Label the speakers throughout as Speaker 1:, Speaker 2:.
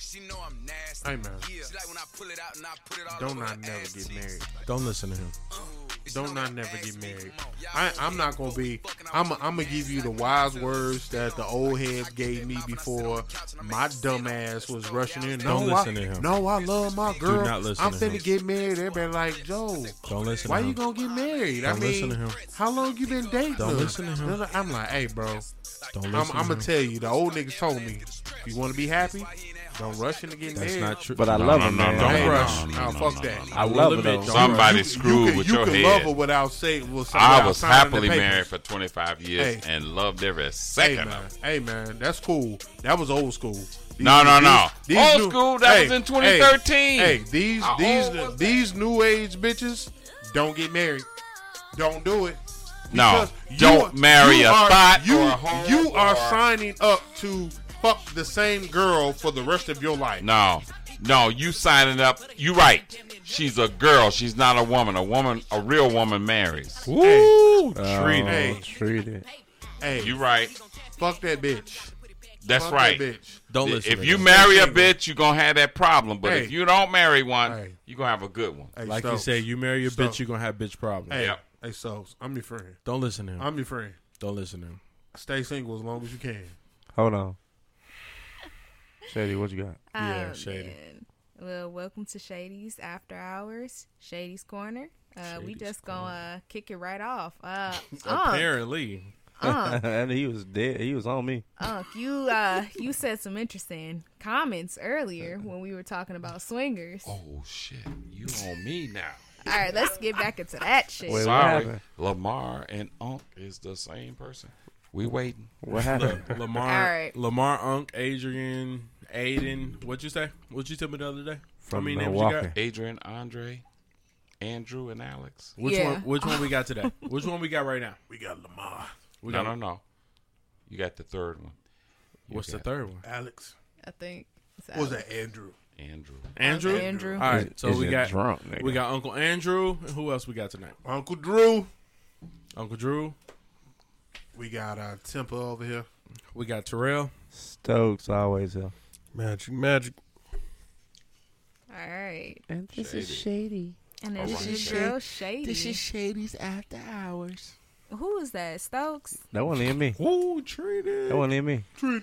Speaker 1: She know I'm nasty.
Speaker 2: Hey, man.
Speaker 1: Yeah. She like when I pull it out and I put it all
Speaker 2: Don't
Speaker 1: over
Speaker 2: not
Speaker 1: her
Speaker 2: never
Speaker 1: ass cheeks.
Speaker 2: get married.
Speaker 3: Don't listen to him.
Speaker 1: Bitch,
Speaker 2: Don't
Speaker 1: know that
Speaker 2: not never
Speaker 1: ass
Speaker 2: get
Speaker 1: me.
Speaker 2: married.
Speaker 1: Come on. Y'all
Speaker 2: I,
Speaker 1: know
Speaker 2: I'm
Speaker 1: me.
Speaker 2: not gonna be. I'm. I'm gonna give you the wise words that the old heads gave me before my dumb ass was rushing in. No,
Speaker 3: Don't listen
Speaker 2: I,
Speaker 3: to him.
Speaker 2: No, I love my girl.
Speaker 3: not listen
Speaker 2: I'm
Speaker 3: to
Speaker 2: finna
Speaker 3: him.
Speaker 2: get married. Everybody like Joe.
Speaker 3: Don't listen
Speaker 2: Why
Speaker 3: to him.
Speaker 2: you gonna get married? I
Speaker 3: Don't listen
Speaker 2: mean,
Speaker 3: to him.
Speaker 2: how long you been dating?
Speaker 3: Don't
Speaker 2: her?
Speaker 3: listen to him.
Speaker 2: I'm like, hey, bro.
Speaker 3: Don't listen
Speaker 2: I'm,
Speaker 3: to
Speaker 2: I'm
Speaker 3: him.
Speaker 2: gonna tell you. The old niggas told me, if you want to be happy, don't rush into getting
Speaker 3: That's
Speaker 2: married.
Speaker 3: not true.
Speaker 4: But I
Speaker 3: No,
Speaker 4: love
Speaker 3: no,
Speaker 4: her,
Speaker 3: no,
Speaker 4: man.
Speaker 3: no,
Speaker 2: Don't
Speaker 3: no, no,
Speaker 2: rush.
Speaker 3: no,
Speaker 2: Nah,
Speaker 3: no,
Speaker 2: fuck
Speaker 3: no,
Speaker 2: that.
Speaker 3: no.
Speaker 4: I love her,
Speaker 3: admit,
Speaker 4: though.
Speaker 3: don't
Speaker 5: Somebody
Speaker 3: rush.
Speaker 2: you
Speaker 5: screwed
Speaker 2: can,
Speaker 5: with
Speaker 2: you
Speaker 5: your
Speaker 2: can
Speaker 5: head.
Speaker 2: love her without say. Well,
Speaker 5: I
Speaker 2: without
Speaker 5: was
Speaker 2: signing the
Speaker 5: happily
Speaker 2: papers.
Speaker 5: married for 25 years
Speaker 2: Hey.
Speaker 5: and loved every
Speaker 2: Hey
Speaker 5: second
Speaker 2: man,
Speaker 5: of it.
Speaker 2: hey man, that's cool. That was old school. These-
Speaker 5: No, no, no.
Speaker 4: Old school, that was in 2013.
Speaker 2: Hey, these
Speaker 5: How
Speaker 2: these
Speaker 5: old was that?
Speaker 2: these new age bitches don't get married. Don't do it.
Speaker 5: No,
Speaker 2: Because you
Speaker 5: don't
Speaker 2: are-
Speaker 5: marry
Speaker 2: you
Speaker 5: a
Speaker 2: are-
Speaker 5: thought
Speaker 2: you,
Speaker 5: or a hoe
Speaker 2: You are
Speaker 5: or-
Speaker 2: signing up to fuck the same girl for the rest of your life.
Speaker 5: No, no, you signing up. You right. She's a girl. She's not a woman. A woman, a real woman marries.
Speaker 2: Ooh,
Speaker 3: Oh,
Speaker 2: Hey.
Speaker 3: treat it.
Speaker 2: hey,
Speaker 5: You right.
Speaker 2: fuck that bitch.
Speaker 5: That's
Speaker 2: fuck
Speaker 5: right.
Speaker 2: That bitch.
Speaker 3: Don't listen.
Speaker 5: if
Speaker 3: to
Speaker 5: you
Speaker 3: him.
Speaker 5: marry a bitch, you're gonna have that problem. But if
Speaker 2: Hey.
Speaker 5: you don't marry one,
Speaker 2: Hey.
Speaker 5: you're gonna have a good one.
Speaker 2: Hey,
Speaker 3: like you
Speaker 2: Stokes.
Speaker 3: said, you marry a
Speaker 2: Stokes.
Speaker 3: bitch, you are gonna have bitch problems.
Speaker 2: Hey,
Speaker 5: Yep.
Speaker 2: hey, Stokes, I'm your friend.
Speaker 3: Don't listen to him.
Speaker 2: I'm your friend.
Speaker 3: Don't listen to him.
Speaker 2: Stay single as long as you can.
Speaker 4: Hold on. Shady, what you got?
Speaker 3: Yeah,
Speaker 6: Oh,
Speaker 3: shady.
Speaker 6: man. Well, welcome to Shady's After Hours, Shady's Corner. Uh, we
Speaker 3: Shady's
Speaker 6: just gonna kick it right off. Uh, Unk,
Speaker 3: Apparently, Uh,
Speaker 4: and he was dead. He was on me.
Speaker 6: Unk, you uh, you said some interesting comments earlier when we were talking about swingers. All
Speaker 5: Oh shit! You on me now?
Speaker 6: right, let's get back into that shit.
Speaker 4: Wait, what
Speaker 5: Sorry,
Speaker 4: happened?
Speaker 5: Lamar and Unc is the same person. We waiting.
Speaker 4: What happened?
Speaker 3: Lamar,
Speaker 6: All right.
Speaker 3: Lamar, Unc, Adrian, Aiden. What'd you say? What'd you tell me the other day?
Speaker 4: From
Speaker 3: many names you
Speaker 4: Milwaukee.
Speaker 3: got?
Speaker 5: Adrian, Andre, Andrew, and Alex.
Speaker 3: Which
Speaker 6: Yeah.
Speaker 3: one? Which one we got today? which one we got right now?
Speaker 2: We got Lamar,
Speaker 3: We
Speaker 5: no,
Speaker 3: got,
Speaker 5: no, no. You got the third one,
Speaker 3: What's the
Speaker 5: got-
Speaker 3: third one?
Speaker 2: Alex.
Speaker 6: I think. it's
Speaker 2: What was
Speaker 6: Alex.
Speaker 2: that Andrew?
Speaker 5: Andrew.
Speaker 3: Andrew.
Speaker 6: Andrew.
Speaker 3: All right. So
Speaker 4: Is
Speaker 3: we
Speaker 4: you
Speaker 3: got
Speaker 4: drunk, nigga?
Speaker 3: we got Uncle Andrew. Who else we got tonight?
Speaker 2: Uncle Drew.
Speaker 3: Uncle Drew.
Speaker 2: We got uh, Temper over here.
Speaker 3: We got Terrell.
Speaker 4: Stokes always here.
Speaker 7: Magic, magic.
Speaker 6: All right,
Speaker 4: And this
Speaker 5: is
Speaker 4: shady.
Speaker 6: and then
Speaker 5: Alright,
Speaker 6: this
Speaker 5: Shady.
Speaker 6: your girl Shady.
Speaker 7: Shady's after hours.
Speaker 6: Who is that? Stokes.
Speaker 4: That wasn't even me.
Speaker 3: Woo, treated.
Speaker 4: That wasn't even me.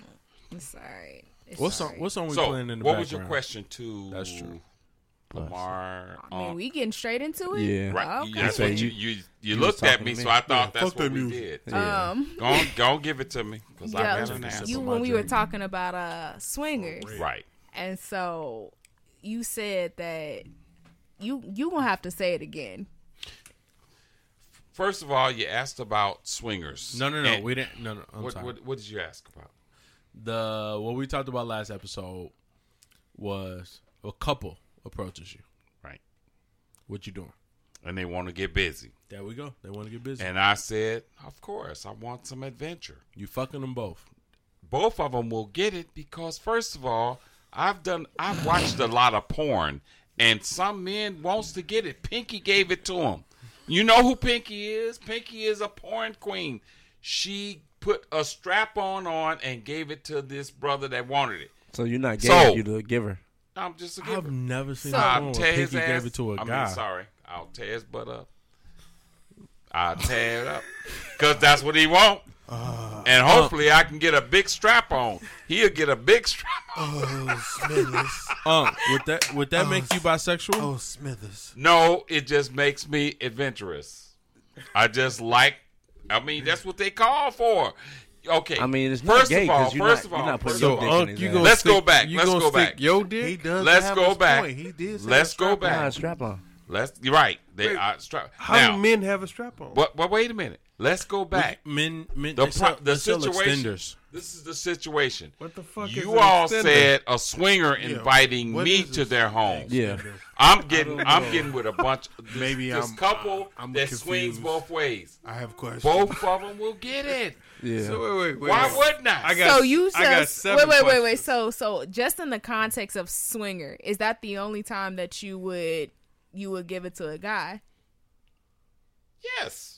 Speaker 6: I'm sorry. It's
Speaker 3: What's
Speaker 6: all
Speaker 3: on?
Speaker 6: right.
Speaker 3: What's on? We
Speaker 5: So,
Speaker 3: playing in the
Speaker 5: what
Speaker 3: background?
Speaker 5: was your question to?
Speaker 3: That's true.
Speaker 5: Lamar.
Speaker 6: I mean,
Speaker 5: Unc,
Speaker 6: we getting straight into it.
Speaker 4: Yeah.
Speaker 5: Right.
Speaker 6: Okay.
Speaker 5: That's
Speaker 4: So
Speaker 5: what you,
Speaker 4: you-
Speaker 5: you, you,
Speaker 4: was
Speaker 5: looked at
Speaker 4: talking
Speaker 5: me,
Speaker 4: to me.
Speaker 5: so I thought
Speaker 2: Yeah,
Speaker 5: that's
Speaker 2: fuck
Speaker 5: what
Speaker 2: that
Speaker 5: we
Speaker 2: music.
Speaker 5: did.
Speaker 4: Yeah.
Speaker 6: Um.
Speaker 5: Go on, go on, give it to me, because I
Speaker 6: Yeah,
Speaker 5: got an answer.
Speaker 6: you when we were talking about uh swingers,
Speaker 5: right.
Speaker 6: and so you said that you you gonna have to say it again.
Speaker 5: First of all, you asked about swingers.
Speaker 3: No, no, no.
Speaker 5: And
Speaker 3: we didn't. No, no. I'm
Speaker 5: what,
Speaker 3: sorry.
Speaker 5: what, what did you ask about?
Speaker 3: the what we talked about last episode was a couple approaches you.
Speaker 5: Right.
Speaker 3: What you doing?
Speaker 5: And they want to get busy.
Speaker 3: There we go. They want to get busy.
Speaker 5: And I said, of course, I want some adventure.
Speaker 3: you fucking them both.
Speaker 5: both of them will get it because first of all i've done i've watched a lot of porn and some men wants to get it pinky gave it to him you know who pinky is pinky is a porn queen she put a strap on on and gave it to this brother that wanted it
Speaker 4: So you're not gay.
Speaker 5: So-
Speaker 4: you the giver.
Speaker 5: i'm just a
Speaker 3: I've
Speaker 5: giver
Speaker 3: never seen
Speaker 6: So-
Speaker 3: so,
Speaker 5: i'll
Speaker 3: one where
Speaker 5: tear his
Speaker 3: Pinky
Speaker 5: ass
Speaker 3: gave it to a
Speaker 5: i
Speaker 3: guy.
Speaker 5: mean sorry i'll tear his butt up i'll tear it up because that's what he want
Speaker 3: Uh,
Speaker 5: and hopefully i can get a big strap on he'll get a big strap on
Speaker 7: Oh, Smithers.
Speaker 3: Um, would that would that make you bisexual?
Speaker 7: Oh, Smithers.
Speaker 5: No, it just makes me adventurous. I just like. I mean, that's what they call for. Okay.
Speaker 4: I mean, it's not
Speaker 5: first
Speaker 4: gay
Speaker 5: of all,
Speaker 4: 'cause you're
Speaker 5: first
Speaker 4: not-
Speaker 5: of all,
Speaker 4: you're not putting
Speaker 5: first
Speaker 4: your
Speaker 5: of all,
Speaker 4: dick in his ass.
Speaker 5: Let's go back,
Speaker 3: You
Speaker 5: let's
Speaker 3: gonna
Speaker 5: go
Speaker 3: stick
Speaker 5: back.
Speaker 3: Your
Speaker 2: He
Speaker 3: dick.
Speaker 2: does.
Speaker 5: Let's
Speaker 2: have
Speaker 5: go
Speaker 2: his
Speaker 5: back.
Speaker 2: Point. He did. Say
Speaker 5: let's
Speaker 2: that.
Speaker 5: go
Speaker 4: Nah,
Speaker 5: back.
Speaker 4: strap on.
Speaker 5: Let's. You're right. They are stra-
Speaker 7: How do
Speaker 5: now.
Speaker 7: men have a strap on?
Speaker 5: but, but wait a minute. Let's go back.
Speaker 3: Men, men.
Speaker 5: The
Speaker 3: they sell-
Speaker 5: pro- the
Speaker 3: they sell
Speaker 5: situation.
Speaker 3: extenders.
Speaker 5: This is the situation.
Speaker 7: What the fuck is
Speaker 5: You
Speaker 7: an
Speaker 5: all
Speaker 7: extender?
Speaker 5: said a swinger inviting
Speaker 2: What
Speaker 5: me
Speaker 2: is
Speaker 5: to
Speaker 2: this?
Speaker 5: their home.
Speaker 4: Yeah.
Speaker 5: I'm getting. I'm getting with a bunch. This,
Speaker 2: Maybe
Speaker 5: this
Speaker 2: I'm-
Speaker 5: couple
Speaker 2: I- I'm
Speaker 5: that swings
Speaker 2: confused.
Speaker 5: both ways.
Speaker 2: I have questions.
Speaker 5: Both of them will get it.
Speaker 4: Yeah.
Speaker 7: So wait, wait, wait.
Speaker 5: Why
Speaker 7: wait.
Speaker 5: wouldn't I?
Speaker 7: I got-
Speaker 6: So you
Speaker 7: I got
Speaker 6: just
Speaker 7: seven
Speaker 6: wait, wait, wait, wait.
Speaker 7: questions.
Speaker 6: So so just in the context of swinger, is that the only time that you would you would give it to a guy?
Speaker 5: yes.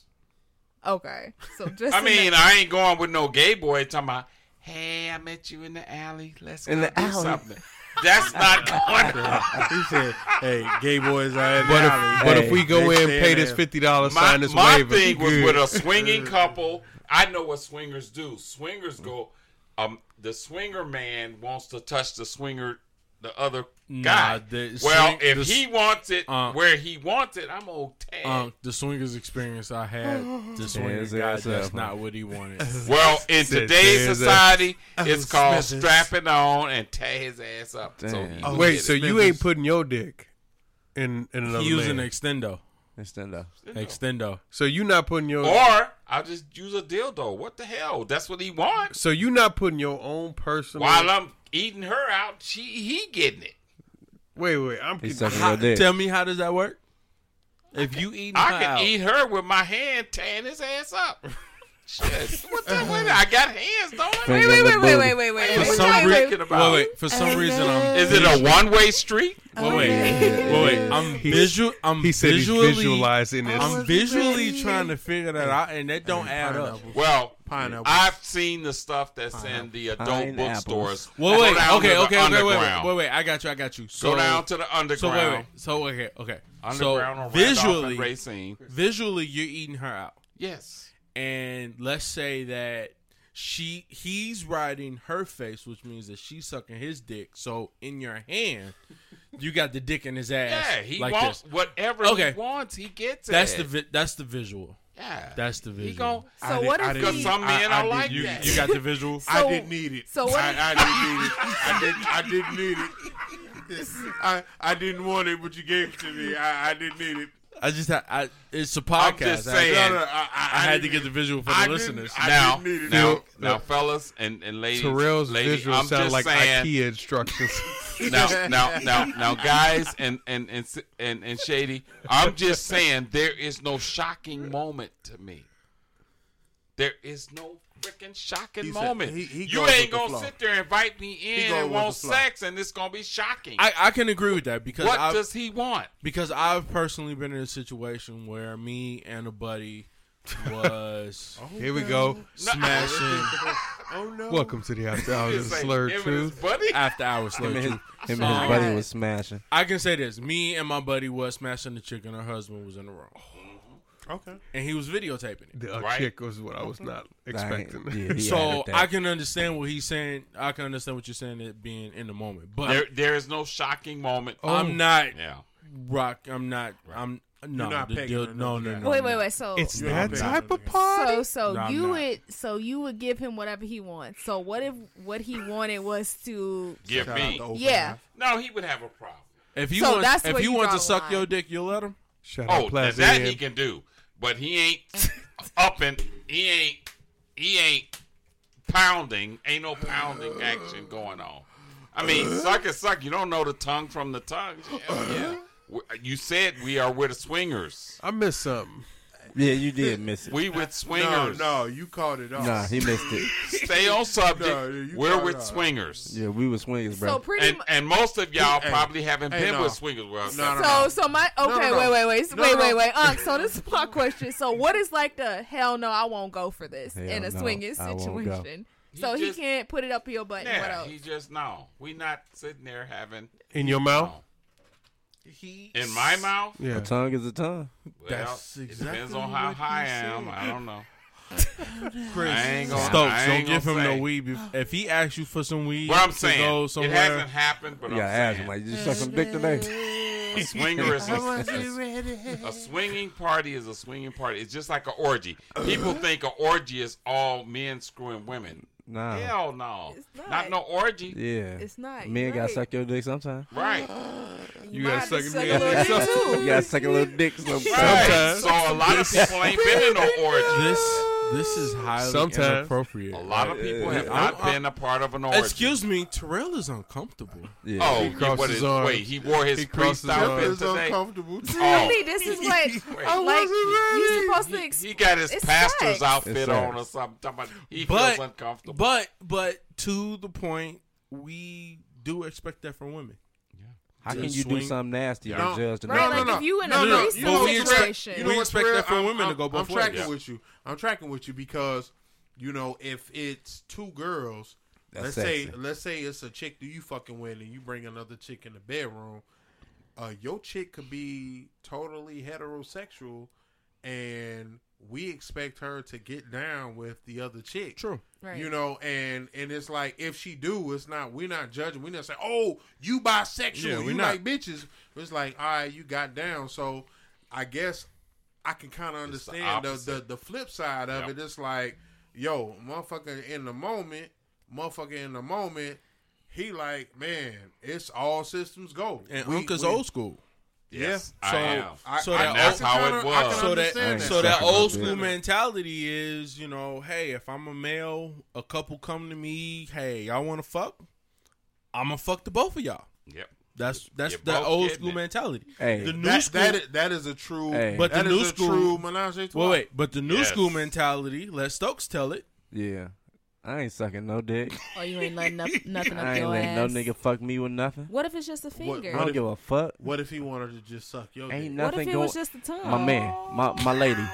Speaker 6: Okay, so just
Speaker 5: I
Speaker 6: in
Speaker 5: mean,
Speaker 6: the,
Speaker 5: I ain't going with no gay boy talking about, hey, I met you in the alley. Let's
Speaker 4: In
Speaker 5: go
Speaker 4: the
Speaker 5: do
Speaker 4: alley."
Speaker 5: something. That's not going.
Speaker 2: he said, "Hey, gay boys are in the
Speaker 4: But
Speaker 2: alley.
Speaker 4: if, but if
Speaker 2: Hey,
Speaker 4: we go
Speaker 2: they
Speaker 4: in,
Speaker 2: stand
Speaker 4: pay this
Speaker 2: there.
Speaker 4: fifty dollars,
Speaker 5: My,
Speaker 4: sign this
Speaker 5: my
Speaker 4: waiver.
Speaker 5: thing
Speaker 4: you
Speaker 5: was
Speaker 4: good.
Speaker 5: with a swinging couple. I know what swingers do. Swingers go. Um, the swinger man wants to touch the swinger, the other guy.
Speaker 3: the
Speaker 5: well,
Speaker 3: swing-
Speaker 5: if
Speaker 3: the s-
Speaker 5: he wants it
Speaker 3: Uh.
Speaker 5: where he wants it, I'm gonna tag.
Speaker 3: Um, the swingers experience I had, the swingers
Speaker 4: his
Speaker 3: guy,
Speaker 4: ass
Speaker 3: that's
Speaker 4: up,
Speaker 3: not what he wanted.
Speaker 5: Well, in
Speaker 4: Said,
Speaker 5: today's
Speaker 4: "Tears up."
Speaker 5: society, it's
Speaker 7: Oh,
Speaker 5: called
Speaker 7: Smithers.
Speaker 5: strapping on and tag his ass up. So
Speaker 4: Damn.
Speaker 5: he
Speaker 7: Oh,
Speaker 4: Wait,
Speaker 7: shit.
Speaker 4: so you
Speaker 7: Smithers.
Speaker 4: ain't putting your dick in in another
Speaker 3: he using
Speaker 4: man.
Speaker 3: extendo,
Speaker 4: Stand up.
Speaker 3: extendo.
Speaker 4: So you not putting your
Speaker 5: Or I'll just use a dildo. What the hell? That's what he wants.
Speaker 4: so you not putting your own personal.
Speaker 5: While I'm eating her out, she he getting it.
Speaker 4: wait, wait, I'm
Speaker 8: He's
Speaker 4: confused.
Speaker 8: sucking your dick.
Speaker 3: Tell me how does that work? If you eat,
Speaker 5: I can eat her with my hand tan his ass up. Shit. What the wait a minute, I got hands, don't I?
Speaker 8: Finger
Speaker 6: Wait,
Speaker 8: in
Speaker 6: wait,
Speaker 8: the
Speaker 6: wait,
Speaker 8: booty.
Speaker 6: wait, wait, wait.
Speaker 5: For
Speaker 6: wait,
Speaker 5: some
Speaker 6: wait,
Speaker 5: reason-
Speaker 6: wait.
Speaker 5: thinking
Speaker 3: Wait,
Speaker 5: about-
Speaker 3: wait. For some reason, I'm
Speaker 5: Is it a one way street?
Speaker 3: wait, wait, wait, wait. I'm visual. I'm
Speaker 4: He said
Speaker 3: visually,
Speaker 4: he's visualizing this.
Speaker 3: I'm visually trying to figure that out, and that don't add up.
Speaker 2: Pineapple.
Speaker 5: Well,
Speaker 2: Pineapple.
Speaker 5: I've seen the stuff that's in the adult
Speaker 8: Pineapples.
Speaker 5: bookstores.
Speaker 3: Well,
Speaker 5: Go
Speaker 3: wait,
Speaker 5: down to
Speaker 3: okay,
Speaker 5: the
Speaker 3: okay, okay, wait, wait,
Speaker 5: underground.
Speaker 3: wait, wait. I got you, I got you. So,
Speaker 5: Go down to the underground.
Speaker 3: so wait, wait, so okay, okay.
Speaker 5: Underground
Speaker 3: So
Speaker 5: or visually,
Speaker 3: visually,
Speaker 5: Racine.
Speaker 3: visually, you're eating her out.
Speaker 5: Yes.
Speaker 3: and let's say that she he's riding her face, which means that she's sucking his dick. So in your hand, you got the dick in his ass.
Speaker 5: Yeah, he
Speaker 3: like
Speaker 5: wants
Speaker 3: this.
Speaker 5: whatever
Speaker 3: Okay.
Speaker 5: he wants. He gets it.
Speaker 3: That's the vi- that's the visual.
Speaker 5: yeah.
Speaker 3: That's the visual.
Speaker 5: he gon'
Speaker 6: So
Speaker 2: did-
Speaker 6: what
Speaker 2: I
Speaker 6: if
Speaker 2: didn't-
Speaker 5: because
Speaker 6: he?
Speaker 5: some
Speaker 2: I-
Speaker 5: men
Speaker 2: I
Speaker 5: are
Speaker 2: did-
Speaker 5: like
Speaker 2: you-
Speaker 5: that.
Speaker 3: You got the visual.
Speaker 2: I
Speaker 6: So-
Speaker 2: didn't need it.
Speaker 6: so what
Speaker 2: I,
Speaker 6: if-
Speaker 2: I didn't need it. I didn't. I didn't need it. I, I didn't want it, but you gave it to me. I, I didn't need it.
Speaker 3: e-, I just had I, it's a podcast.
Speaker 5: I'm just
Speaker 3: I-
Speaker 5: saying.
Speaker 2: No, no, I, I,
Speaker 3: I, had to
Speaker 2: didn't-
Speaker 3: get the visual for the
Speaker 2: I didn't-
Speaker 3: listeners.
Speaker 2: I
Speaker 5: now,
Speaker 2: didn't need it.
Speaker 5: now,
Speaker 2: No,
Speaker 5: now, fellas and, and ladies,
Speaker 4: Terrell's
Speaker 5: lady,
Speaker 4: visual
Speaker 5: I'm
Speaker 4: sound
Speaker 5: just
Speaker 4: like
Speaker 5: saying,
Speaker 4: IKEA instructions.
Speaker 5: now, now, now, now, guys, and and and s- and and shady. I'm just saying there is no shocking moment to me. There is no freaking shocking
Speaker 2: He said-
Speaker 5: moment.
Speaker 2: he- he
Speaker 5: you
Speaker 2: goes with
Speaker 5: ain't
Speaker 2: the
Speaker 5: gonna
Speaker 2: flow.
Speaker 5: sit there and invite me in
Speaker 2: goes
Speaker 5: and
Speaker 2: with
Speaker 5: want
Speaker 2: the flow.
Speaker 5: sex, and it's gonna be shocking.
Speaker 3: I, I can agree with that because
Speaker 5: what
Speaker 3: I,
Speaker 5: does he want?
Speaker 3: because I've personally been in a situation where me and a buddy was
Speaker 4: Here we go.
Speaker 3: smashing
Speaker 7: Oh no.
Speaker 4: Welcome to the after hours of
Speaker 5: It's like,
Speaker 4: slurred
Speaker 5: him and his
Speaker 4: truth.
Speaker 5: buddy.
Speaker 3: after hours.
Speaker 8: Him and
Speaker 3: later.
Speaker 8: his, him and
Speaker 6: Sorry.
Speaker 8: his buddy was smashing.
Speaker 3: I can say this: me and my buddy was smashing the chick, and her husband was in the room,
Speaker 7: Okay.
Speaker 3: and he was videotaping it.
Speaker 4: The uh,
Speaker 5: Right.
Speaker 4: chick was what I was not expecting.
Speaker 8: I, yeah, he
Speaker 3: So
Speaker 8: had that.
Speaker 3: I can understand what he's saying. I can understand what you're saying it being in the moment, but
Speaker 5: There, there is no shocking moment.
Speaker 4: Oh.
Speaker 3: I'm not
Speaker 5: Yeah.
Speaker 3: rock. I'm not. I'm no.
Speaker 2: You're not
Speaker 3: the
Speaker 2: pegging
Speaker 3: deal-
Speaker 2: another
Speaker 3: no, no,
Speaker 2: guy.
Speaker 3: no.
Speaker 6: Wait, wait, wait. So
Speaker 4: it's
Speaker 2: You're
Speaker 4: that
Speaker 2: not
Speaker 4: type of
Speaker 2: big.
Speaker 4: party.
Speaker 6: So so
Speaker 3: No, I'm
Speaker 6: you
Speaker 3: not.
Speaker 6: would so you would give him whatever he wants. So what if what he wanted was to
Speaker 5: Give
Speaker 2: Shout out
Speaker 5: me.
Speaker 2: to Open
Speaker 6: yeah.
Speaker 2: Eye.
Speaker 5: No, he would have a problem.
Speaker 3: If you
Speaker 6: So
Speaker 3: want,
Speaker 6: that's
Speaker 3: if
Speaker 6: where
Speaker 3: you
Speaker 6: you
Speaker 3: want
Speaker 6: draw
Speaker 3: to
Speaker 6: the
Speaker 3: suck
Speaker 6: line.
Speaker 3: your dick, you'll let him.
Speaker 4: Shout out
Speaker 5: Oh, now
Speaker 4: Plaza
Speaker 5: that he
Speaker 4: Inn.
Speaker 5: can do, but he ain't up and he ain't he ain't pounding. Ain't no pounding action going on. I mean, suck is suck. You don't know the tongue from the tongue. Yeah, yeah. We- You said we are with swingers.
Speaker 4: I missed something.
Speaker 8: yeah, you did miss it.
Speaker 5: We with
Speaker 2: No,
Speaker 5: swingers.
Speaker 2: no, you called it off.
Speaker 8: Nah, he missed it.
Speaker 5: Stay on subject.
Speaker 2: No, you
Speaker 5: We're
Speaker 2: got
Speaker 5: with
Speaker 2: it.
Speaker 5: swingers.
Speaker 8: Yeah, we were swingers, bro.
Speaker 6: So pretty
Speaker 5: And,
Speaker 6: much.
Speaker 5: and most of y'all
Speaker 2: Hey,
Speaker 5: probably haven't
Speaker 2: hey,
Speaker 5: been
Speaker 2: no.
Speaker 5: with swingers. Well,
Speaker 2: No, no,
Speaker 6: So so my okay
Speaker 2: no, no.
Speaker 6: wait wait wait
Speaker 2: No,
Speaker 6: wait
Speaker 2: no.
Speaker 6: wait wait Unc, so this is my question so what is like the hell no I won't go for this in a
Speaker 8: Hell no,
Speaker 6: swinging
Speaker 8: I won't go.
Speaker 6: situation so
Speaker 5: He
Speaker 6: he
Speaker 5: just-
Speaker 6: can't put it up your butt and what
Speaker 5: yeah,
Speaker 6: else
Speaker 5: he just no. We not sitting there having
Speaker 4: In your mouth?
Speaker 3: He
Speaker 5: in my mouth.
Speaker 4: Yeah.
Speaker 8: a tongue is a tongue.
Speaker 5: Well,
Speaker 3: That's
Speaker 5: it depends
Speaker 3: exactly
Speaker 5: on how
Speaker 3: what
Speaker 5: high I
Speaker 3: he
Speaker 5: am.
Speaker 3: said.
Speaker 5: I don't know.
Speaker 3: Chris
Speaker 5: I ain't gonna-
Speaker 3: Stokes.
Speaker 5: I
Speaker 3: Don't
Speaker 5: ain't
Speaker 3: give him
Speaker 5: gonna
Speaker 3: no
Speaker 5: say.
Speaker 3: weed. bef-
Speaker 6: Oh.
Speaker 3: If he asks you for some weed,
Speaker 5: What I'm
Speaker 3: to
Speaker 5: saying,
Speaker 3: go
Speaker 5: it
Speaker 3: somewhere.
Speaker 5: hasn't happened, but
Speaker 8: Yeah,
Speaker 5: I'm saying
Speaker 8: ask him. Like, did you suck some dick
Speaker 6: Mm-hmm.
Speaker 8: today?
Speaker 5: a swinger is
Speaker 7: I
Speaker 5: a,
Speaker 7: want you ready.
Speaker 5: a swinging party is a swinging party. It's just like an orgy. People think an orgy is all men screwing women.
Speaker 8: Nah.
Speaker 5: Hell no,
Speaker 6: It's
Speaker 5: not.
Speaker 6: not.
Speaker 5: no orgy.
Speaker 8: Yeah.
Speaker 6: it's not
Speaker 8: Men
Speaker 6: you're
Speaker 8: gotta
Speaker 6: right.
Speaker 8: suck your dick sometime.
Speaker 5: Right,
Speaker 4: You gotta
Speaker 6: Might
Speaker 4: suck
Speaker 6: suck
Speaker 4: me
Speaker 6: a little dick
Speaker 8: you
Speaker 6: too
Speaker 8: gotta suck a little dick sometime.
Speaker 5: right.
Speaker 4: Sometimes.
Speaker 5: So a lot of people ain't been in an orgy.
Speaker 3: This this is highly
Speaker 4: Sometimes.
Speaker 3: inappropriate.
Speaker 5: A lot of people have not been a part of an orgy.
Speaker 3: Excuse me, Terrell is uncomfortable.
Speaker 8: Yeah.
Speaker 5: Oh,
Speaker 4: He
Speaker 5: yeah,
Speaker 4: crossed
Speaker 5: what
Speaker 4: his
Speaker 5: is,
Speaker 4: arms.
Speaker 5: wait, he wore his
Speaker 4: He crossed
Speaker 5: priest
Speaker 4: his
Speaker 5: outfit
Speaker 2: It's
Speaker 5: today. Oh.
Speaker 2: uncomfortable. too.
Speaker 6: really this is what
Speaker 5: I
Speaker 6: like you supposed to
Speaker 5: He
Speaker 6: explain
Speaker 5: got his
Speaker 6: It's
Speaker 5: pastor's
Speaker 6: sex.
Speaker 8: It's
Speaker 5: outfit
Speaker 8: sex.
Speaker 5: on or something. Talking about he
Speaker 3: But-
Speaker 5: feels uncomfortable.
Speaker 3: But but to the point, we do expect that from women.
Speaker 8: How
Speaker 3: to
Speaker 8: can you
Speaker 3: swing.
Speaker 8: do something nasty
Speaker 2: No,
Speaker 8: and judge the
Speaker 2: no,
Speaker 8: next
Speaker 6: Right,
Speaker 2: no,
Speaker 6: like
Speaker 2: no.
Speaker 6: if you in a
Speaker 2: no, no.
Speaker 6: threesome
Speaker 2: you know
Speaker 3: we
Speaker 2: what's
Speaker 3: expect-
Speaker 6: situation.
Speaker 2: real? You know
Speaker 3: we
Speaker 2: what's
Speaker 3: expect
Speaker 2: real?
Speaker 3: that from
Speaker 2: I'm-
Speaker 3: women to
Speaker 2: I'm-
Speaker 3: go both
Speaker 2: I'm tracking
Speaker 5: ways.
Speaker 2: with you. I'm tracking with you because you know if it's two girls
Speaker 8: That's
Speaker 2: let's
Speaker 8: sexy.
Speaker 2: say let's say it's a chick that you fucking with, and you bring another chick in the bedroom. Uh, your chick could be totally heterosexual, and we expect her to get down with the other chick.
Speaker 3: True.
Speaker 6: Right.
Speaker 2: You know, and and it's like if she do, it's not we're not judging. We're not saying, oh, you bisexual,
Speaker 3: Yeah, we
Speaker 2: you
Speaker 3: not.
Speaker 2: like bitches. It's like, all right, you got down. So I guess I can kind of
Speaker 5: It's the
Speaker 2: understand the, the, the
Speaker 5: opposite.
Speaker 2: flip side of
Speaker 5: Yep.
Speaker 2: it. It's like, yo, motherfucker, in the moment, motherfucker, in the moment, he like, man, it's all systems go.
Speaker 3: And
Speaker 2: We-
Speaker 3: Uncle's
Speaker 2: we-
Speaker 3: old school.
Speaker 5: Yes,
Speaker 2: yeah.
Speaker 5: I
Speaker 2: so
Speaker 5: am.
Speaker 2: I,
Speaker 3: So
Speaker 2: I-
Speaker 3: that
Speaker 2: I
Speaker 3: that's
Speaker 2: can
Speaker 5: how it
Speaker 2: kinda- I
Speaker 5: was.
Speaker 2: can
Speaker 3: So that
Speaker 2: understand
Speaker 3: so that
Speaker 8: Sucking
Speaker 3: old
Speaker 8: up
Speaker 3: school
Speaker 8: dick.
Speaker 3: mentality is, you know, hey, if I'm a male, a couple come to me, hey, y'all want to fuck? I'm gonna fuck the both of y'all.
Speaker 5: Yep.
Speaker 3: That's that's
Speaker 5: You're
Speaker 3: that
Speaker 5: both
Speaker 3: old
Speaker 5: getting
Speaker 3: school
Speaker 5: it.
Speaker 3: mentality.
Speaker 8: Hey.
Speaker 3: the new
Speaker 2: That,
Speaker 3: school.
Speaker 2: that, is, that is a true,
Speaker 8: Hey.
Speaker 2: but
Speaker 3: But
Speaker 2: that
Speaker 3: the
Speaker 2: is
Speaker 3: new
Speaker 2: a true
Speaker 3: school-
Speaker 2: menage a
Speaker 3: Wait,
Speaker 2: trois.
Speaker 3: wait, but the new
Speaker 5: Yes.
Speaker 3: school mentality. Let Stokes tell it.
Speaker 8: Yeah. I ain't sucking no dick.
Speaker 6: Oh, you ain't letting up, nothing
Speaker 8: I
Speaker 6: up
Speaker 8: ain't
Speaker 6: your
Speaker 8: letting
Speaker 6: ass.
Speaker 8: no nigga fuck me with nothing.
Speaker 6: What if it's just a
Speaker 2: What-
Speaker 6: finger?
Speaker 8: I don't
Speaker 2: if-
Speaker 8: give a fuck.
Speaker 2: What if he wanted to just suck your dick?
Speaker 8: Ain't
Speaker 6: What if
Speaker 8: nothing
Speaker 6: it
Speaker 8: going.
Speaker 6: was just the tongue?
Speaker 8: my man, my my lady.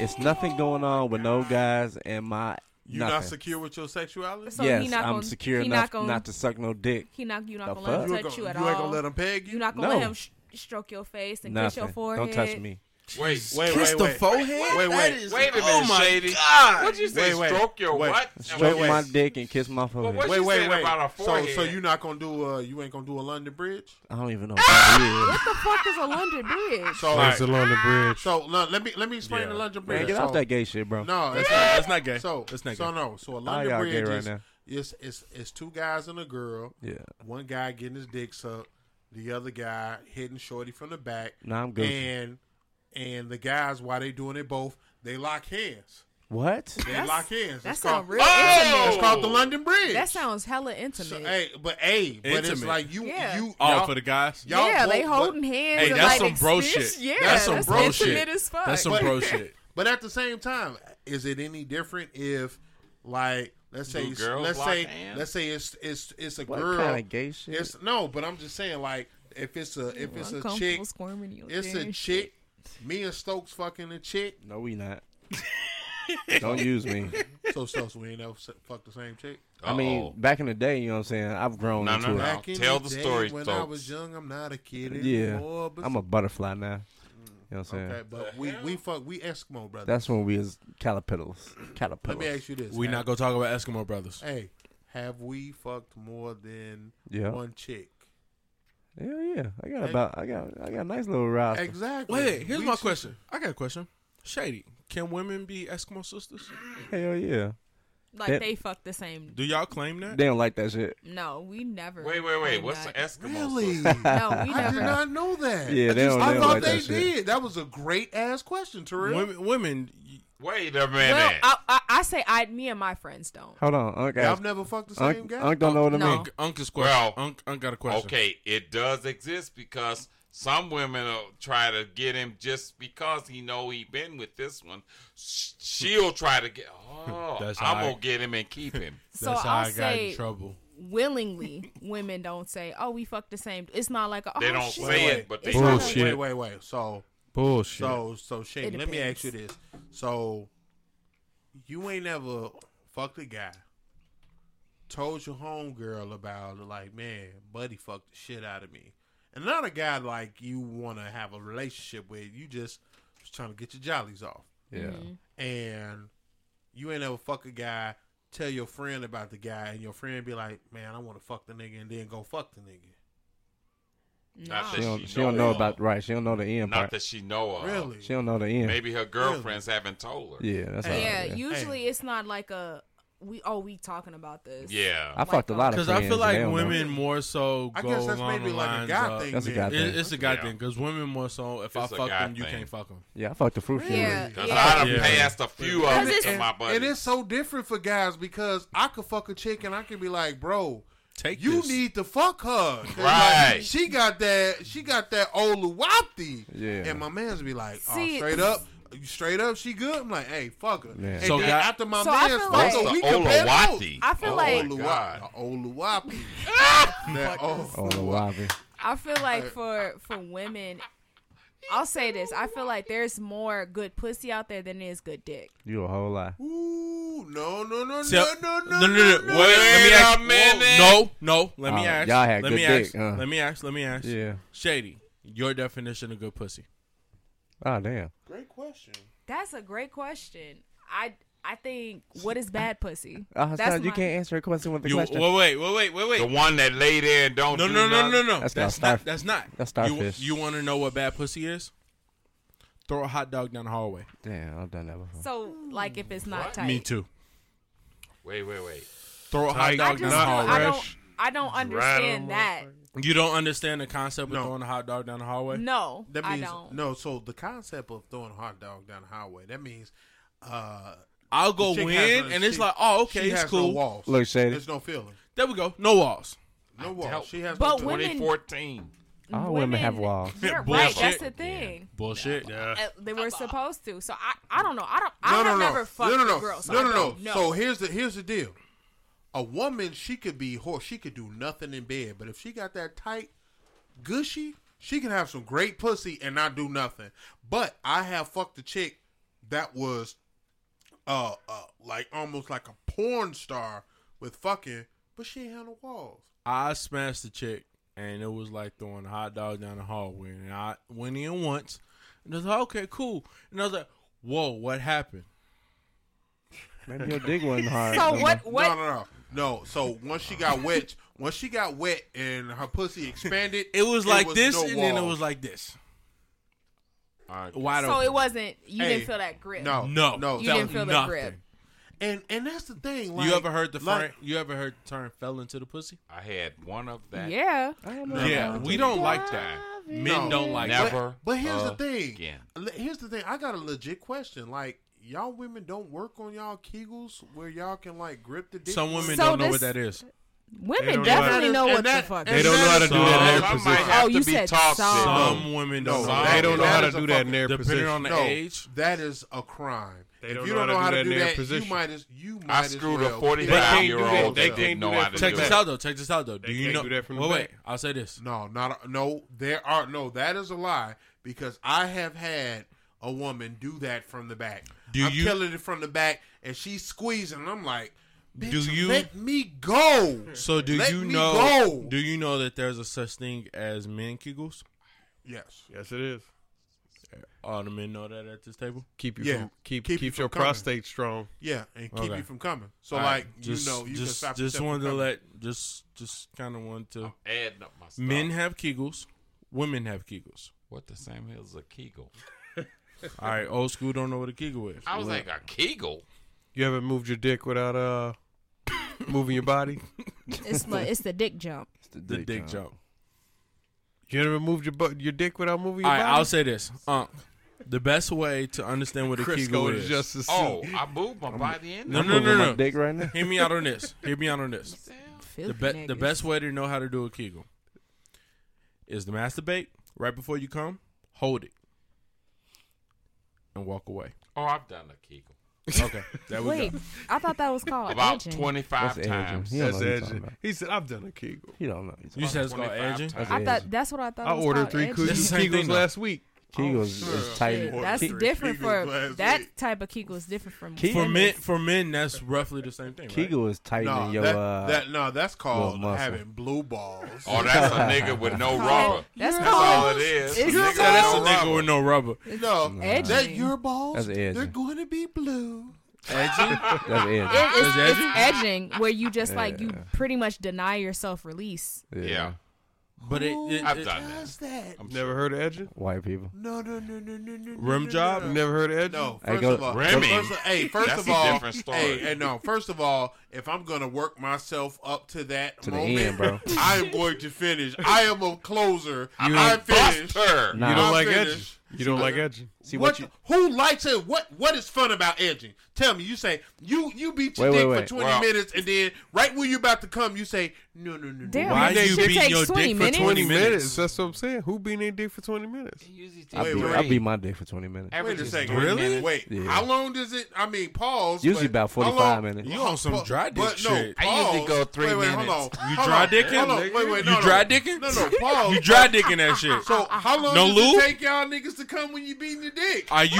Speaker 8: It's nothing going on with no guys and my
Speaker 2: You
Speaker 8: nothing.
Speaker 2: not secure with your sexuality?
Speaker 6: So
Speaker 8: yes,
Speaker 6: he not
Speaker 8: I'm
Speaker 6: gonna,
Speaker 8: secure
Speaker 6: he
Speaker 8: enough
Speaker 6: not, gonna,
Speaker 8: to suck no dick.
Speaker 6: He not you not
Speaker 8: The
Speaker 6: gonna let
Speaker 8: fuck?
Speaker 6: him
Speaker 2: You
Speaker 6: touch
Speaker 2: ain't gonna,
Speaker 6: you at
Speaker 2: you
Speaker 6: all.
Speaker 2: ain't gonna let him peg you?
Speaker 6: You not gonna let
Speaker 8: No.
Speaker 6: him sh- stroke your face and kiss
Speaker 8: Nothing.
Speaker 6: your forehead.
Speaker 8: Don't touch me.
Speaker 5: Wait,
Speaker 2: Wait,
Speaker 3: Kiss
Speaker 2: wait,
Speaker 3: the
Speaker 2: wait.
Speaker 3: forehead.
Speaker 2: Wait,
Speaker 3: That
Speaker 2: wait.
Speaker 3: is-
Speaker 5: wait a minute,
Speaker 3: oh my
Speaker 5: Shady.
Speaker 3: god.
Speaker 5: What'd you say?
Speaker 2: Wait, wait,
Speaker 5: stroke your
Speaker 2: wait.
Speaker 5: what?
Speaker 8: Stroke
Speaker 5: Wait,
Speaker 8: my dick and kiss my forehead.
Speaker 5: what
Speaker 2: Wait,
Speaker 5: she
Speaker 2: wait,
Speaker 5: said
Speaker 2: wait.
Speaker 5: about
Speaker 2: so,
Speaker 5: her
Speaker 2: so
Speaker 5: forehead.
Speaker 2: you not gonna do a you ain't gonna do a London Bridge?
Speaker 8: I don't even know what that
Speaker 6: What the fuck is a London bridge?
Speaker 2: So,
Speaker 4: That's along the bridge.
Speaker 2: so no, let me let me explain
Speaker 3: Yeah.
Speaker 2: the London
Speaker 8: is.
Speaker 2: Bridge.
Speaker 8: Man, get
Speaker 2: so,
Speaker 8: off that gay shit, bro.
Speaker 2: No, it's not.
Speaker 3: That's not gay.
Speaker 2: So
Speaker 3: that's not
Speaker 2: so
Speaker 3: gay.
Speaker 2: no. So a London
Speaker 8: y'all gay
Speaker 2: Bridge
Speaker 8: right
Speaker 2: is
Speaker 8: now.
Speaker 2: it's it's it's two guys and a girl.
Speaker 8: Yeah.
Speaker 2: One guy getting his dick sucked, the other guy hitting shorty from the back,
Speaker 8: Nah, I'm good.
Speaker 2: and and the guys while they doing it both, they lock hands.
Speaker 8: What?
Speaker 2: They
Speaker 6: That's-
Speaker 2: lock hands.
Speaker 6: that
Speaker 2: It's
Speaker 6: sounds
Speaker 2: called,
Speaker 6: real
Speaker 5: Oh!
Speaker 6: intimate.
Speaker 2: it's called the London Bridge.
Speaker 6: That sounds hella intimate.
Speaker 2: So, hey, but hey, but it's
Speaker 3: Intimate.
Speaker 2: like you,
Speaker 6: Yeah.
Speaker 2: you,
Speaker 3: All
Speaker 2: y'all-
Speaker 3: Oh, for the guys.
Speaker 2: y'all
Speaker 6: yeah, they
Speaker 2: both-
Speaker 6: holding
Speaker 2: but,
Speaker 6: hands.
Speaker 3: Hey,
Speaker 6: and,
Speaker 3: that's
Speaker 6: like,
Speaker 3: some bro
Speaker 6: experience.
Speaker 3: shit.
Speaker 6: Yeah,
Speaker 3: That's some bro
Speaker 6: intimate
Speaker 3: shit.
Speaker 6: as fuck.
Speaker 3: That's some
Speaker 2: But-
Speaker 3: bro shit.
Speaker 2: But at the same time, is it any different if, like, let's say,
Speaker 5: Do girls
Speaker 2: let's
Speaker 5: lock
Speaker 2: say,
Speaker 5: hands?
Speaker 2: let's say it's it's it's a
Speaker 8: What
Speaker 2: girl.
Speaker 8: kind of gay shit?
Speaker 2: it's no, but I'm just saying, like, if it's a if it's a chick,
Speaker 6: Uncomfortable squirming you
Speaker 2: it's
Speaker 6: there
Speaker 2: a
Speaker 6: and
Speaker 2: chick. Me and Stokes fucking a chick.
Speaker 8: No, we not. don't use me.
Speaker 2: So Stokes, we ain't never s- fucked the same chick.
Speaker 8: I mean,
Speaker 5: Uh-oh.
Speaker 8: back in the day, you know what I'm saying? I've grown
Speaker 5: No,
Speaker 8: into
Speaker 5: no,
Speaker 8: it.
Speaker 5: no.
Speaker 2: in
Speaker 5: tell the story,
Speaker 2: when I
Speaker 5: Stokes.
Speaker 2: was young, I'm not a kid
Speaker 8: Yeah.
Speaker 2: anymore. but
Speaker 8: I'm a butterfly now. You know what I'm saying?
Speaker 2: okay, but we we fuck we Eskimo brother.
Speaker 8: That's when we was caterpillars.
Speaker 2: Let
Speaker 8: Caterpillars.
Speaker 2: me ask you this:
Speaker 3: We
Speaker 2: Have-
Speaker 3: not gonna talk about Eskimo brothers.
Speaker 2: Hey, have we fucked more than
Speaker 8: Yeah.
Speaker 2: one chick?
Speaker 8: Hell yeah. I got
Speaker 2: Hey.
Speaker 8: about I got I got a nice little roster.
Speaker 2: Exactly.
Speaker 3: Wait, here's
Speaker 2: We
Speaker 3: my
Speaker 2: should-
Speaker 3: question. I got a question. Shady, can women be Eskimo sisters?
Speaker 8: Hell yeah.
Speaker 6: shit. Like
Speaker 8: That-
Speaker 6: they fuck the same.
Speaker 3: Do y'all claim that?
Speaker 8: They don't like that shit.
Speaker 6: No, we never.
Speaker 5: Wait, wait, wait.
Speaker 6: I'm
Speaker 5: What's the
Speaker 6: not.
Speaker 5: Eskimo?
Speaker 2: Really?
Speaker 6: No, we
Speaker 2: I did
Speaker 6: never.
Speaker 2: not know that.
Speaker 8: Yeah, they don't,
Speaker 2: I
Speaker 8: they don't
Speaker 2: thought
Speaker 8: like
Speaker 2: they
Speaker 8: that shit.
Speaker 2: did. That was a great ass question, Terrell.
Speaker 3: Women, women. y-
Speaker 5: Wait a minute.
Speaker 6: Well, I, I, I say I, me and my friends don't.
Speaker 8: Hold on. Unc,
Speaker 2: Yeah, I've
Speaker 8: asked,
Speaker 2: never fucked the same
Speaker 8: Unc,
Speaker 2: guy.
Speaker 8: Unc don't know what I
Speaker 6: No.
Speaker 8: mean.
Speaker 3: Unc, Unc is question.
Speaker 5: Well,
Speaker 3: Unc, Unc got a question.
Speaker 5: Okay, it does exist because some women will try to get him just because he know he been with this one. Sh- She'll try to get. Oh,
Speaker 3: That's
Speaker 5: I'm
Speaker 3: how I-
Speaker 5: gonna get him and keep him.
Speaker 6: So
Speaker 3: That's how
Speaker 6: I'll
Speaker 3: I got in
Speaker 6: say
Speaker 3: trouble.
Speaker 6: willingly, women don't say, "Oh, we fuck the same." It's not like a, oh,
Speaker 5: They don't
Speaker 6: shit.
Speaker 5: say it, but they
Speaker 6: It's not like-
Speaker 4: Bullshit.
Speaker 2: Wait, wait, wait. So,
Speaker 4: Bullshit.
Speaker 2: so, so, Shane,
Speaker 6: It
Speaker 2: let me ask
Speaker 6: depends.
Speaker 2: you this. So, you ain't never fucked a guy. Told your homegirl about it, like, man, buddy fucked the shit out of me. And not a guy like you want to have a relationship with. You just was trying to get your jollies off.
Speaker 8: Yeah.
Speaker 2: and you ain't ever fuck a guy, tell your friend about the guy, and your friend be like, "Man, I want to fuck the nigga," and then go fuck the nigga.
Speaker 5: Not
Speaker 8: She
Speaker 5: that
Speaker 6: No.
Speaker 8: don't
Speaker 5: she
Speaker 8: she don't
Speaker 5: know
Speaker 8: know
Speaker 5: of.
Speaker 8: about right, she don't know the end
Speaker 5: Not
Speaker 8: part.
Speaker 5: that she know of.
Speaker 2: Really?
Speaker 8: She don't know the end.
Speaker 5: Maybe her girlfriends haven't told her.
Speaker 8: Yeah, that's all.
Speaker 2: Hey.
Speaker 6: Yeah,
Speaker 8: right,
Speaker 6: usually it's not like a we. Oh, we talking about this.
Speaker 5: Yeah.
Speaker 8: I fucked a lot of
Speaker 3: Because
Speaker 8: friends.
Speaker 3: I feel
Speaker 8: and they
Speaker 3: like
Speaker 8: don't know.
Speaker 3: women more so
Speaker 2: I
Speaker 3: go
Speaker 2: guess that's
Speaker 3: along
Speaker 2: maybe
Speaker 3: the
Speaker 2: like a
Speaker 3: lines
Speaker 2: guy
Speaker 3: of-
Speaker 2: thing.
Speaker 8: That's a
Speaker 2: then.
Speaker 8: guy
Speaker 3: It-
Speaker 8: thing.
Speaker 3: it's a guy
Speaker 5: Yeah.
Speaker 3: thing. Because women more so, if
Speaker 5: It's a
Speaker 3: I fuck
Speaker 5: guy
Speaker 3: them, you
Speaker 5: thing.
Speaker 3: can't fuck them.
Speaker 8: Yeah, I fucked the fruit.
Speaker 2: Really?
Speaker 8: Yeah.
Speaker 6: Yeah,
Speaker 5: Cause
Speaker 6: yeah.
Speaker 5: I done
Speaker 3: Yeah.
Speaker 5: passed a few
Speaker 6: Because
Speaker 5: of them
Speaker 6: it's-
Speaker 5: to my buddies.
Speaker 2: It is so different for guys because I could fuck a chick and I could be like, "Bro,
Speaker 3: Take
Speaker 2: you
Speaker 3: this.
Speaker 2: need to fuck her." 'Cause, like,
Speaker 5: Right.
Speaker 2: she got that. She got that Oluwapti.
Speaker 8: Yeah.
Speaker 2: And my man's be like, oh,
Speaker 6: See-
Speaker 2: straight up. Straight up, she good. I'm like, hey, fuck her.
Speaker 8: Yeah.
Speaker 2: And
Speaker 3: So
Speaker 2: then
Speaker 3: guy-
Speaker 2: after my
Speaker 6: So I
Speaker 2: man's
Speaker 6: feel
Speaker 2: fuck
Speaker 6: like-
Speaker 5: What's
Speaker 2: her,
Speaker 5: the
Speaker 2: we compare notes.
Speaker 5: Olawati?
Speaker 6: I feel
Speaker 5: oh,
Speaker 6: like-
Speaker 5: my
Speaker 2: Oluwa-
Speaker 5: God.
Speaker 2: Oluwapi. That Oluwapi.
Speaker 8: Oh, the lobby.
Speaker 6: I feel like for for women, I'll say this. I feel like there's more good pussy out there than is good dick.
Speaker 8: You a whole lie.
Speaker 2: Ooh, no, no, no,
Speaker 3: So-
Speaker 2: no, no, no,
Speaker 3: no, no, no. Wait, let me
Speaker 5: Wait a
Speaker 3: ask.
Speaker 5: minute.
Speaker 3: No, no. Let me
Speaker 8: Oh,
Speaker 3: ask.
Speaker 8: y'all had
Speaker 3: let
Speaker 8: good
Speaker 3: me
Speaker 8: dick,
Speaker 3: ask.
Speaker 8: huh?
Speaker 3: Let me ask. Let me ask.
Speaker 8: Yeah.
Speaker 3: Shady, your definition of good pussy.
Speaker 8: Oh damn.
Speaker 2: Great question.
Speaker 6: That's a great question. I I think what is bad pussy?
Speaker 8: Oh,
Speaker 6: That's
Speaker 8: son, you
Speaker 6: my-
Speaker 8: can't answer a question with a
Speaker 3: You wait,
Speaker 8: question.
Speaker 3: wait, wait, wait, wait,
Speaker 5: The
Speaker 3: wait.
Speaker 5: one that lay there and don't
Speaker 3: No,
Speaker 5: do
Speaker 3: no, no,
Speaker 5: nothing.
Speaker 3: no, no.
Speaker 8: That's
Speaker 3: That's
Speaker 8: called
Speaker 3: not.
Speaker 8: starf-
Speaker 3: That's not.
Speaker 8: that's
Speaker 3: You,
Speaker 8: starfish.
Speaker 3: you want to know what bad pussy is? Throw a hot dog down the hallway.
Speaker 8: Damn, I've done that before.
Speaker 6: So like if it's not tight.
Speaker 3: Me too.
Speaker 5: Wait, wait, wait.
Speaker 3: Throw a hot
Speaker 6: I
Speaker 3: dog
Speaker 6: just
Speaker 3: down
Speaker 6: don't,
Speaker 3: the hallway.
Speaker 6: I don't I don't understand that.
Speaker 3: You don't understand the concept
Speaker 2: No.
Speaker 3: of throwing a hot dog down the hallway.
Speaker 6: No,
Speaker 2: That
Speaker 6: I
Speaker 2: means
Speaker 6: don't.
Speaker 2: no. So the concept of throwing a hot dog down the highway that means uh,
Speaker 3: I'll go
Speaker 2: chick
Speaker 3: win,
Speaker 2: has no-
Speaker 3: and it's
Speaker 2: she-
Speaker 3: like, oh, okay,
Speaker 2: she
Speaker 3: it's
Speaker 2: has
Speaker 3: cool.
Speaker 2: No walls.
Speaker 8: Look, Shady.
Speaker 2: There's no feeling.
Speaker 3: There we go. No walls.
Speaker 2: No walls.
Speaker 5: doubt-
Speaker 2: She has.
Speaker 6: But
Speaker 2: no
Speaker 6: when-
Speaker 2: feeling.
Speaker 6: Women-
Speaker 5: 2014.
Speaker 8: All women have walls.
Speaker 6: You're right.
Speaker 3: Bullshit.
Speaker 6: That's the thing.
Speaker 3: Bullshit. Yeah.
Speaker 6: Uh, they were supposed to. So I I don't know. I don't.
Speaker 2: no,
Speaker 6: I
Speaker 2: no,
Speaker 6: have
Speaker 2: no.
Speaker 6: never fucked
Speaker 2: no, no,
Speaker 6: a
Speaker 2: no.
Speaker 6: girl. So
Speaker 2: no,
Speaker 6: I
Speaker 2: no, no.
Speaker 6: don't know.
Speaker 2: So here's the here's the deal. A woman, she could be horse. She could do nothing in bed, but if she got that tight, gushy, she can have some great pussy and not do nothing. But I have fucked a chick that was, uh, uh like almost like a porn star with fucking, but she ain't had no walls.
Speaker 3: I smashed the chick, and it was like throwing a hot dog down the hallway. And I went in once, and I was like, okay, cool. And I was like, whoa, what happened?
Speaker 8: Maybe your dick wasn't hard.
Speaker 6: So
Speaker 8: no
Speaker 6: what?
Speaker 8: more.
Speaker 6: What?
Speaker 2: No, no, no. No, so once she got wet, once she got wet and her pussy expanded,
Speaker 3: It was like this,
Speaker 2: no
Speaker 3: and then it
Speaker 2: walls.
Speaker 3: was like this.
Speaker 5: All right.
Speaker 3: Wide
Speaker 6: So
Speaker 3: open.
Speaker 6: it wasn't. You
Speaker 2: Hey,
Speaker 6: didn't feel that grip.
Speaker 2: no,
Speaker 3: No,
Speaker 2: no,
Speaker 6: You
Speaker 3: felt
Speaker 6: didn't feel the
Speaker 3: nothing.
Speaker 6: grip.
Speaker 2: And and that's the thing. Like,
Speaker 3: you ever heard the
Speaker 2: like,
Speaker 3: fern- you ever heard the term "fell into the pussy"?
Speaker 5: I had one of that.
Speaker 6: Yeah.
Speaker 8: I don't know.
Speaker 3: Yeah, we don't like that. Men
Speaker 2: No.
Speaker 3: don't like
Speaker 5: Never.
Speaker 3: that.
Speaker 2: But, but here's the thing.
Speaker 5: again.
Speaker 2: Le- Here's the thing. I got a legit question. Like y'all women don't work on y'all kegels where y'all can like grip the dick.
Speaker 3: Some women
Speaker 6: So
Speaker 3: don't know
Speaker 6: this-
Speaker 3: what that is.
Speaker 6: Women
Speaker 4: don't know how
Speaker 6: definitely
Speaker 2: to-
Speaker 6: know
Speaker 2: and
Speaker 6: what the
Speaker 2: that-
Speaker 6: fuck.
Speaker 2: and
Speaker 4: They don't know how to do
Speaker 3: Uh,
Speaker 4: that in their
Speaker 5: Some might
Speaker 4: position.
Speaker 5: have
Speaker 6: Oh,
Speaker 5: to
Speaker 6: you
Speaker 5: be
Speaker 6: said
Speaker 5: taught to.
Speaker 6: some.
Speaker 5: No.
Speaker 3: Some women don't.
Speaker 2: No,
Speaker 3: know
Speaker 2: that
Speaker 4: Oh, They
Speaker 3: that.
Speaker 4: don't know
Speaker 2: That
Speaker 4: how to
Speaker 2: is a
Speaker 4: do that in
Speaker 2: fucking-
Speaker 4: their
Speaker 3: Depending
Speaker 4: position.
Speaker 3: on the
Speaker 2: no,
Speaker 3: age.
Speaker 2: that is a crime.
Speaker 4: They
Speaker 2: if
Speaker 4: don't
Speaker 2: you
Speaker 4: know
Speaker 2: don't know how to do
Speaker 4: in their
Speaker 2: that,
Speaker 4: position.
Speaker 2: you might as you might
Speaker 5: I
Speaker 2: as
Speaker 5: screwed
Speaker 2: well
Speaker 5: a
Speaker 4: can't
Speaker 5: 45
Speaker 4: do
Speaker 5: year
Speaker 4: that.
Speaker 5: old.
Speaker 4: They
Speaker 5: They
Speaker 4: can't
Speaker 5: didn't
Speaker 4: do
Speaker 5: know
Speaker 4: that
Speaker 5: how to
Speaker 3: Check
Speaker 5: do
Speaker 3: this
Speaker 5: it.
Speaker 3: out though. Check this out though. Do
Speaker 4: They
Speaker 3: you
Speaker 4: can't
Speaker 3: know?
Speaker 4: do that from the
Speaker 3: wait, wait.
Speaker 4: back. Mm.
Speaker 3: I'll say this.
Speaker 2: No, not a, no. There are no. That is a lie because I have had a woman do that from the back.
Speaker 3: Do
Speaker 2: I'm
Speaker 3: you-
Speaker 2: killing it from the back, and she's squeezing. And I'm like, bitch,
Speaker 3: Do you-
Speaker 2: let me go?
Speaker 3: So do
Speaker 2: Let
Speaker 3: you
Speaker 2: me
Speaker 3: know?
Speaker 2: go.
Speaker 3: Do you know that there's a such thing as men kegels?
Speaker 2: yes.
Speaker 4: Yes, it is.
Speaker 3: All the men know that at this table.
Speaker 4: Keep you
Speaker 2: Yeah.
Speaker 4: from keep
Speaker 2: Keep you
Speaker 4: keep,
Speaker 2: from
Speaker 4: your
Speaker 2: coming.
Speaker 4: prostate strong.
Speaker 2: Yeah, and keep
Speaker 3: Okay.
Speaker 2: you from coming. So
Speaker 3: All right,
Speaker 2: like, you know, you can
Speaker 3: just
Speaker 2: stop
Speaker 3: just
Speaker 2: yourself
Speaker 3: wanted
Speaker 2: from
Speaker 3: to
Speaker 2: coming.
Speaker 3: let just just kind of wanted to.
Speaker 5: Adding up my stuff.
Speaker 3: Men have kegels. Women have kegels.
Speaker 5: What the same hell's a kegel?
Speaker 3: All right, old school don't know what a kegel is.
Speaker 5: I was like, a kegel?
Speaker 4: You haven't moved your dick without uh moving your body.
Speaker 6: It's the, it's the dick jump.
Speaker 3: the dick joke.
Speaker 4: You ever moved your butt your dick without moving
Speaker 3: All
Speaker 4: your
Speaker 3: right,
Speaker 4: body.
Speaker 3: I'll say this. Uh, the best way to understand what a kegel
Speaker 4: Crisco
Speaker 3: is.
Speaker 4: is just as
Speaker 5: Oh, I moved my body in
Speaker 3: no,
Speaker 5: there.
Speaker 3: no, no,
Speaker 8: Moving my
Speaker 3: no.
Speaker 8: Dick right now.
Speaker 3: Hear me out on this. Hear me out on this. the,
Speaker 6: Filthy
Speaker 3: be- the
Speaker 6: niggas.
Speaker 3: best way to know how to do a Kegel is to masturbate right before you come, hold it, and walk away.
Speaker 5: Oh, I've done a kegel.
Speaker 3: Okay, there we
Speaker 6: Wait,
Speaker 3: go.
Speaker 6: I thought that was called
Speaker 5: About
Speaker 6: edging.
Speaker 5: 25
Speaker 8: That's edging.
Speaker 5: times.
Speaker 8: He don't know
Speaker 4: That's
Speaker 8: what he's talking
Speaker 4: edgy.
Speaker 8: about.
Speaker 4: He said, "I've done a kegel.
Speaker 8: He don't know. what he's
Speaker 3: You
Speaker 8: talking
Speaker 3: said it's called
Speaker 5: 25
Speaker 3: edging.
Speaker 5: times.
Speaker 6: I
Speaker 8: edging.
Speaker 6: thought that's what I thought.
Speaker 4: I
Speaker 6: was
Speaker 4: ordered
Speaker 6: called
Speaker 4: three
Speaker 6: edging.
Speaker 3: It's the
Speaker 4: koozies
Speaker 3: same thing,
Speaker 4: kegels
Speaker 3: though.
Speaker 4: last week.
Speaker 8: about. Kegels
Speaker 2: sure.
Speaker 8: is tight.
Speaker 6: Yeah, that's
Speaker 8: Ke-
Speaker 6: different
Speaker 2: Kegels
Speaker 6: for
Speaker 2: last
Speaker 6: that
Speaker 2: week.
Speaker 6: type of kegel is different from
Speaker 8: Kegel?
Speaker 3: For men, for men, that's roughly the same thing. Right?
Speaker 8: Kegel is tight
Speaker 2: No,
Speaker 8: in your
Speaker 2: that,
Speaker 8: uh.
Speaker 2: that no, that's called
Speaker 8: muscle.
Speaker 2: having blue balls.
Speaker 5: Oh, that's a nigga with no rubber.
Speaker 6: That's
Speaker 5: That's all
Speaker 6: called.
Speaker 5: it is.
Speaker 6: It's
Speaker 5: Nigga
Speaker 6: called-
Speaker 5: with
Speaker 3: Yeah, that's a
Speaker 5: no
Speaker 3: nigga
Speaker 5: rubber.
Speaker 3: with no rubber.
Speaker 2: no,
Speaker 6: Edging.
Speaker 2: that your balls.
Speaker 8: That's edgy.
Speaker 2: They're going to be blue.
Speaker 8: that's
Speaker 6: It-
Speaker 8: it.
Speaker 6: it's,
Speaker 3: Is
Speaker 6: it's edging where you just like you pretty much deny yourself release.
Speaker 5: Yeah,
Speaker 3: But it, it,
Speaker 5: I've
Speaker 3: it-
Speaker 5: done that.
Speaker 2: How's that?
Speaker 4: Never heard of edging.
Speaker 8: White people.
Speaker 2: No, no, no, no, no, no.
Speaker 3: Rim
Speaker 2: no,
Speaker 3: job?
Speaker 2: No.
Speaker 4: Never heard of edging.
Speaker 2: No,
Speaker 8: Hey,
Speaker 2: first
Speaker 8: go-
Speaker 2: of all,
Speaker 5: Remy.
Speaker 2: First of, hey, first
Speaker 5: That's
Speaker 2: of
Speaker 5: a
Speaker 2: all,
Speaker 5: different story.
Speaker 2: hey, hey, no, first of all, if I'm gonna work myself up to that
Speaker 8: To the
Speaker 2: moment,
Speaker 8: end, bro.
Speaker 2: I am going to finish. I am a closer.
Speaker 5: I'm
Speaker 2: I'm
Speaker 5: a
Speaker 2: finished.
Speaker 5: buster.
Speaker 8: Nah.
Speaker 4: You don't
Speaker 2: I'm
Speaker 4: like
Speaker 2: finished.
Speaker 4: edges. You don't like edging.
Speaker 8: See
Speaker 2: what?
Speaker 8: what, you.
Speaker 2: the- who likes it? What? What is fun about edging? Tell me. You say you you beat your
Speaker 8: Wait,
Speaker 2: dick
Speaker 8: wait,
Speaker 2: for
Speaker 8: wait.
Speaker 2: twenty
Speaker 5: Wow.
Speaker 2: minutes, and then right when you about to come, you say no, no, no, no.
Speaker 6: Damn,
Speaker 3: Why
Speaker 6: that
Speaker 3: you
Speaker 6: shit
Speaker 3: beating
Speaker 6: takes
Speaker 3: your dick
Speaker 6: 20
Speaker 3: for
Speaker 6: minutes?
Speaker 3: 20
Speaker 4: Twenty
Speaker 3: minutes.
Speaker 4: minutes. That's what I'm saying. Who beat their dick for twenty minutes?
Speaker 8: I
Speaker 2: Wait,
Speaker 8: beat,
Speaker 2: wait.
Speaker 8: I beat my dick for 20 minutes.
Speaker 2: Wait a
Speaker 5: Averages
Speaker 2: second.
Speaker 5: three
Speaker 3: Really?
Speaker 5: minutes.
Speaker 2: Wait.
Speaker 8: Yeah.
Speaker 2: How long does it? I mean, pause.
Speaker 8: Usually
Speaker 2: but
Speaker 8: about
Speaker 2: how
Speaker 8: 45
Speaker 2: long-
Speaker 8: minutes.
Speaker 3: You on some
Speaker 2: but-
Speaker 3: dry dick
Speaker 2: but no,
Speaker 3: shit.
Speaker 5: I usually
Speaker 2: pause.
Speaker 5: go three
Speaker 2: Wait, wait, hold
Speaker 5: minutes.
Speaker 2: on.
Speaker 3: You
Speaker 2: Hold
Speaker 3: dry
Speaker 2: on.
Speaker 3: dicking?
Speaker 2: Hold on. Wait, wait, no,
Speaker 3: you
Speaker 2: no.
Speaker 3: dry dicking?
Speaker 2: No, no, pause.
Speaker 3: You dry dicking that shit.
Speaker 2: So how long
Speaker 3: No
Speaker 2: does
Speaker 3: lube?
Speaker 2: it take y'all niggas to come when you beating your dick?
Speaker 3: Are you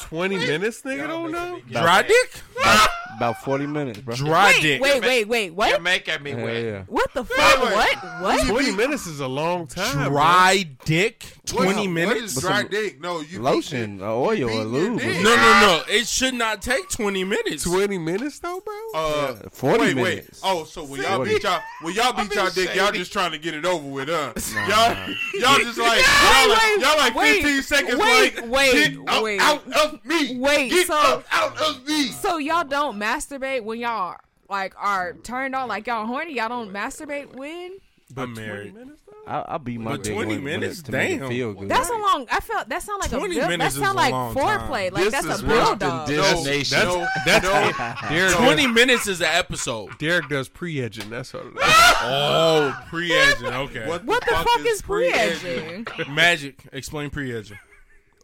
Speaker 4: Twenty minutes, nigga. Don't know.
Speaker 3: dry dick?
Speaker 8: About, about 40 minutes, bro.
Speaker 3: Dry
Speaker 6: Wait,
Speaker 3: dick.
Speaker 6: wait, wait, wait.
Speaker 5: You're
Speaker 6: What?
Speaker 5: making me
Speaker 8: Hell
Speaker 5: wet.
Speaker 8: yeah.
Speaker 6: What the fuck?
Speaker 2: wait.
Speaker 6: What? What?
Speaker 4: Twenty minutes is a long time.
Speaker 3: Dry dick?
Speaker 2: What-
Speaker 3: 20 minutes?
Speaker 2: What is
Speaker 8: But
Speaker 2: dry
Speaker 8: some
Speaker 2: dick? No, you
Speaker 8: Lotion, or oil, or
Speaker 2: beating your
Speaker 8: lube.
Speaker 2: dick.
Speaker 3: No, no, no. It should not take 20 minutes.
Speaker 4: bro. Twenty minutes though,
Speaker 3: Oh.
Speaker 4: bro.
Speaker 2: Uh,
Speaker 8: 40
Speaker 2: wait,
Speaker 8: minutes.
Speaker 2: wait. Oh, so when y'all
Speaker 8: 40.
Speaker 2: beat y'all, when y'all beat y'all dick, y'all
Speaker 5: shady.
Speaker 2: just trying to get it over with, huh? y'all, y'all just like y'all,
Speaker 6: Wait,
Speaker 2: like,
Speaker 6: wait,
Speaker 2: y'all like
Speaker 6: wait,
Speaker 2: 15 seconds
Speaker 6: wait,
Speaker 2: like,
Speaker 6: wait,
Speaker 2: get up,
Speaker 6: wait.
Speaker 2: out of me,
Speaker 6: Wait,
Speaker 2: get
Speaker 6: so-
Speaker 2: up, out of me.
Speaker 6: So y'all don't masturbate when y'all like are turned on, like y'all horny. Y'all don't masturbate when.
Speaker 3: I'm married.
Speaker 8: I, I beat my
Speaker 3: But
Speaker 8: dick
Speaker 3: 20
Speaker 8: when, when
Speaker 3: minutes?
Speaker 8: it, to make it
Speaker 3: Damn.
Speaker 8: feel good.
Speaker 6: That's a long. I felt that sound like a
Speaker 3: 20
Speaker 6: good. That
Speaker 3: minutes is
Speaker 6: sound
Speaker 3: a
Speaker 6: like
Speaker 3: long
Speaker 6: foreplay.
Speaker 3: time.
Speaker 6: Like
Speaker 5: This
Speaker 6: that's
Speaker 5: is
Speaker 6: a
Speaker 5: worse
Speaker 6: bulldog.
Speaker 5: than
Speaker 2: No,
Speaker 5: Disney.
Speaker 2: no, no.
Speaker 4: Derek,
Speaker 3: 20
Speaker 4: does,
Speaker 3: minutes is an episode.
Speaker 4: Derek does pre-edging. That's what. It
Speaker 3: Oh, pre-edging. Okay.
Speaker 6: What the fuck is pre-edging?
Speaker 3: Magic, explain pre-edging.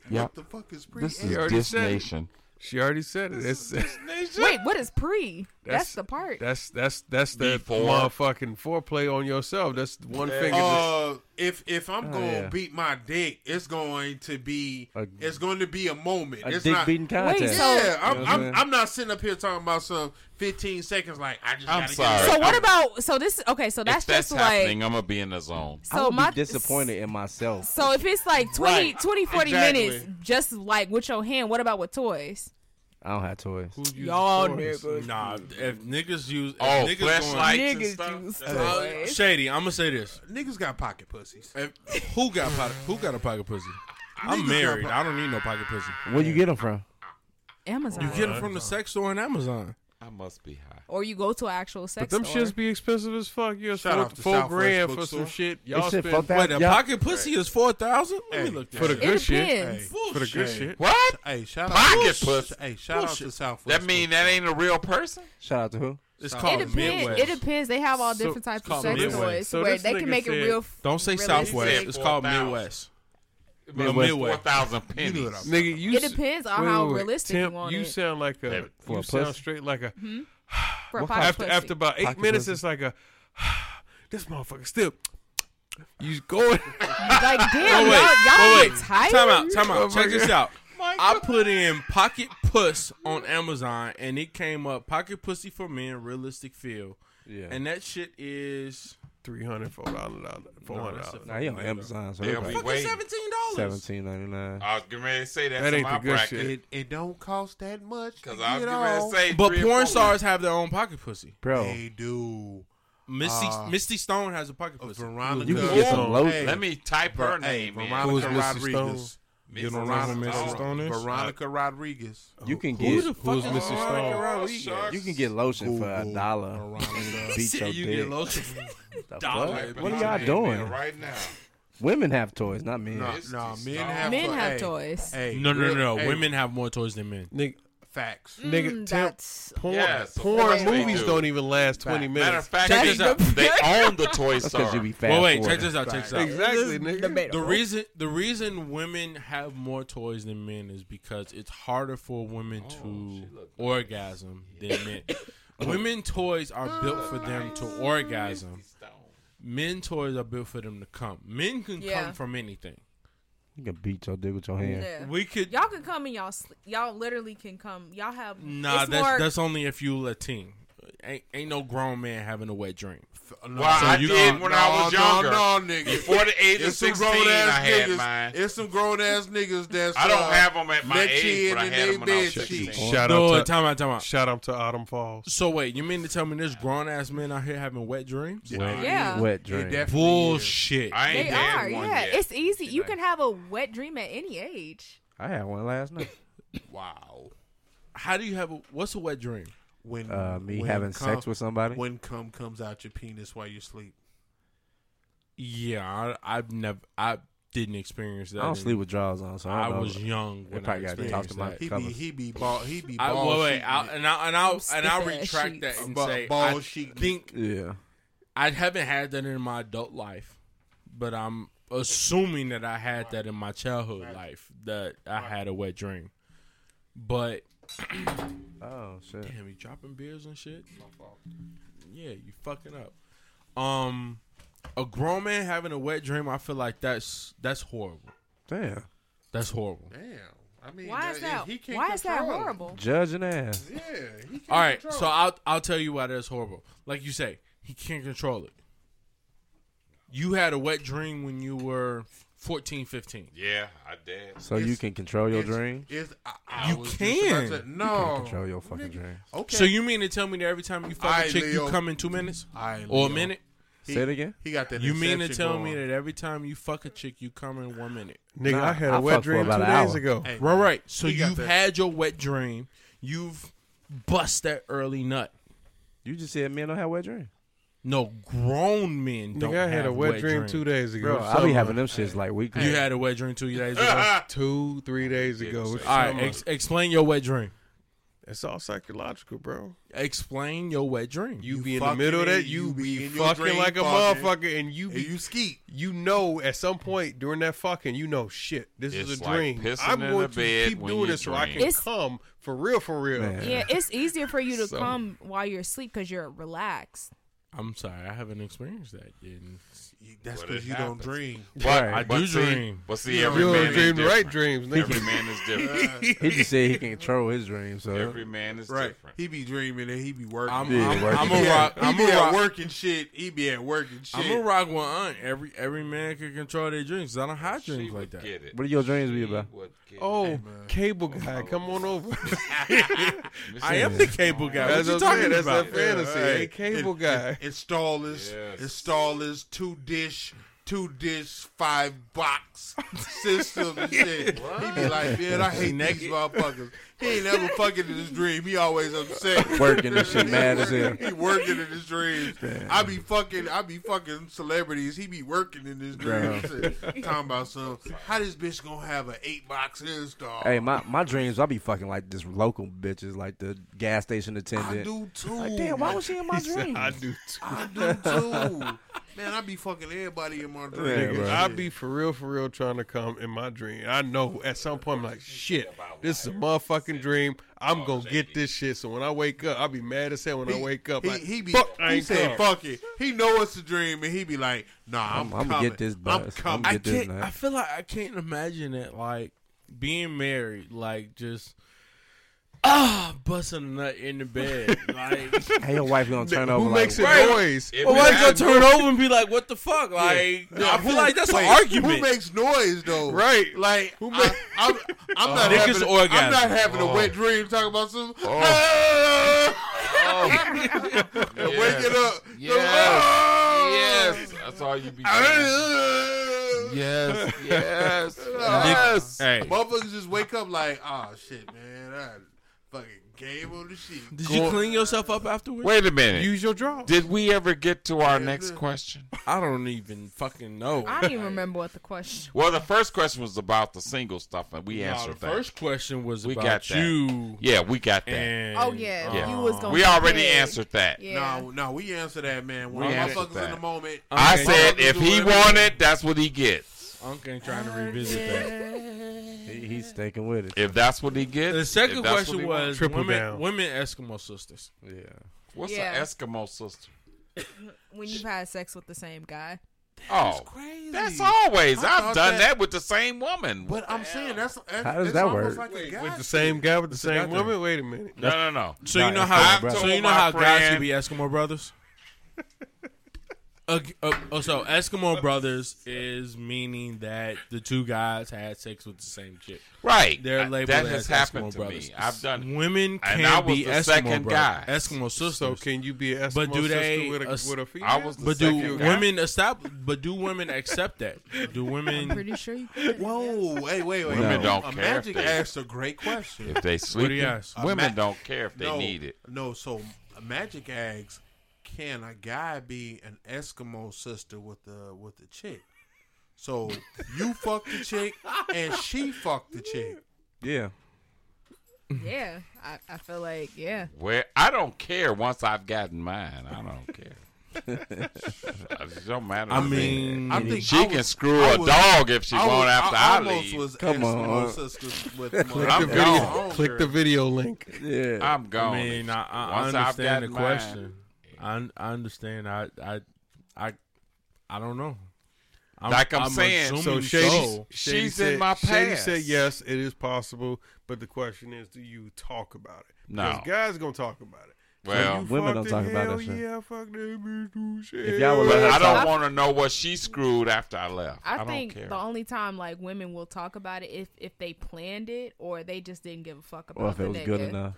Speaker 5: Yep.
Speaker 2: What the fuck is pre?
Speaker 5: This
Speaker 4: You
Speaker 5: is
Speaker 4: already
Speaker 5: this
Speaker 4: said it.
Speaker 5: nation.
Speaker 4: is. she already said it. It's,
Speaker 6: Wait, what is pre? That's,
Speaker 4: That's-
Speaker 6: the part.
Speaker 4: that's that's that's the
Speaker 5: Before.
Speaker 4: motherfucking foreplay on yourself. That's one finger.
Speaker 3: Oh,
Speaker 2: Uh, if if I'm gonna
Speaker 8: Oh, yeah.
Speaker 2: beat my dick, it's going to be
Speaker 8: A-
Speaker 2: it's going to be a moment.
Speaker 8: a
Speaker 2: it's
Speaker 8: dick
Speaker 2: not,
Speaker 8: beating contest.
Speaker 6: so-
Speaker 2: yeah, I'm,
Speaker 8: You know what I'm
Speaker 2: I'm,
Speaker 8: saying?
Speaker 2: I'm not sitting up here talking about some 15 seconds. Like I just.
Speaker 5: I'm
Speaker 2: gotta
Speaker 5: sorry.
Speaker 2: Get
Speaker 6: so what about? So this okay. So that's,
Speaker 5: if that's
Speaker 6: just
Speaker 5: happening,
Speaker 6: like.
Speaker 5: I'm gonna be in the zone.
Speaker 8: I
Speaker 6: So
Speaker 8: would
Speaker 6: my
Speaker 8: be disappointed in myself.
Speaker 6: So if it's like 20,
Speaker 2: Right.
Speaker 6: 20 40
Speaker 2: Exactly.
Speaker 6: minutes, just like with your hand, what about with toys?
Speaker 8: I don't have toys.
Speaker 6: Y'all
Speaker 3: Nah, if niggas use if
Speaker 5: Oh,
Speaker 3: niggas
Speaker 5: flashlight. Niggas
Speaker 6: use
Speaker 3: Going, Uh, shady, I'm gonna say this.
Speaker 4: Uh,
Speaker 2: Niggas got pocket pussies.
Speaker 3: If, who got pocket, who got a pocket pussy?
Speaker 2: Niggas
Speaker 3: I'm
Speaker 2: got
Speaker 3: married.
Speaker 2: po-
Speaker 3: I don't need no pocket pussy.
Speaker 8: Where you get them from?
Speaker 6: Amazon.
Speaker 3: You get them from the sex store and Amazon.
Speaker 5: I must be high.
Speaker 6: or you go to an actual sex
Speaker 4: But them
Speaker 6: store.
Speaker 4: shits be expensive as fuck. You
Speaker 2: Shout
Speaker 4: four,
Speaker 2: out to
Speaker 4: four
Speaker 2: Southwest
Speaker 4: grand for
Speaker 2: Bookstore.
Speaker 4: some shit.
Speaker 8: This
Speaker 4: Y'all
Speaker 8: shit
Speaker 4: spend
Speaker 8: fuck
Speaker 3: Wait,
Speaker 8: that.
Speaker 3: a
Speaker 8: y'all-
Speaker 3: pocket pussy is four thousand. Let
Speaker 2: Hey,
Speaker 3: me look this
Speaker 4: Uh, for the
Speaker 3: up.
Speaker 6: it
Speaker 4: good shit.
Speaker 6: depends.
Speaker 4: For the good
Speaker 2: Bullshit.
Speaker 4: shit.
Speaker 5: What?
Speaker 2: Hey, shout out.
Speaker 5: Pocket
Speaker 2: to-
Speaker 5: pussy.
Speaker 2: Hey, shout out to
Speaker 3: Bullshit.
Speaker 2: Southwest.
Speaker 5: That mean that ain't a real person?
Speaker 8: Shout out to who?
Speaker 3: It's
Speaker 6: It
Speaker 3: called
Speaker 6: depends.
Speaker 3: Midwest.
Speaker 6: It depends. They have all
Speaker 4: So-
Speaker 6: different types of
Speaker 3: called
Speaker 6: sex
Speaker 3: Midwest.
Speaker 6: toys
Speaker 4: So
Speaker 6: where
Speaker 4: this
Speaker 6: they can
Speaker 4: nigga
Speaker 6: make it
Speaker 4: said-
Speaker 6: real.
Speaker 3: Don't say
Speaker 6: realistic.
Speaker 3: Southwest.
Speaker 5: Said
Speaker 3: It's called
Speaker 5: 4,000.
Speaker 3: Midwest.
Speaker 5: Midwest. Four
Speaker 3: Midwest.
Speaker 5: thousand pennies.
Speaker 4: Nigga, you
Speaker 6: It
Speaker 4: s-
Speaker 6: depends on
Speaker 4: wait,
Speaker 6: how
Speaker 4: wait, wait.
Speaker 6: realistic
Speaker 4: Temp,
Speaker 6: you want
Speaker 4: you
Speaker 6: it.
Speaker 4: sound like a.
Speaker 5: Damn it.
Speaker 8: For
Speaker 4: you
Speaker 8: a
Speaker 4: sound
Speaker 8: pussy?
Speaker 4: straight like a.
Speaker 6: For a pocket
Speaker 4: After
Speaker 6: pussy.
Speaker 4: after about eight
Speaker 8: Pocket
Speaker 4: minutes,
Speaker 8: pussy.
Speaker 4: it's like a. This motherfucker still. You going?
Speaker 6: like damn,
Speaker 3: Oh wait,
Speaker 6: y'all,
Speaker 3: oh
Speaker 6: y'all
Speaker 3: wait.
Speaker 6: get tired.
Speaker 3: Time out, time
Speaker 4: Oh,
Speaker 3: out.
Speaker 4: my
Speaker 3: Check this
Speaker 4: God.
Speaker 3: out. I put in pocket puss on Amazon, and it came up pocket pussy for men, realistic feel,
Speaker 8: Yeah.
Speaker 3: and that shit is
Speaker 4: Three hundred, four dollars, four hundred dollars.
Speaker 8: Nah, he on Amazon, so
Speaker 5: They'll
Speaker 8: they're
Speaker 5: be
Speaker 8: like
Speaker 5: waiting.
Speaker 3: seventeen dollars.
Speaker 8: seventeen ninety nine.
Speaker 3: Uh,
Speaker 5: I was getting ready to say that's
Speaker 4: That
Speaker 5: in
Speaker 4: ain't
Speaker 5: my
Speaker 4: the good
Speaker 5: bracket.
Speaker 4: shit.
Speaker 2: It, it don't cost that much.
Speaker 5: Cause
Speaker 2: Because
Speaker 5: I was
Speaker 2: get
Speaker 5: getting ready to
Speaker 2: off.
Speaker 5: say
Speaker 3: But
Speaker 5: three or
Speaker 3: porn
Speaker 5: four.
Speaker 3: stars have their own pocket pussy.
Speaker 8: Bro,
Speaker 2: They do.
Speaker 3: Misty
Speaker 2: Uh,
Speaker 3: Misty Stone has a pocket pussy.
Speaker 2: Veronica.
Speaker 8: you can get some
Speaker 5: Ooh,
Speaker 8: lotion.
Speaker 2: hey.
Speaker 5: Let me type her
Speaker 2: Hey,
Speaker 5: name. in.
Speaker 4: Who is
Speaker 2: Veronica
Speaker 4: Mrs.
Speaker 2: Rodriguez.
Speaker 5: Mrs.
Speaker 4: don't remember Mrs.
Speaker 5: Stone.
Speaker 4: Stone is?
Speaker 2: Veronica Rodriguez.
Speaker 5: Uh,
Speaker 8: you can
Speaker 3: Who
Speaker 8: get
Speaker 3: the fuck
Speaker 4: who's
Speaker 3: is
Speaker 4: Mrs. Stone?
Speaker 3: Veronica
Speaker 5: Shucks.
Speaker 3: Rodriguez?
Speaker 8: you can get lotion for a
Speaker 2: Google
Speaker 8: dollar.
Speaker 2: Veronica.
Speaker 8: and Beat your
Speaker 3: you
Speaker 8: dick.
Speaker 3: get lotion.
Speaker 8: The fuck?
Speaker 3: dollar.
Speaker 8: What
Speaker 5: Put
Speaker 8: are
Speaker 5: her
Speaker 8: y'all
Speaker 5: name in
Speaker 8: doing?
Speaker 5: Right now.
Speaker 8: Women have toys, not men.
Speaker 2: No,
Speaker 5: It's
Speaker 2: no,
Speaker 5: just
Speaker 2: men
Speaker 5: not-
Speaker 2: have
Speaker 6: Men
Speaker 2: fun.
Speaker 6: have
Speaker 2: Hey,
Speaker 6: toys.
Speaker 2: Hey,
Speaker 3: No, no,
Speaker 2: real-
Speaker 3: no.
Speaker 2: hey,
Speaker 3: Women have more toys than men.
Speaker 4: Nigga,
Speaker 2: facts.
Speaker 4: nigga,
Speaker 6: Mm,
Speaker 4: temp,
Speaker 6: that's-
Speaker 4: porn,
Speaker 5: Yes, of course
Speaker 4: porn
Speaker 5: they
Speaker 4: movies
Speaker 5: do.
Speaker 4: do. not even last twenty
Speaker 5: Matter
Speaker 4: minutes.
Speaker 5: of fact,
Speaker 3: Check
Speaker 5: they,
Speaker 3: this out.
Speaker 5: they own the toy
Speaker 8: That's because
Speaker 5: store.
Speaker 8: you be fast
Speaker 3: Well, wait.
Speaker 8: forwarding.
Speaker 3: Check this out. Check this out.
Speaker 4: exactly, nigga.
Speaker 3: The reason the reason women have more toys than men is because it's harder for women to orgasm than men. women toys are built for them to orgasm. Men toys are built for them to come. Men can
Speaker 6: Yeah.
Speaker 3: come from anything.
Speaker 8: You can beat your dick with your hand.
Speaker 6: Yeah.
Speaker 3: We could
Speaker 6: Y'all can come and y'all sleep. Y'all literally can come. Y'all have
Speaker 3: nah.
Speaker 6: It's
Speaker 3: that's
Speaker 6: more,
Speaker 3: that's only if you Latin. Ain't ain't no grown man having a wet dream.
Speaker 2: No,
Speaker 5: Well, I
Speaker 3: you-
Speaker 5: did when I was
Speaker 2: no,
Speaker 5: younger.
Speaker 2: No, no, nigga.
Speaker 5: Before the age of
Speaker 2: It's some
Speaker 5: 16,
Speaker 2: grown
Speaker 5: I
Speaker 2: ass
Speaker 5: had
Speaker 2: niggas.
Speaker 5: mine.
Speaker 2: It's some grown ass niggas that's.
Speaker 5: I
Speaker 2: uh,
Speaker 5: don't have them at my
Speaker 2: neck
Speaker 5: age,
Speaker 2: chin
Speaker 5: but I
Speaker 2: and
Speaker 5: had
Speaker 2: they
Speaker 5: them when I was
Speaker 2: bed sheet.
Speaker 5: 16.
Speaker 4: Shout
Speaker 3: No,
Speaker 4: out to
Speaker 3: time out, time out.
Speaker 4: shout out to Autumn Falls.
Speaker 3: So wait, you mean to tell me there's grown ass men out here having wet dreams? uh,
Speaker 6: yeah.
Speaker 8: Wet
Speaker 2: It
Speaker 8: dream.
Speaker 2: definitely is.
Speaker 3: Bullshit.
Speaker 5: I ain't
Speaker 6: They
Speaker 5: had
Speaker 6: are,
Speaker 5: one
Speaker 6: yeah.
Speaker 5: yet.
Speaker 6: It's easy. You can have a wet dream at any age.
Speaker 8: I had one last night.
Speaker 2: Wow.
Speaker 3: How do you have a what's a wet dream?
Speaker 2: When
Speaker 8: Uh, me
Speaker 2: when
Speaker 8: having
Speaker 2: cum-
Speaker 8: sex with somebody.
Speaker 2: When cum comes out your penis while you sleep.
Speaker 3: Yeah, I, I've never. I didn't experience that.
Speaker 8: I don't
Speaker 3: and
Speaker 8: sleep with drawers on, so I,
Speaker 3: I
Speaker 8: don't know.
Speaker 3: was young when I
Speaker 8: probably got
Speaker 3: experienced
Speaker 8: talked about
Speaker 3: that.
Speaker 2: He be
Speaker 8: Covers.
Speaker 2: he be ball he be
Speaker 3: I,
Speaker 2: ball
Speaker 3: wait, wait,
Speaker 2: sheeting
Speaker 3: I'll,
Speaker 2: it.
Speaker 3: and I and I'll
Speaker 6: Them
Speaker 3: and I'll
Speaker 6: stiff-ass
Speaker 3: retract
Speaker 6: sheets.
Speaker 3: that and
Speaker 2: Ba-
Speaker 3: say
Speaker 2: ball
Speaker 3: I
Speaker 2: sheeting.
Speaker 3: think
Speaker 8: Yeah.
Speaker 3: I haven't had that in my adult life, but I'm assuming that I had that in my childhood life that I had a wet dream. But
Speaker 8: Oh shit.
Speaker 3: damn, you dropping beers and shit. Yeah, you fucking up. Um, a grown man having a wet dream, I feel like that's that's horrible.
Speaker 8: Damn.
Speaker 3: That's horrible.
Speaker 2: Damn. I mean,
Speaker 6: Why is that?
Speaker 2: He can't
Speaker 6: Why is that
Speaker 2: control it.
Speaker 6: horrible?
Speaker 8: Judging ass.
Speaker 2: Yeah. He can't
Speaker 3: All right,
Speaker 2: control
Speaker 3: so
Speaker 2: it.
Speaker 3: I'll I'll tell you why that's horrible. Like you say, he can't control it. You had a wet dream when you were 14, 15.
Speaker 5: Yeah, I did.
Speaker 8: So
Speaker 2: It's-
Speaker 8: you can control your
Speaker 2: It's-
Speaker 8: dream.
Speaker 2: It's, I, I
Speaker 3: You
Speaker 2: was just about
Speaker 3: can.
Speaker 2: to-
Speaker 3: You
Speaker 2: no.
Speaker 8: Control your fucking dream.
Speaker 2: Okay.
Speaker 3: So you mean to tell me that every time you fuck
Speaker 2: Aight,
Speaker 3: a chick,
Speaker 2: Leo.
Speaker 3: you come in two minutes
Speaker 2: Aight,
Speaker 3: or a
Speaker 2: Leo.
Speaker 3: minute?
Speaker 2: he,
Speaker 8: Say it again.
Speaker 2: He got that.
Speaker 3: You mean to
Speaker 2: Inception
Speaker 3: tell
Speaker 2: going.
Speaker 3: me that every time you fuck a chick, you come in one minute?
Speaker 4: Nigga,
Speaker 8: Nah,
Speaker 4: I had
Speaker 8: I
Speaker 4: a wet
Speaker 8: fucked for
Speaker 4: dream
Speaker 8: about
Speaker 4: two
Speaker 8: an
Speaker 4: days
Speaker 8: hour.
Speaker 4: ago.
Speaker 2: Hey,
Speaker 3: Right, right. So
Speaker 2: He got
Speaker 3: you've
Speaker 2: that.
Speaker 3: had your wet dream. You've bust that early nut.
Speaker 8: You just said men don't have wet dreams.
Speaker 3: No, grown men don't
Speaker 4: Nigga, I had
Speaker 3: have
Speaker 4: a wet dream two
Speaker 3: two.
Speaker 4: days
Speaker 8: Bro,
Speaker 4: ago. It was
Speaker 8: I be
Speaker 4: summer.
Speaker 8: having them shits like weekly.
Speaker 3: You had a wet dream two days ago.
Speaker 4: two, three days ago. It was
Speaker 3: All right,
Speaker 4: summer.
Speaker 3: ex- explain your wet dream.
Speaker 4: it's all psychological, bro.
Speaker 3: Explain your wet dream.
Speaker 4: You,
Speaker 2: You
Speaker 4: be in the
Speaker 2: fucking
Speaker 4: middle of
Speaker 2: in-
Speaker 4: that, you,
Speaker 2: you be
Speaker 4: be
Speaker 2: in your
Speaker 4: fucking
Speaker 2: dream
Speaker 4: like a
Speaker 2: fucking.
Speaker 4: motherfucker, and you
Speaker 2: And
Speaker 4: be
Speaker 2: you skeet.
Speaker 4: you know at some point during that fucking, you know, shit, this
Speaker 5: It's
Speaker 4: is a
Speaker 5: like
Speaker 4: dream.
Speaker 5: pissing
Speaker 4: I'm
Speaker 5: in
Speaker 4: going
Speaker 5: the
Speaker 4: to
Speaker 5: bed
Speaker 4: keep
Speaker 5: when
Speaker 4: doing
Speaker 5: you
Speaker 4: this so I
Speaker 5: dream.
Speaker 4: can
Speaker 6: It's-
Speaker 4: come for real, for real.
Speaker 8: Man.
Speaker 6: Yeah, it's easier for you to
Speaker 4: So-
Speaker 6: come while you're asleep because you're relaxed.
Speaker 3: I'm sorry, I haven't experienced that. yet.
Speaker 2: That's
Speaker 5: But
Speaker 2: because
Speaker 5: it
Speaker 2: you
Speaker 5: happens.
Speaker 2: don't dream.
Speaker 8: Right.
Speaker 3: I
Speaker 5: But
Speaker 3: do
Speaker 5: see-
Speaker 3: dream.
Speaker 5: But see,
Speaker 4: You
Speaker 5: every man
Speaker 4: don't
Speaker 5: is
Speaker 4: dream the right
Speaker 5: different.
Speaker 4: dreams,
Speaker 5: Every
Speaker 4: nigga.
Speaker 5: man is different.
Speaker 8: He just said he can control his dream. So
Speaker 5: every man is different.
Speaker 2: He be dreaming and he be working.
Speaker 3: I'm,
Speaker 8: Yeah,
Speaker 3: I'm,
Speaker 8: work.
Speaker 3: I'm
Speaker 2: He
Speaker 3: a
Speaker 2: be
Speaker 3: rock.
Speaker 2: at-
Speaker 3: I'm
Speaker 2: he be
Speaker 3: a
Speaker 2: at
Speaker 3: rock.
Speaker 2: work and shit. He be at work and shit.
Speaker 3: I'm a rock with aunt. Every every man can control their dreams. I don't have
Speaker 5: She
Speaker 3: dreams
Speaker 5: would
Speaker 3: like that.
Speaker 5: Get it.
Speaker 8: what do your dreams be
Speaker 5: She
Speaker 8: about?
Speaker 5: would get it.
Speaker 4: Oh, cable guy, come on over.
Speaker 3: I am the cable guy.
Speaker 4: That's
Speaker 3: What you
Speaker 4: what I'm
Speaker 3: talking
Speaker 4: saying. That's
Speaker 3: about?
Speaker 4: that fantasy.
Speaker 2: Hey,
Speaker 4: Hey, cable
Speaker 2: in-
Speaker 4: guy.
Speaker 2: in- installers,
Speaker 5: Yes.
Speaker 2: installers, two dish, two dish, five box system and shit. he be like, man, I hate these motherfuckers. He ain't never fucking in his dream. He always upset.
Speaker 8: Working and shit, mad as hell.
Speaker 2: He working in his dreams. I be fucking, I be fucking celebrities. He be working in his dreams. Talking about some, how this bitch gonna have an eight box install?
Speaker 8: Hey, my, my dreams, I be fucking like this local bitches, like the gas station
Speaker 2: I
Speaker 8: attendant.
Speaker 2: do too.
Speaker 8: Like, damn, why was she in my dream?
Speaker 4: I do too.
Speaker 2: I do too. Man, I be fucking everybody in my dreams.
Speaker 8: Yeah, bro.
Speaker 4: I be for real, for real, trying to come in my dream. I know at some point I'm like, shit, this is a motherfucking dream. I'm gonna get this shit. So when I wake up, I'll be mad as hell when I wake up.
Speaker 2: He,
Speaker 4: like,
Speaker 2: he be
Speaker 4: fuck, I
Speaker 2: he
Speaker 4: ain't
Speaker 2: said
Speaker 4: come.
Speaker 2: fuck it. He know it's a dream and he be like, nah, I'm,
Speaker 8: I'm- I'ma
Speaker 2: coming.
Speaker 8: get this
Speaker 2: I'm
Speaker 8: bus.
Speaker 2: coming.
Speaker 8: I'ma
Speaker 3: I
Speaker 8: get this
Speaker 3: can't.
Speaker 8: night.
Speaker 3: I feel like I can't imagine it. Like being married. Like just ah busting a nut in the bed. Like
Speaker 8: hey, your wife gonna turn over
Speaker 4: Who
Speaker 8: like,
Speaker 4: makes a
Speaker 3: Right.
Speaker 4: noise?
Speaker 5: If
Speaker 3: well,
Speaker 5: it
Speaker 3: why Oh, you gonna
Speaker 5: happened-
Speaker 3: turn over and be like, what the fuck? Like I feel like that's
Speaker 2: Wait,
Speaker 3: an argument.
Speaker 2: Who makes noise though?
Speaker 4: Right.
Speaker 2: Like who I, I'm, I'm not
Speaker 3: Niggas
Speaker 2: having. I'm
Speaker 3: orgasm.
Speaker 2: not having a wet dream. Talking about some.
Speaker 5: Oh,
Speaker 2: and waking up.
Speaker 5: Yes. That's all you be doing. Yes. Yes.
Speaker 2: Yes.
Speaker 3: Hey.
Speaker 2: Motherfuckers just wake up like, oh shit, man, I fucking gave on the sheet.
Speaker 3: Did you clean yourself up afterwards?
Speaker 5: Wait a minute.
Speaker 4: Use your draw.
Speaker 5: Did we ever get to our next question?
Speaker 3: I don't even fucking know.
Speaker 6: I don't even remember what the question.
Speaker 5: Well, the first question was about the single stuff, and we
Speaker 3: No,
Speaker 5: answered
Speaker 3: the
Speaker 5: that.
Speaker 3: first question was
Speaker 5: We
Speaker 3: about
Speaker 5: got that.
Speaker 3: you.
Speaker 5: Yeah, we got that.
Speaker 3: And,
Speaker 6: Oh yeah,
Speaker 5: Yeah.
Speaker 6: you was gonna.
Speaker 5: We already
Speaker 6: compare.
Speaker 5: answered that.
Speaker 6: Yeah.
Speaker 2: No, no, we answer that, man. When
Speaker 5: We answer
Speaker 2: motherfuckers in the
Speaker 5: that.
Speaker 2: moment,
Speaker 5: I
Speaker 3: Okay.
Speaker 5: said
Speaker 2: Motherfuckers
Speaker 5: if
Speaker 2: do
Speaker 5: he
Speaker 2: whatever they
Speaker 5: wanted, that's what he gets.
Speaker 3: Unc ain't trying to revisit that.
Speaker 8: he, he's sticking with it.
Speaker 5: If that's what he gets.
Speaker 3: The
Speaker 5: if
Speaker 3: second
Speaker 5: that's what
Speaker 3: question
Speaker 5: he wants.
Speaker 3: was
Speaker 4: Triple
Speaker 3: women,
Speaker 4: down.
Speaker 3: women Eskimo sisters.
Speaker 8: Yeah.
Speaker 5: what's
Speaker 6: Yeah.
Speaker 5: an Eskimo sister?
Speaker 6: When you've had sex with the same guy.
Speaker 5: Oh,
Speaker 2: crazy.
Speaker 5: that's always.
Speaker 2: I
Speaker 5: I've
Speaker 2: thought
Speaker 5: done
Speaker 2: that-
Speaker 5: that, with the same woman.
Speaker 2: But I'm saying that's, that's
Speaker 8: How does
Speaker 2: it's
Speaker 8: that
Speaker 2: almost
Speaker 8: work?
Speaker 2: Like a guy
Speaker 4: With the same guy with the same
Speaker 8: nothing.
Speaker 4: woman? Wait a minute.
Speaker 5: no, no, no.
Speaker 3: So you
Speaker 8: Nah,
Speaker 3: know how
Speaker 8: Eskimo
Speaker 3: so
Speaker 5: brother.
Speaker 3: you know how
Speaker 5: My
Speaker 3: guys
Speaker 5: friend-
Speaker 3: can be Eskimo brothers. Uh, uh, oh, so Eskimo brothers is meaning that the two guys had sex with the same chick.
Speaker 5: Right.
Speaker 3: They're
Speaker 5: I-
Speaker 3: labeled
Speaker 5: that
Speaker 3: as
Speaker 5: has
Speaker 3: Eskimo
Speaker 5: happened to
Speaker 3: brothers.
Speaker 5: me. I've done.
Speaker 3: Women can
Speaker 5: And I was
Speaker 3: be
Speaker 5: the
Speaker 3: Eskimo
Speaker 5: second
Speaker 3: brothers,
Speaker 5: guy.
Speaker 3: Eskimo sisters.
Speaker 4: So can you be an Eskimo
Speaker 3: But do
Speaker 4: sister
Speaker 3: they
Speaker 4: with, a,
Speaker 3: ass-
Speaker 4: with a female?
Speaker 5: I was the
Speaker 3: but
Speaker 5: second
Speaker 3: do
Speaker 5: guy.
Speaker 3: women establish? But do women accept that? Do women?
Speaker 6: Pretty sure you. could.
Speaker 2: Whoa, wait, wait, wait.
Speaker 5: Women don't
Speaker 2: a
Speaker 5: care if
Speaker 2: Magic
Speaker 5: they-
Speaker 2: asked a great question.
Speaker 5: If they sleep,
Speaker 3: ask?
Speaker 5: women
Speaker 2: Ma-
Speaker 5: don't care if they
Speaker 2: no,
Speaker 5: need it.
Speaker 2: No, so a Magic asks, can a guy be an Eskimo sister with the with the chick? So you fucked the chick and she fucked the chick.
Speaker 8: Yeah.
Speaker 6: Yeah, I, I feel like yeah.
Speaker 5: Well, I don't care once I've gotten mine. I don't care. it just don't matter. to
Speaker 3: I
Speaker 5: me.
Speaker 3: mean,
Speaker 2: I think
Speaker 5: she
Speaker 2: I
Speaker 5: can
Speaker 2: was-
Speaker 5: screw
Speaker 2: I
Speaker 5: a
Speaker 2: was-
Speaker 5: dog if she
Speaker 2: I
Speaker 5: won't
Speaker 2: was-
Speaker 5: after
Speaker 2: I
Speaker 5: I,
Speaker 2: almost
Speaker 5: leave.
Speaker 2: was
Speaker 8: Come
Speaker 2: asking
Speaker 8: on.
Speaker 2: my sisters with my-
Speaker 5: I'm
Speaker 4: Click the
Speaker 5: gone.
Speaker 4: video, click the video link.
Speaker 8: Yeah.
Speaker 5: I'm gone.
Speaker 3: I mean, I, I
Speaker 5: Once I've
Speaker 3: understand the
Speaker 5: gotten mine.
Speaker 3: question. I, un- I understand. I, I, I, I don't know. I'm,
Speaker 5: Like I'm saying,
Speaker 3: assuming
Speaker 4: So Shady,
Speaker 3: so.
Speaker 4: Shady
Speaker 5: She's
Speaker 4: said,
Speaker 5: in my
Speaker 4: Shady
Speaker 5: past.
Speaker 4: said yes, it is possible, but the question is, do you talk about it?
Speaker 5: No.
Speaker 4: Because guys gonna talk about it.
Speaker 5: well,
Speaker 4: you
Speaker 8: Women
Speaker 4: fucked
Speaker 8: don't talk
Speaker 4: it,
Speaker 8: about
Speaker 4: hell
Speaker 8: that shit.
Speaker 4: Yeah, fuck that bitch, do shit.
Speaker 8: If y'all would
Speaker 5: but
Speaker 8: let
Speaker 5: I
Speaker 8: her
Speaker 5: don't
Speaker 8: talk-
Speaker 5: want to know what she screwed after I left. I,
Speaker 6: I,
Speaker 5: don't
Speaker 6: think
Speaker 5: care.
Speaker 6: the only time like women will talk about it if if they planned it or they just didn't give a fuck about
Speaker 8: Or if
Speaker 6: the
Speaker 8: it was good
Speaker 6: nigga.
Speaker 8: enough.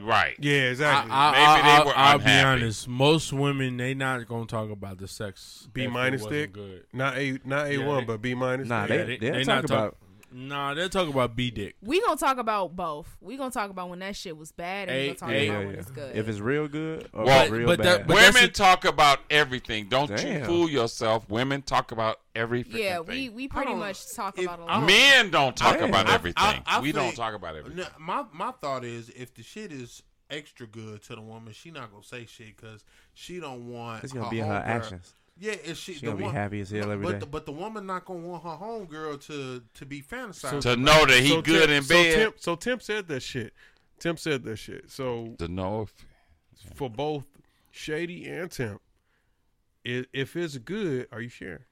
Speaker 5: right.
Speaker 4: yeah, exactly.
Speaker 3: I,
Speaker 5: Maybe
Speaker 3: I,
Speaker 5: they
Speaker 3: I,
Speaker 5: were
Speaker 3: I'll be
Speaker 5: unhappy.
Speaker 3: honest. Most women, they not gonna talk about the sex.
Speaker 4: B
Speaker 3: if it
Speaker 4: minus
Speaker 3: wasn't
Speaker 4: dick,
Speaker 3: Good.
Speaker 4: not a not a one,
Speaker 3: they-
Speaker 4: but B minus.
Speaker 8: Nah,
Speaker 4: dick.
Speaker 8: they,
Speaker 3: they-
Speaker 8: they,
Speaker 3: they
Speaker 8: will
Speaker 3: not
Speaker 8: talk
Speaker 3: talk-
Speaker 8: about.
Speaker 3: Nah, they're talking about B dick.
Speaker 6: We gonna talk about both. We gonna talk about when that shit was bad and we
Speaker 3: Hey,
Speaker 6: gonna talk
Speaker 3: hey,
Speaker 6: about
Speaker 8: yeah,
Speaker 6: when
Speaker 8: yeah.
Speaker 6: it's good.
Speaker 8: If it's real good or
Speaker 5: Well,
Speaker 8: if it's real
Speaker 3: but that-
Speaker 8: bad.
Speaker 3: but-
Speaker 5: Women
Speaker 3: that's
Speaker 5: talk about everything. Don't you
Speaker 8: Damn.
Speaker 5: fool yourself. Women talk about every freaking
Speaker 6: yeah, we
Speaker 5: thing.
Speaker 6: we pretty much talk about a lot.
Speaker 5: Men don't talk
Speaker 8: Damn.
Speaker 5: about
Speaker 8: I- I-
Speaker 5: everything.
Speaker 2: I
Speaker 5: we don't
Speaker 2: think-
Speaker 5: talk about everything.
Speaker 2: No, my my thought is if the shit is extra good to the woman, she not gonna say shit because she don't want.
Speaker 8: It's gonna be her
Speaker 2: homegirl-
Speaker 8: actions.
Speaker 2: Yeah, if she,
Speaker 8: She
Speaker 2: the
Speaker 8: gonna be
Speaker 2: one-
Speaker 8: happy as hell
Speaker 2: no,
Speaker 8: every
Speaker 2: but
Speaker 8: day.
Speaker 2: The, but the woman not gonna want her homegirl to to be fantasized.
Speaker 5: to know that he
Speaker 4: So
Speaker 5: good
Speaker 4: Tim-
Speaker 5: in bed.
Speaker 4: So Tim, so Tim said that shit. Tim said that shit. So
Speaker 5: to know if
Speaker 4: for both Shady and Tim, i- if it's good, are you sharing?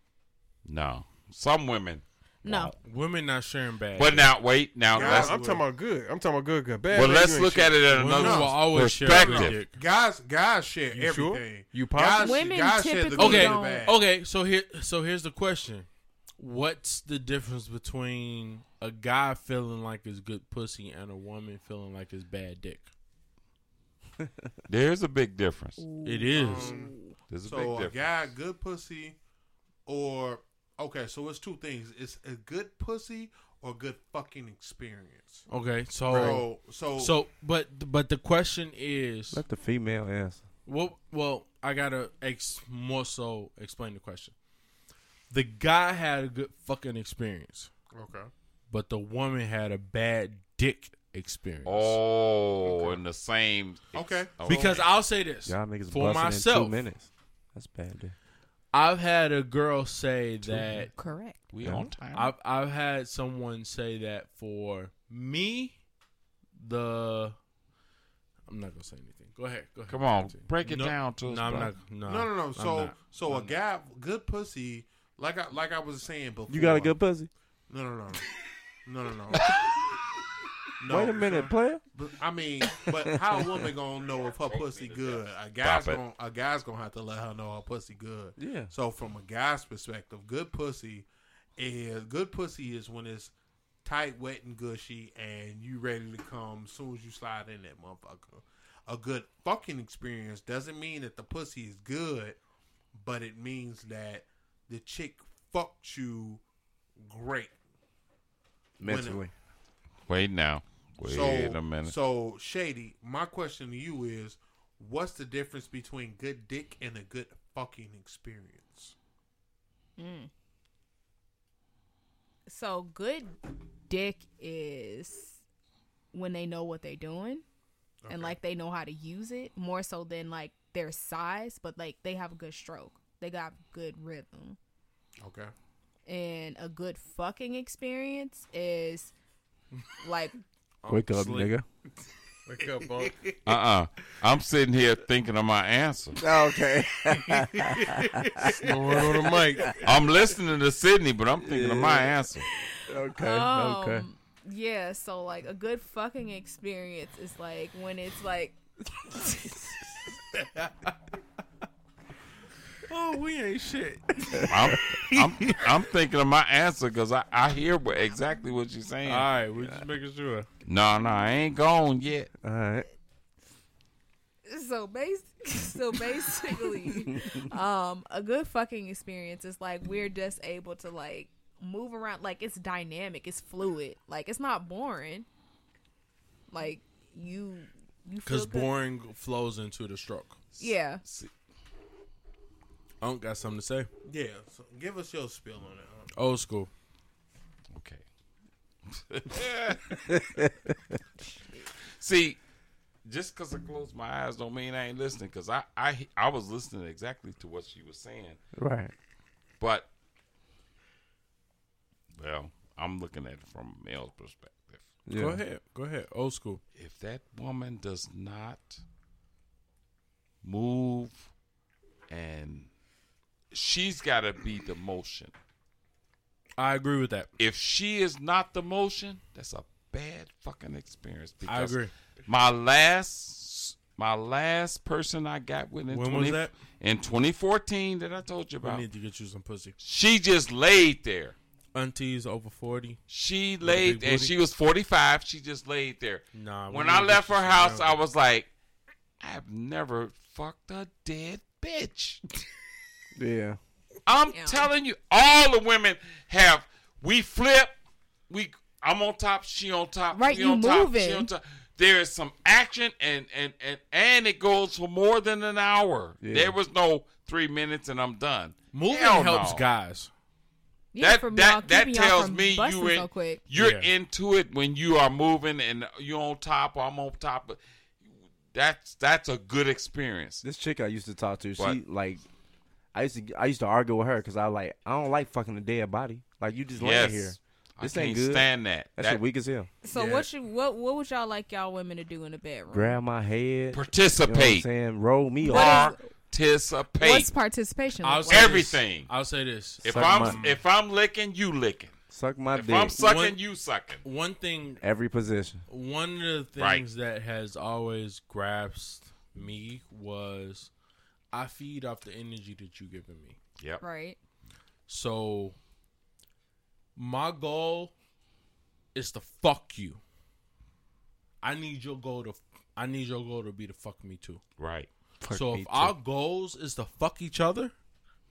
Speaker 5: no. Some women.
Speaker 6: No,
Speaker 3: Women not sharing bad.
Speaker 5: But now wait, now
Speaker 4: Nah,
Speaker 5: let's
Speaker 4: I'm talking about good. I'm talking about good, good, bad.
Speaker 5: well
Speaker 4: Baby, you
Speaker 5: let's
Speaker 4: ain't
Speaker 5: look
Speaker 4: shit.
Speaker 5: at it at
Speaker 3: women
Speaker 5: another
Speaker 3: will always share B
Speaker 5: perspective.
Speaker 3: dick.
Speaker 2: guys, guys share
Speaker 4: You sure?
Speaker 2: everything.
Speaker 4: You
Speaker 2: guys,
Speaker 4: positive?
Speaker 6: Women
Speaker 2: guys share the
Speaker 6: typically
Speaker 2: good
Speaker 3: okay,
Speaker 2: and the
Speaker 6: don't-
Speaker 2: bad.
Speaker 3: okay. So here, so here's the question: What's the difference between a guy feeling like it's good pussy and a woman feeling like it's bad dick?
Speaker 5: There's a big difference.
Speaker 3: It is.
Speaker 5: There's a big
Speaker 2: So a
Speaker 5: difference.
Speaker 2: guy, good pussy, or okay, so it's two things: it's a good pussy or good fucking experience.
Speaker 3: Okay, so
Speaker 2: So, so
Speaker 3: so but but the question is
Speaker 8: Let the female answer.
Speaker 3: well well I gotta ex more so explain the question. The guy had a good fucking experience,
Speaker 2: okay,
Speaker 3: but the woman had a bad dick experience.
Speaker 5: Oh, in the same
Speaker 2: Okay.
Speaker 3: Because I'll say this
Speaker 8: Y'all niggas
Speaker 3: for
Speaker 8: busting in
Speaker 3: myself.
Speaker 8: two minutes. That's bad. Dude.
Speaker 3: I've had a girl say that
Speaker 6: correct.
Speaker 5: we on time.
Speaker 3: I've I've had someone say that for me, the I'm not gonna say anything. Go ahead. Go ahead.
Speaker 5: Come on,
Speaker 3: Continue.
Speaker 5: break it
Speaker 3: No-
Speaker 5: down to us,
Speaker 3: No, I'm
Speaker 5: bro.
Speaker 3: not. No,
Speaker 2: no, no, no.
Speaker 3: Uh, I'm
Speaker 2: So,
Speaker 3: not.
Speaker 2: so a guy, good pussy, like I, like I was saying before.
Speaker 8: You got a good pussy?
Speaker 2: No, no, no, no, no, no. no
Speaker 8: Wait a minute, player.
Speaker 2: But, I mean, but how a woman gonna know if her pussy good? A guy's
Speaker 5: Stop it.
Speaker 2: gonna a guy's gonna have to let her know her pussy good.
Speaker 8: Yeah.
Speaker 2: So from a guy's perspective, good pussy is good pussy is when it's tight, wet, and gushy, and you ready to come as soon as you slide in that motherfucker. A good fucking experience doesn't mean that the pussy is good, but it means that the chick fucked you great.
Speaker 8: Mentally.
Speaker 5: Wait now. Wait
Speaker 2: So,
Speaker 5: a minute.
Speaker 2: So shady. My question to you is, what's the difference between good dick and a good fucking experience?
Speaker 6: So good dick is when they know what they're doing and like they know how to use it more so than like their size, but like they have a good stroke. They got good rhythm.
Speaker 2: Okay.
Speaker 6: And a good fucking experience is like
Speaker 8: Wake up, nigga.
Speaker 4: Wake up, bump.
Speaker 5: uh uh-uh. uh. i am sitting here thinking of my answer.
Speaker 8: Okay.
Speaker 4: Going on the mic.
Speaker 5: I'm listening to Sydney, but I'm thinking of my answer.
Speaker 8: okay. okay.
Speaker 6: Um, Yeah, so like a good fucking experience is like when it's like
Speaker 3: Oh, we ain't shit.
Speaker 5: I'm, I'm, I'm thinking of my answer because I, I hear what, exactly what you're saying.
Speaker 3: All right, we're just making sure.
Speaker 5: no, no, I ain't gone yet.
Speaker 8: All right.
Speaker 6: so bas- so basically um a good fucking experience is like we're just able to like move around like it's dynamic, it's fluid. Like it's not boring. Like you you feel
Speaker 3: Because
Speaker 6: good-
Speaker 3: boring flows into the stroke.
Speaker 6: Yeah.
Speaker 3: Unc got something to say.
Speaker 2: Yeah, so give us your spill on it. Huh?
Speaker 3: Old school.
Speaker 5: Okay. See, just because I closed my eyes don't mean I ain't listening. Because I, I, I was listening exactly to what she was saying,
Speaker 8: Right.
Speaker 5: but well, I'm looking at it from a male's perspective.
Speaker 8: Yeah.
Speaker 3: Go ahead. Go ahead. Old school.
Speaker 5: If that woman does not move, and she's got to be the motion.
Speaker 3: I agree with that.
Speaker 5: if she is not the motion, that's a bad fucking experience.
Speaker 3: I agree.
Speaker 5: My last, my last person I got with in
Speaker 3: When was that?
Speaker 5: in 2014 that I told you
Speaker 3: We
Speaker 5: about.
Speaker 3: need to get you some pussy.
Speaker 5: She just laid there.
Speaker 3: Auntie's over forty.
Speaker 5: She
Speaker 3: a
Speaker 5: laid
Speaker 3: big
Speaker 5: and
Speaker 3: booty?
Speaker 5: she was 45. She just laid there.
Speaker 3: Nah. we
Speaker 5: when
Speaker 3: need
Speaker 5: I
Speaker 3: to
Speaker 5: left
Speaker 3: get
Speaker 5: her
Speaker 3: you some
Speaker 5: house,
Speaker 3: brown-
Speaker 5: I was like, I've never fucked a dead bitch.
Speaker 8: Yeah.
Speaker 5: I'm
Speaker 6: Yeah.
Speaker 5: telling you, all the women have. We flip. We. I'm on top. She on top.
Speaker 6: Right,
Speaker 5: we
Speaker 6: you
Speaker 5: on Top, she
Speaker 6: moving.
Speaker 5: on top. There is some action, and and and and it goes for more than an hour.
Speaker 8: Yeah.
Speaker 5: There was no three minutes, and I'm done.
Speaker 3: Moving
Speaker 5: Hell
Speaker 3: helps
Speaker 5: no.
Speaker 3: guys.
Speaker 6: Yeah,
Speaker 5: that
Speaker 6: from y'all
Speaker 5: that that
Speaker 6: keeping y'all
Speaker 5: tells
Speaker 6: from
Speaker 5: me
Speaker 6: busting
Speaker 5: you in,
Speaker 6: so quick.
Speaker 5: you're
Speaker 3: Yeah.
Speaker 5: into it when you are moving and you're on top. Or I'm on top. But that's that's a good experience.
Speaker 8: This chick I used to talk to, she
Speaker 5: What?
Speaker 8: like, I used to I used to argue with her because I like I don't like fucking a dead body. Like you just laying
Speaker 5: yes,
Speaker 8: here. This
Speaker 5: I can't
Speaker 8: ain't good.
Speaker 5: stand that.
Speaker 8: That's
Speaker 5: that
Speaker 8: the weakest hell.
Speaker 6: So
Speaker 2: Yeah.
Speaker 6: what should what what would y'all like y'all women to do in the bedroom?
Speaker 8: Grab my head. You know what I'm
Speaker 5: participate.
Speaker 8: saying? Roll me
Speaker 6: What
Speaker 8: off.
Speaker 6: is-
Speaker 5: participate.
Speaker 6: What's participation?
Speaker 3: I'll
Speaker 6: look
Speaker 3: say
Speaker 6: like?
Speaker 3: this.
Speaker 5: Everything.
Speaker 3: I'll say this.
Speaker 5: If
Speaker 8: Suck
Speaker 5: I'm
Speaker 8: my-
Speaker 5: if I'm licking, you licking.
Speaker 8: Suck my
Speaker 5: If
Speaker 8: dick.
Speaker 5: I'm sucking,
Speaker 3: One-
Speaker 5: you sucking.
Speaker 3: One thing
Speaker 8: Every position.
Speaker 3: one of the
Speaker 5: Right.
Speaker 3: things that has always grasped me was I feed off the energy that you giving me.
Speaker 5: Yep.
Speaker 6: Right.
Speaker 3: So my goal is to fuck you. I need your goal to I need your goal to be to fuck me too.
Speaker 5: Right.
Speaker 3: so if our goals is to fuck each other,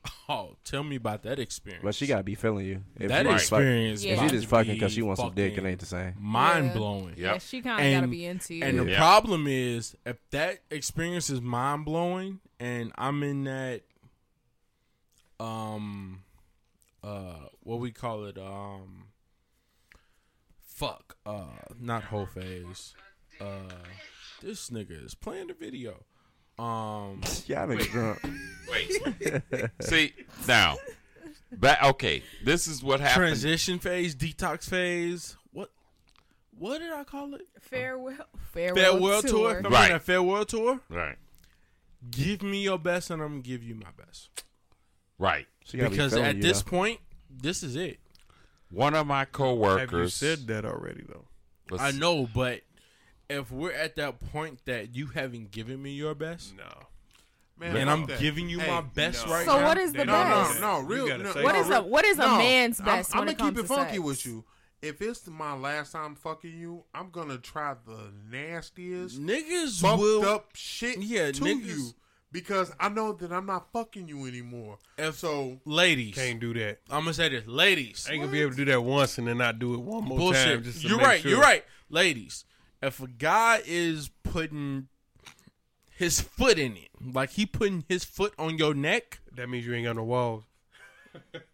Speaker 3: oh, tell me about that experience.
Speaker 8: But she gotta be feeling you. If
Speaker 3: that
Speaker 8: you just fuck-
Speaker 3: experience.
Speaker 6: Yeah.
Speaker 8: If
Speaker 3: about
Speaker 8: she
Speaker 3: to
Speaker 8: just fucking because
Speaker 3: be
Speaker 8: she wants some dick, it
Speaker 3: fucking
Speaker 8: ain't the same.
Speaker 3: Mind
Speaker 6: Yeah.
Speaker 3: blowing.
Speaker 6: Yeah,
Speaker 5: Yep.
Speaker 6: she kind of got to
Speaker 3: And-
Speaker 6: be into you.
Speaker 3: And the
Speaker 5: Yeah.
Speaker 3: problem is, if that experience is mind blowing, and I'm in that, um, uh, what we call it, um, fuck, uh, not whole phase, uh, this nigga is playing the video, um,
Speaker 8: Y'all niggas drunk.
Speaker 5: Wait. See now. Back, okay. This is what happened.
Speaker 3: transition phase, detox phase, what, what did I call it?
Speaker 6: farewell, farewell,
Speaker 3: Farewell tour. If I'm
Speaker 5: Right.
Speaker 3: on a farewell tour,
Speaker 5: Right.
Speaker 3: give me your best, and I'm gonna give you my best.
Speaker 5: Right.
Speaker 8: She gotta be
Speaker 3: because
Speaker 8: feeling
Speaker 3: at
Speaker 8: you,
Speaker 3: this
Speaker 8: though.
Speaker 3: point, this is it.
Speaker 5: One of my coworkers.
Speaker 4: Have you said that already though?
Speaker 5: was-
Speaker 3: I know, but if we're at that point that you haven't given me your best,
Speaker 4: No.
Speaker 2: Man,
Speaker 3: and
Speaker 2: fuck
Speaker 3: I'm
Speaker 2: that.
Speaker 3: giving you
Speaker 2: Hey,
Speaker 3: my best
Speaker 4: no.
Speaker 3: right
Speaker 6: So
Speaker 3: now,
Speaker 6: what is the
Speaker 4: They
Speaker 2: No,
Speaker 4: don't know
Speaker 6: best?
Speaker 4: that.
Speaker 2: no, no,
Speaker 4: You
Speaker 2: real.
Speaker 4: gotta
Speaker 2: no,
Speaker 4: say
Speaker 6: What
Speaker 4: that.
Speaker 6: is a what is a
Speaker 2: No,
Speaker 6: man's
Speaker 2: I'm-
Speaker 6: best
Speaker 2: I'm,
Speaker 6: when it
Speaker 2: gonna
Speaker 6: comes
Speaker 2: keep it
Speaker 6: to
Speaker 2: funky
Speaker 6: sex?
Speaker 2: with you. If it's my last time fucking you, I'm gonna try the nastiest,
Speaker 3: niggas
Speaker 2: fucked
Speaker 3: will.
Speaker 2: up shit
Speaker 3: Yeah,
Speaker 2: to
Speaker 3: niggas-
Speaker 2: you because I know that I'm not fucking you anymore.
Speaker 3: If-
Speaker 2: so
Speaker 3: Ladies,
Speaker 4: Can't do that.
Speaker 3: I'm gonna say this, ladies.
Speaker 4: I ain't gonna be able to do that once and then not do it one more time.
Speaker 3: Bullshit.
Speaker 4: Just to
Speaker 3: you're
Speaker 4: make
Speaker 3: right.
Speaker 4: sure.
Speaker 3: You're right, ladies. If a guy is putting his foot in it, like he putting his foot on your neck,
Speaker 4: That means you ain't got no walls.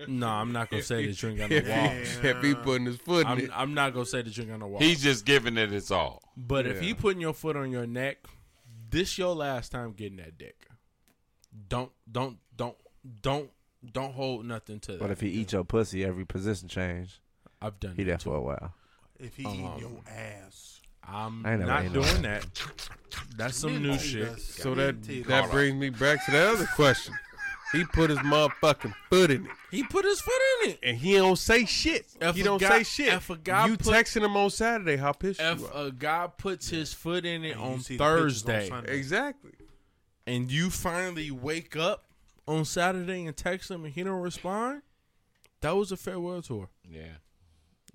Speaker 3: no, I'm not gonna say that you ain't got no
Speaker 4: If
Speaker 3: walls.
Speaker 4: he, if he putting his foot in
Speaker 3: I'm,
Speaker 4: it,
Speaker 3: I'm not gonna say that you ain't got no walls.
Speaker 5: He's just giving it his all.
Speaker 3: But if
Speaker 4: Yeah.
Speaker 3: he putting your foot on your neck, this your last time getting that dick. Don't don't don't don't don't hold nothing to that.
Speaker 8: But if he eat your pussy every position change,
Speaker 3: I've done
Speaker 8: he there
Speaker 3: that.
Speaker 8: for a while.
Speaker 2: if he eat your ass,
Speaker 3: I'm
Speaker 8: I ain't never
Speaker 3: not
Speaker 8: ate no
Speaker 3: doing that. That's some new shit.
Speaker 4: so that that brings me back to that other question. He put his motherfucking foot in it,
Speaker 3: He put his foot in it.
Speaker 4: and he don't say shit.
Speaker 3: If
Speaker 4: he
Speaker 3: a
Speaker 4: don't
Speaker 3: guy-
Speaker 4: say shit.
Speaker 3: if a guy
Speaker 4: you
Speaker 3: put-
Speaker 4: texting him on Saturday, how pissed
Speaker 3: If
Speaker 4: you are?
Speaker 3: a guy puts his foot in it
Speaker 2: And you
Speaker 3: on
Speaker 2: see the pictures on
Speaker 3: Thursday
Speaker 2: Sunday.
Speaker 4: Exactly.
Speaker 3: and you finally wake up on Saturday and text him and he don't respond, that was a farewell tour.
Speaker 5: Yeah.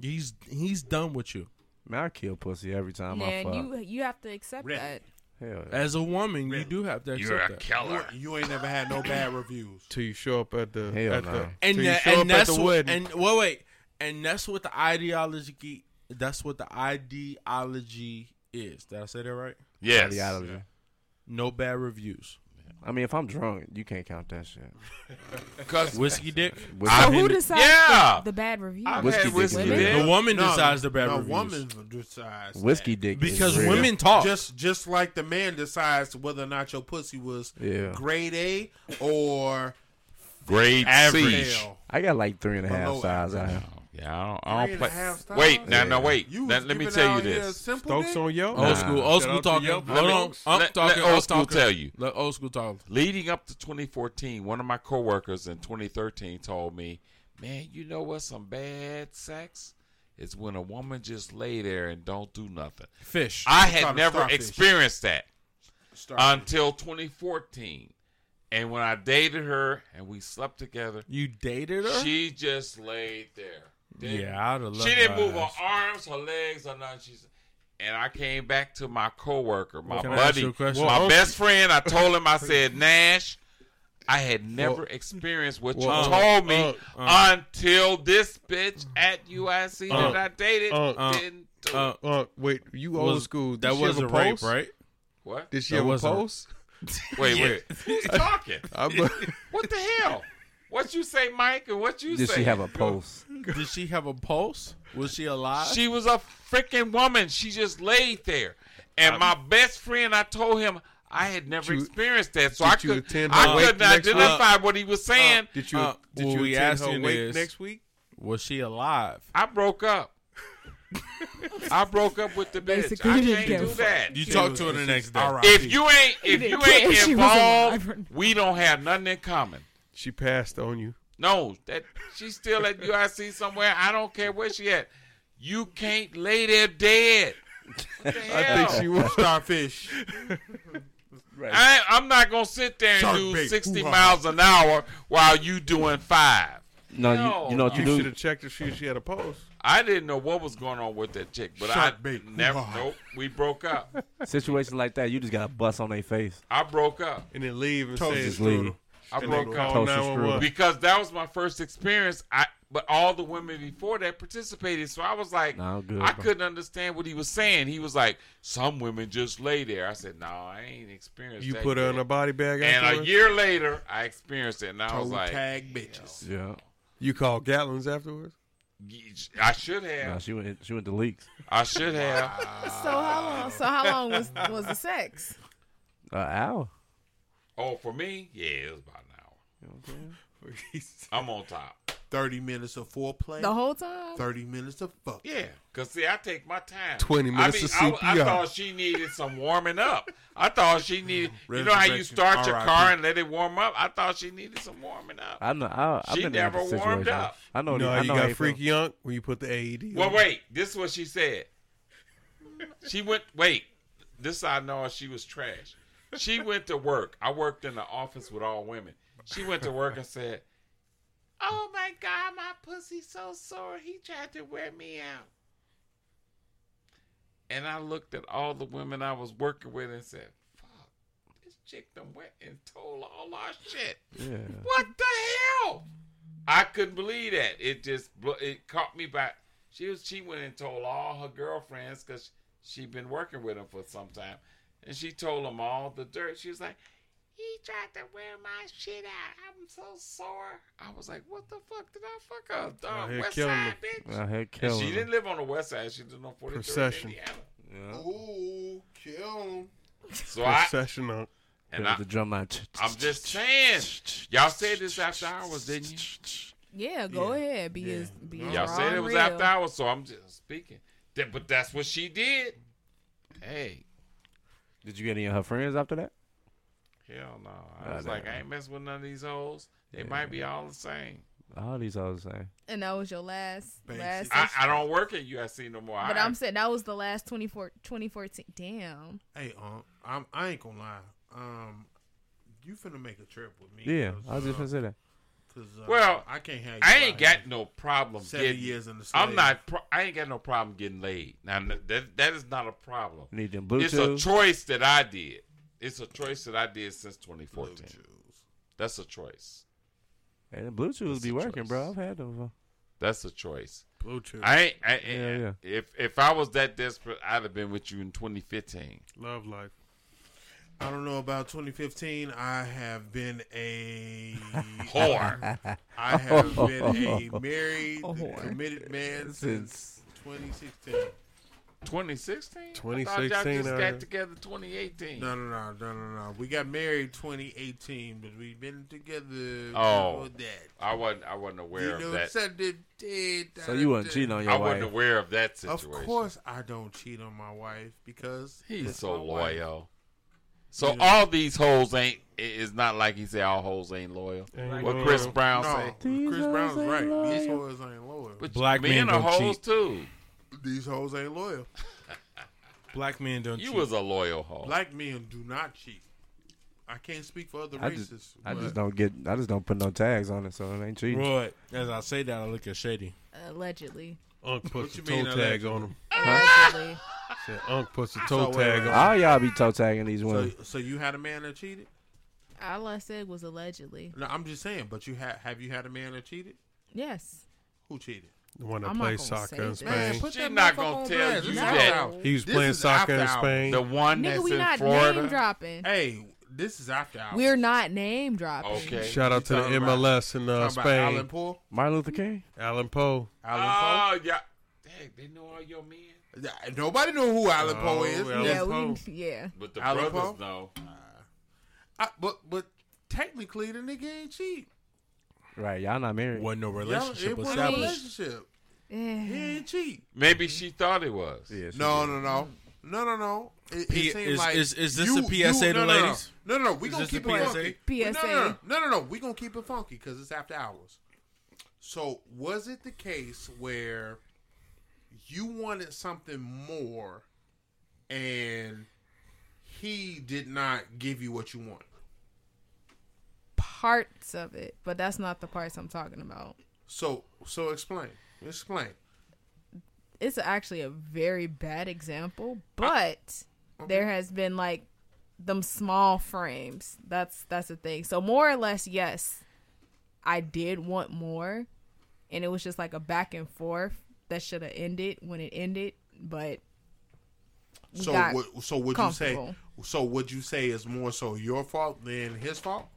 Speaker 3: He's he's done with you.
Speaker 8: Man, I kill pussy every time I
Speaker 6: Man,
Speaker 8: fuck.
Speaker 6: you you have to accept
Speaker 2: Really?
Speaker 6: that.
Speaker 8: Hell yeah.
Speaker 3: As a woman, you do have to accept
Speaker 5: You're a
Speaker 3: that.
Speaker 5: killer.
Speaker 2: you ain't never had no bad reviews.
Speaker 4: Till you show up at the
Speaker 8: Hell
Speaker 4: at
Speaker 8: no.
Speaker 4: the
Speaker 3: and
Speaker 4: till you
Speaker 3: that-
Speaker 4: show
Speaker 3: and
Speaker 4: up at
Speaker 3: that's
Speaker 4: the
Speaker 3: what,
Speaker 4: wedding.
Speaker 3: and well, wait, and that's what the ideology. That's what the ideology is. Did I say that right?
Speaker 5: Yes.
Speaker 8: Ideology.
Speaker 3: No bad reviews.
Speaker 8: I mean, if I'm drunk, you can't count that shit.
Speaker 5: Because
Speaker 3: Whiskey dick.
Speaker 6: So
Speaker 5: I've
Speaker 6: who
Speaker 5: been-
Speaker 6: decides
Speaker 5: Yeah.
Speaker 6: the, the bad review?
Speaker 5: I've
Speaker 8: Whiskey
Speaker 5: had
Speaker 8: dick
Speaker 5: whiskey
Speaker 8: is
Speaker 5: dick.
Speaker 8: real.
Speaker 3: The woman
Speaker 2: No,
Speaker 3: decides the bad
Speaker 2: no,
Speaker 3: reviews.
Speaker 2: woman decides
Speaker 8: Whiskey
Speaker 2: that.
Speaker 8: dick. is
Speaker 3: because
Speaker 8: real.
Speaker 3: women talk.
Speaker 2: Just just like the man decides whether or not your pussy was
Speaker 8: Yeah.
Speaker 2: grade A or
Speaker 5: Grade C.
Speaker 2: hell.
Speaker 8: I got like three and a half
Speaker 2: Below
Speaker 8: sides out here.
Speaker 5: Yeah, I don't, I don't
Speaker 2: Three and a half
Speaker 5: play.
Speaker 2: stars?
Speaker 5: Wait, now, no,
Speaker 8: Yeah.
Speaker 5: wait.
Speaker 2: You
Speaker 5: Let,
Speaker 2: was
Speaker 5: let me
Speaker 2: giving
Speaker 5: tell you
Speaker 2: out here
Speaker 5: this.
Speaker 2: simple
Speaker 4: Stokes
Speaker 2: dick?
Speaker 4: on yo.
Speaker 3: Old school, old
Speaker 4: Shout
Speaker 3: school
Speaker 4: out to
Speaker 3: talking.
Speaker 4: Yelp.
Speaker 3: Hold on, I'm
Speaker 5: Let-
Speaker 3: talking.
Speaker 5: let old
Speaker 3: I'm
Speaker 5: school
Speaker 3: talking.
Speaker 5: tell you.
Speaker 3: Let old school talk.
Speaker 5: Leading up to 2014, one of my coworkers in 2013 told me, "Man, you know what? Some bad sex is when a woman just lay there and don't do nothing."
Speaker 3: Fish.
Speaker 5: I
Speaker 2: Started
Speaker 5: had never
Speaker 2: starfish.
Speaker 5: experienced that
Speaker 2: Started.
Speaker 5: until 2014, and when I dated her and we slept together,
Speaker 3: you dated her?
Speaker 5: she just laid there. Didn't-
Speaker 3: yeah, I'd have loved
Speaker 5: she didn't move her
Speaker 3: on.
Speaker 5: arms, her legs, or nothing. She's and I came back to my coworker, my
Speaker 3: Can I ask you a
Speaker 5: buddy,
Speaker 3: question? Oh.
Speaker 5: my
Speaker 4: Well,
Speaker 5: best friend. I told him, I said, Nash, I had never experienced what you
Speaker 4: well,
Speaker 5: told me
Speaker 4: uh,
Speaker 5: until this bitch at UIC
Speaker 4: Uh,
Speaker 5: that I dated
Speaker 4: uh,
Speaker 3: uh,
Speaker 5: didn't do
Speaker 3: Uh,
Speaker 5: it.
Speaker 4: Uh, wait, you old
Speaker 3: was-
Speaker 4: school. Did
Speaker 3: That
Speaker 4: she
Speaker 3: was
Speaker 4: have
Speaker 3: a
Speaker 4: a
Speaker 3: rape,
Speaker 4: post?
Speaker 3: right?
Speaker 5: What?
Speaker 4: Did she
Speaker 3: That
Speaker 4: have a
Speaker 3: was a-
Speaker 4: post?
Speaker 5: Wait, wait. Who's talking?
Speaker 4: I bu-
Speaker 5: What the hell? What you say, Mike, and what you
Speaker 8: Did
Speaker 5: say?
Speaker 8: she have a pulse?
Speaker 3: Did she have a pulse? Was she alive?
Speaker 5: She was a freaking woman. She just laid there. And my best friend, I told him I had never
Speaker 4: Did you-
Speaker 5: experienced that, so I
Speaker 4: did you
Speaker 5: could
Speaker 4: attend her
Speaker 5: I
Speaker 4: wake
Speaker 5: couldn't
Speaker 4: next week?
Speaker 5: identify what he was saying.
Speaker 4: did you?
Speaker 3: Uh,
Speaker 4: did
Speaker 3: what
Speaker 4: you
Speaker 3: we
Speaker 4: attend her
Speaker 3: asking
Speaker 4: wake
Speaker 3: is-
Speaker 4: next week?
Speaker 3: was she alive?
Speaker 5: I broke up. I broke up with the bitch.
Speaker 6: Basically,
Speaker 5: I
Speaker 6: you
Speaker 5: can't
Speaker 6: didn't
Speaker 5: do that.
Speaker 3: You talked to her the next day.
Speaker 5: If you ain't
Speaker 6: He
Speaker 5: if
Speaker 6: didn't
Speaker 5: you
Speaker 6: care if
Speaker 5: ain't
Speaker 6: she was alive or
Speaker 5: involved,
Speaker 6: not.
Speaker 5: we don't have nothing in common.
Speaker 4: She passed on you.
Speaker 5: No, that she's still at UIC somewhere. I don't care where she at. You can't lay there dead. What the hell?
Speaker 4: I think she was.
Speaker 2: Starfish.
Speaker 5: I, I'm not gonna sit there and
Speaker 2: Shark
Speaker 5: do
Speaker 2: bait.
Speaker 5: 60
Speaker 2: Hoo-ha.
Speaker 5: miles an hour while you doing five.
Speaker 8: No, you, you know what
Speaker 4: You
Speaker 8: you
Speaker 4: should
Speaker 8: do.
Speaker 4: have checked if she, she had a post.
Speaker 5: I didn't know what was going on with that chick, but
Speaker 2: Shark
Speaker 5: I
Speaker 2: bait.
Speaker 5: never.
Speaker 2: Hoo-ha.
Speaker 5: Nope, we broke up.
Speaker 8: Situation like that, you just gotta bust on their face.
Speaker 5: I broke up.
Speaker 4: And then leave and
Speaker 2: Told
Speaker 4: say
Speaker 2: you
Speaker 8: Just
Speaker 2: True.
Speaker 8: leave.
Speaker 5: I
Speaker 4: And then
Speaker 5: broke up
Speaker 4: call
Speaker 8: Toast is
Speaker 4: 911.
Speaker 5: because that was my first experience. I but all the women before that participated, so I was like,
Speaker 8: Nah, good,
Speaker 5: I
Speaker 8: bro.
Speaker 5: couldn't understand what he was saying. He was like, some women just lay there. I said, no, I ain't experienced.
Speaker 4: You
Speaker 5: that
Speaker 4: put her in
Speaker 5: yet."
Speaker 4: a body bag
Speaker 5: And a
Speaker 4: afterwards.
Speaker 5: year later, I experienced it, and I was
Speaker 2: Toe
Speaker 5: like,
Speaker 2: tag bitches.
Speaker 8: Yeah.
Speaker 4: You call Gatlins afterwards.
Speaker 5: I should
Speaker 8: No,
Speaker 5: have.
Speaker 8: she went. She went to leaks.
Speaker 5: I should have.
Speaker 6: So how long? So how long was was the sex?
Speaker 8: An hour.
Speaker 5: Oh, for me, yeah, it was about an hour. I'm on top.
Speaker 2: 30 minutes of foreplay.
Speaker 6: The whole time?
Speaker 2: 30 minutes of fuck.
Speaker 5: Yeah, cause see, I take my time.
Speaker 4: 20 minutes of
Speaker 5: I mean, I, I
Speaker 4: CPR.
Speaker 5: thought she needed some warming up. I thought she needed. You know how you
Speaker 2: Resurrection,
Speaker 5: start your
Speaker 2: RIP.
Speaker 5: car and let it warm up. I thought she needed some warming up.
Speaker 8: I know. I, I've
Speaker 5: She
Speaker 8: been in
Speaker 5: never
Speaker 8: that situation.
Speaker 5: warmed up.
Speaker 8: I know.
Speaker 4: no,
Speaker 8: Oh, I know
Speaker 4: you
Speaker 8: how
Speaker 4: got
Speaker 8: feel.
Speaker 4: freaky young when you put the E AED.
Speaker 5: Well,
Speaker 4: on.
Speaker 5: wait. This is what she said. She went. Wait. This I know. She was trash. She went to work. I worked in the office with all women. She went to work and said, "Oh my God, my pussy's so sore. He tried to wear me out." And I looked at all the women I was working with and said, "Fuck, this chick done went and told all our shit."
Speaker 8: Yeah.
Speaker 5: What the hell? I couldn't believe that. It just blo- it caught me by. She was she went and told all her girlfriends because she'd been working with him for some time, and she told them all the dirt. She was like, "He tried to wear my shit out. I'm so sore." I was like, "What the fuck did I fuck up?
Speaker 4: Out
Speaker 5: Dog,
Speaker 4: here
Speaker 5: West
Speaker 4: killing
Speaker 5: Side, bitch."
Speaker 8: I had
Speaker 5: And
Speaker 8: killed.
Speaker 5: she
Speaker 8: her.
Speaker 5: didn't live on the West Side. She lived on 43rd,
Speaker 4: Procession.
Speaker 5: Indiana.
Speaker 2: Ooh, kill 'em.
Speaker 5: So I
Speaker 4: Session up.
Speaker 5: and
Speaker 8: Heard
Speaker 5: I,
Speaker 8: the drum line.
Speaker 5: I'm just saying, y'all said this after hours, didn't you?
Speaker 6: Yeah, go ahead. Be as be as
Speaker 5: Y'all
Speaker 6: raw
Speaker 5: said
Speaker 6: and
Speaker 5: it was
Speaker 6: real.
Speaker 5: after hours, so I'm just speaking. That- but that's what she did. Hey,
Speaker 8: Did you get any of her friends after that?
Speaker 5: hell no.
Speaker 8: Nah,
Speaker 5: I was like,
Speaker 8: nah.
Speaker 5: I ain't messing with none of these hoes. They might be all the same.
Speaker 8: All these hoes saying.
Speaker 6: And that was your last
Speaker 2: Basic.
Speaker 6: last.
Speaker 5: I, I don't work at USC no more.
Speaker 6: but
Speaker 5: I,
Speaker 6: I'm saying that was the last 24, 2014. Damn.
Speaker 2: Hey, um, I'm, I ain't gonna lie. Um, you finna make a trip with me.
Speaker 8: Yeah,
Speaker 2: cause,
Speaker 8: I was just
Speaker 2: uh,
Speaker 8: gonna say that.
Speaker 2: 'cause, uh,
Speaker 5: Well,
Speaker 2: I can't have. You
Speaker 5: I ain't
Speaker 2: out
Speaker 5: got
Speaker 2: here
Speaker 5: no problem
Speaker 2: seven
Speaker 5: getting.
Speaker 2: years in the. Slave.
Speaker 5: I'm not. Pro- I ain't got no problem getting laid. Now that that is not a problem.
Speaker 8: Need them
Speaker 5: It's a
Speaker 8: Bluetooth.
Speaker 5: choice that I did. It's a choice that I did since 2014. That's a choice.
Speaker 8: and the Bluetooth
Speaker 5: a
Speaker 8: be working, bro.
Speaker 5: choice.
Speaker 8: I've had them.
Speaker 5: That's a choice.
Speaker 4: Bluetooth.
Speaker 5: I ain't. I, I-
Speaker 8: Yeah, yeah.
Speaker 5: If if I was that desperate, I'd have been with you in 2015.
Speaker 4: Love life.
Speaker 2: I don't know about 2015. I have been a
Speaker 5: Whore.
Speaker 2: I have been a married,
Speaker 8: Oh
Speaker 6: whore.
Speaker 2: committed man since 2016.
Speaker 5: 2016? I thought y'all
Speaker 4: 2016,
Speaker 5: just
Speaker 4: uh,
Speaker 5: got together 2018.
Speaker 2: No, no, no, no, no, no. We got married 2018, but we've been together
Speaker 5: Oh.
Speaker 2: before that.
Speaker 5: I wasn't. I wasn't aware
Speaker 2: You know
Speaker 5: of
Speaker 2: what I'm
Speaker 5: that.
Speaker 2: saying?
Speaker 8: So you wasn't cheating on your
Speaker 5: I
Speaker 8: wife.
Speaker 5: wasn't aware of that
Speaker 2: Of
Speaker 5: situation.
Speaker 2: course, I don't cheat on my wife because
Speaker 5: he's
Speaker 2: it's
Speaker 5: so
Speaker 2: my wife.
Speaker 5: loyal. So all these hoes ain't. i- It's not like he said all hoes ain't loyal.
Speaker 4: Ain't
Speaker 5: what
Speaker 4: loyal.
Speaker 5: Chris Brown
Speaker 2: No,
Speaker 5: say?
Speaker 2: Chris Brown's right. These hoes ain't loyal.
Speaker 5: But
Speaker 3: Black
Speaker 5: men
Speaker 3: men
Speaker 5: are
Speaker 3: don't
Speaker 5: hoes
Speaker 3: cheat.
Speaker 5: too.
Speaker 2: These hoes ain't loyal.
Speaker 3: Black men don't
Speaker 5: You
Speaker 3: cheat.
Speaker 5: was a loyal hoe.
Speaker 2: Black men do not cheat. I can't speak for other
Speaker 8: I
Speaker 2: races.
Speaker 8: just, I
Speaker 2: but
Speaker 8: just don't get. I just don't put no tags on it, so it ain't cheating.
Speaker 3: Roy, as I say that, I look at Shady.
Speaker 6: Allegedly.
Speaker 4: Unc puts
Speaker 2: What
Speaker 4: the
Speaker 2: you mean,
Speaker 4: toe tag on him.
Speaker 5: Ah!
Speaker 6: Allegedly.
Speaker 4: Said Unc puts the toe
Speaker 2: wait,
Speaker 4: tag
Speaker 2: wait.
Speaker 4: on him.
Speaker 8: All y'all be toe tagging these
Speaker 2: So,
Speaker 8: women.
Speaker 2: so you had a man that cheated?
Speaker 6: All I said was allegedly.
Speaker 2: No, I'm just saying. But you had have you had a man that cheated?
Speaker 6: Yes.
Speaker 2: Who cheated?
Speaker 4: The one that
Speaker 6: I'm not
Speaker 4: plays
Speaker 6: gonna
Speaker 4: soccer
Speaker 6: say
Speaker 4: in
Speaker 6: that.
Speaker 4: Spain.
Speaker 2: Man, put
Speaker 5: She
Speaker 2: that
Speaker 5: not
Speaker 2: motherfucker
Speaker 5: gonna
Speaker 2: on
Speaker 5: tell
Speaker 2: blast.
Speaker 5: you
Speaker 2: It's
Speaker 5: that.
Speaker 2: after hours.
Speaker 4: He was
Speaker 2: This
Speaker 4: playing
Speaker 2: is
Speaker 4: soccer
Speaker 2: after
Speaker 4: in
Speaker 2: hours.
Speaker 4: Spain.
Speaker 5: The one
Speaker 6: Nigga,
Speaker 5: that's
Speaker 6: we
Speaker 5: in
Speaker 6: not
Speaker 5: Florida.
Speaker 6: name dropping.
Speaker 2: Hey, this is after hours.
Speaker 6: We're not name dropping.
Speaker 5: Okay.
Speaker 4: Shout out to the
Speaker 2: Talking about-
Speaker 4: MLS in uh,
Speaker 2: talking about Alan
Speaker 4: Spain.
Speaker 2: Poole.
Speaker 8: Martin Luther King.
Speaker 4: Alan Poe.
Speaker 2: Alan Poe.
Speaker 5: Oh yeah. Dang, they know all your men.
Speaker 2: Yeah, Nobody knew who Alan Poe
Speaker 4: Oh,
Speaker 2: is.
Speaker 4: well.
Speaker 6: Yeah,
Speaker 4: Alan
Speaker 6: we,
Speaker 4: Poe.
Speaker 6: yeah.
Speaker 5: But the
Speaker 2: Alan
Speaker 5: brothers
Speaker 2: Poe?
Speaker 5: know.
Speaker 2: I- but but technically, the nigga ain't cheat.
Speaker 8: Right, y'all not married.
Speaker 3: Wasn't no
Speaker 2: Y'all-
Speaker 3: relationship
Speaker 2: It wasn't a
Speaker 3: established.
Speaker 2: relationship. He
Speaker 6: Eh.
Speaker 2: ain't cheat.
Speaker 5: Maybe she thought it was.
Speaker 8: Yeah, she
Speaker 2: No,
Speaker 8: did.
Speaker 2: no, no, no, no, no. It,
Speaker 3: P-
Speaker 2: it seemed
Speaker 3: is-
Speaker 2: like
Speaker 3: is- is this
Speaker 2: you-
Speaker 3: a
Speaker 2: you-
Speaker 3: PSA to
Speaker 2: no, no, no.
Speaker 3: ladies?
Speaker 2: No, no, no. We
Speaker 3: Is
Speaker 2: gonna
Speaker 3: this a
Speaker 2: keep it
Speaker 3: PSA?
Speaker 2: funky.
Speaker 6: PSA.
Speaker 2: No, no, no, no, no, no. We gonna keep it funky because it's after hours. So was it the case where you wanted something more, and he did not give you what you want?
Speaker 6: Parts of it, but that's not the parts I'm talking about.
Speaker 2: So so explain, explain.
Speaker 6: It's actually a very bad example, but there has been like them small frames. That's that's the thing. So more or less, yes, I did want more, and it was just like a back and forth that should have ended when it ended, but we
Speaker 2: So
Speaker 6: got
Speaker 2: what, so would you say?
Speaker 6: comfortable.
Speaker 2: So would you say is more so your fault than his fault?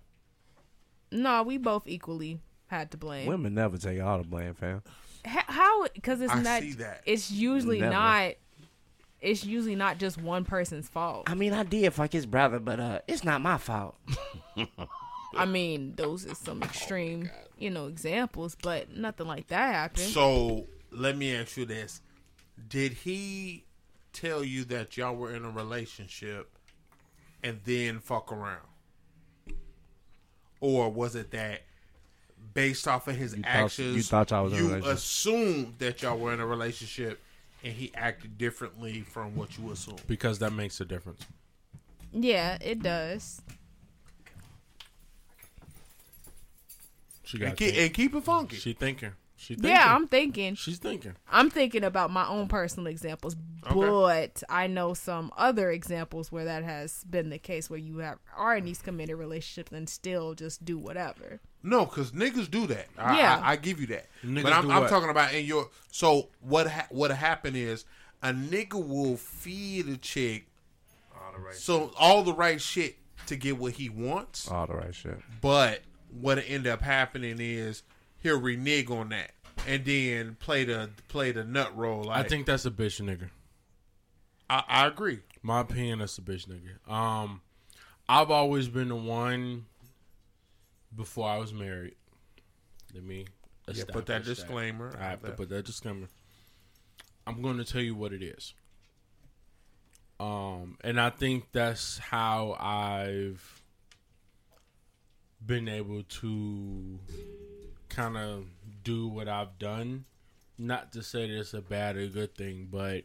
Speaker 6: no, we both equally had to blame.
Speaker 8: Women never take all the blame, fam.
Speaker 6: H- how because it's
Speaker 2: I
Speaker 6: not
Speaker 2: see that.
Speaker 6: it's usually
Speaker 8: Never.
Speaker 6: not it's usually not just one person's fault
Speaker 9: I mean, I did fuck his brother, but uh, it's not my fault.
Speaker 6: i mean those are some extreme you know examples but nothing like that happened
Speaker 2: So let me ask you this: Did he tell you that y'all were in a relationship and then fuck around, or was it that based off of his
Speaker 8: You thought-
Speaker 2: actions,
Speaker 8: you thought y'all was in a
Speaker 2: you
Speaker 8: relationship.
Speaker 2: assumed that y'all were in a relationship, and he acted differently from what you assumed?
Speaker 3: Because that makes a difference.
Speaker 6: yeah it does
Speaker 3: She
Speaker 2: And
Speaker 3: got
Speaker 2: keep, and keep it funky.
Speaker 3: She thinking. She thinking.
Speaker 6: yeah i'm thinking
Speaker 3: She's thinking.
Speaker 6: i'm thinking about my own personal examples but i know some other examples where that has been the case where you have are in these committed relationships and still just do whatever
Speaker 2: No, because niggas do that. I,
Speaker 6: Yeah.
Speaker 2: I, I give you that.
Speaker 3: Niggas
Speaker 2: but I'm,
Speaker 3: do
Speaker 2: I'm
Speaker 3: what?
Speaker 2: talking about in your. So what ha- what happened is a nigga will feed a chick, so all the right shit to get what he
Speaker 3: Uh.
Speaker 2: wants.
Speaker 8: All the right shit.
Speaker 2: But what end up happening is he'll renege on that and then play the play the nut role.
Speaker 3: I
Speaker 2: Like,
Speaker 3: think that's a bitch nigga.
Speaker 2: I, I agree.
Speaker 3: My opinion, that's a bitch nigga. Um, I've always been the one before I was married. Let me
Speaker 2: Yeah, put that
Speaker 3: establish
Speaker 2: disclaimer.
Speaker 3: I have to put that disclaimer. I'm going to tell you what it is. Um, and I think that's how I've been able to kind of do what I've done. Not to say that it's a bad or good thing, but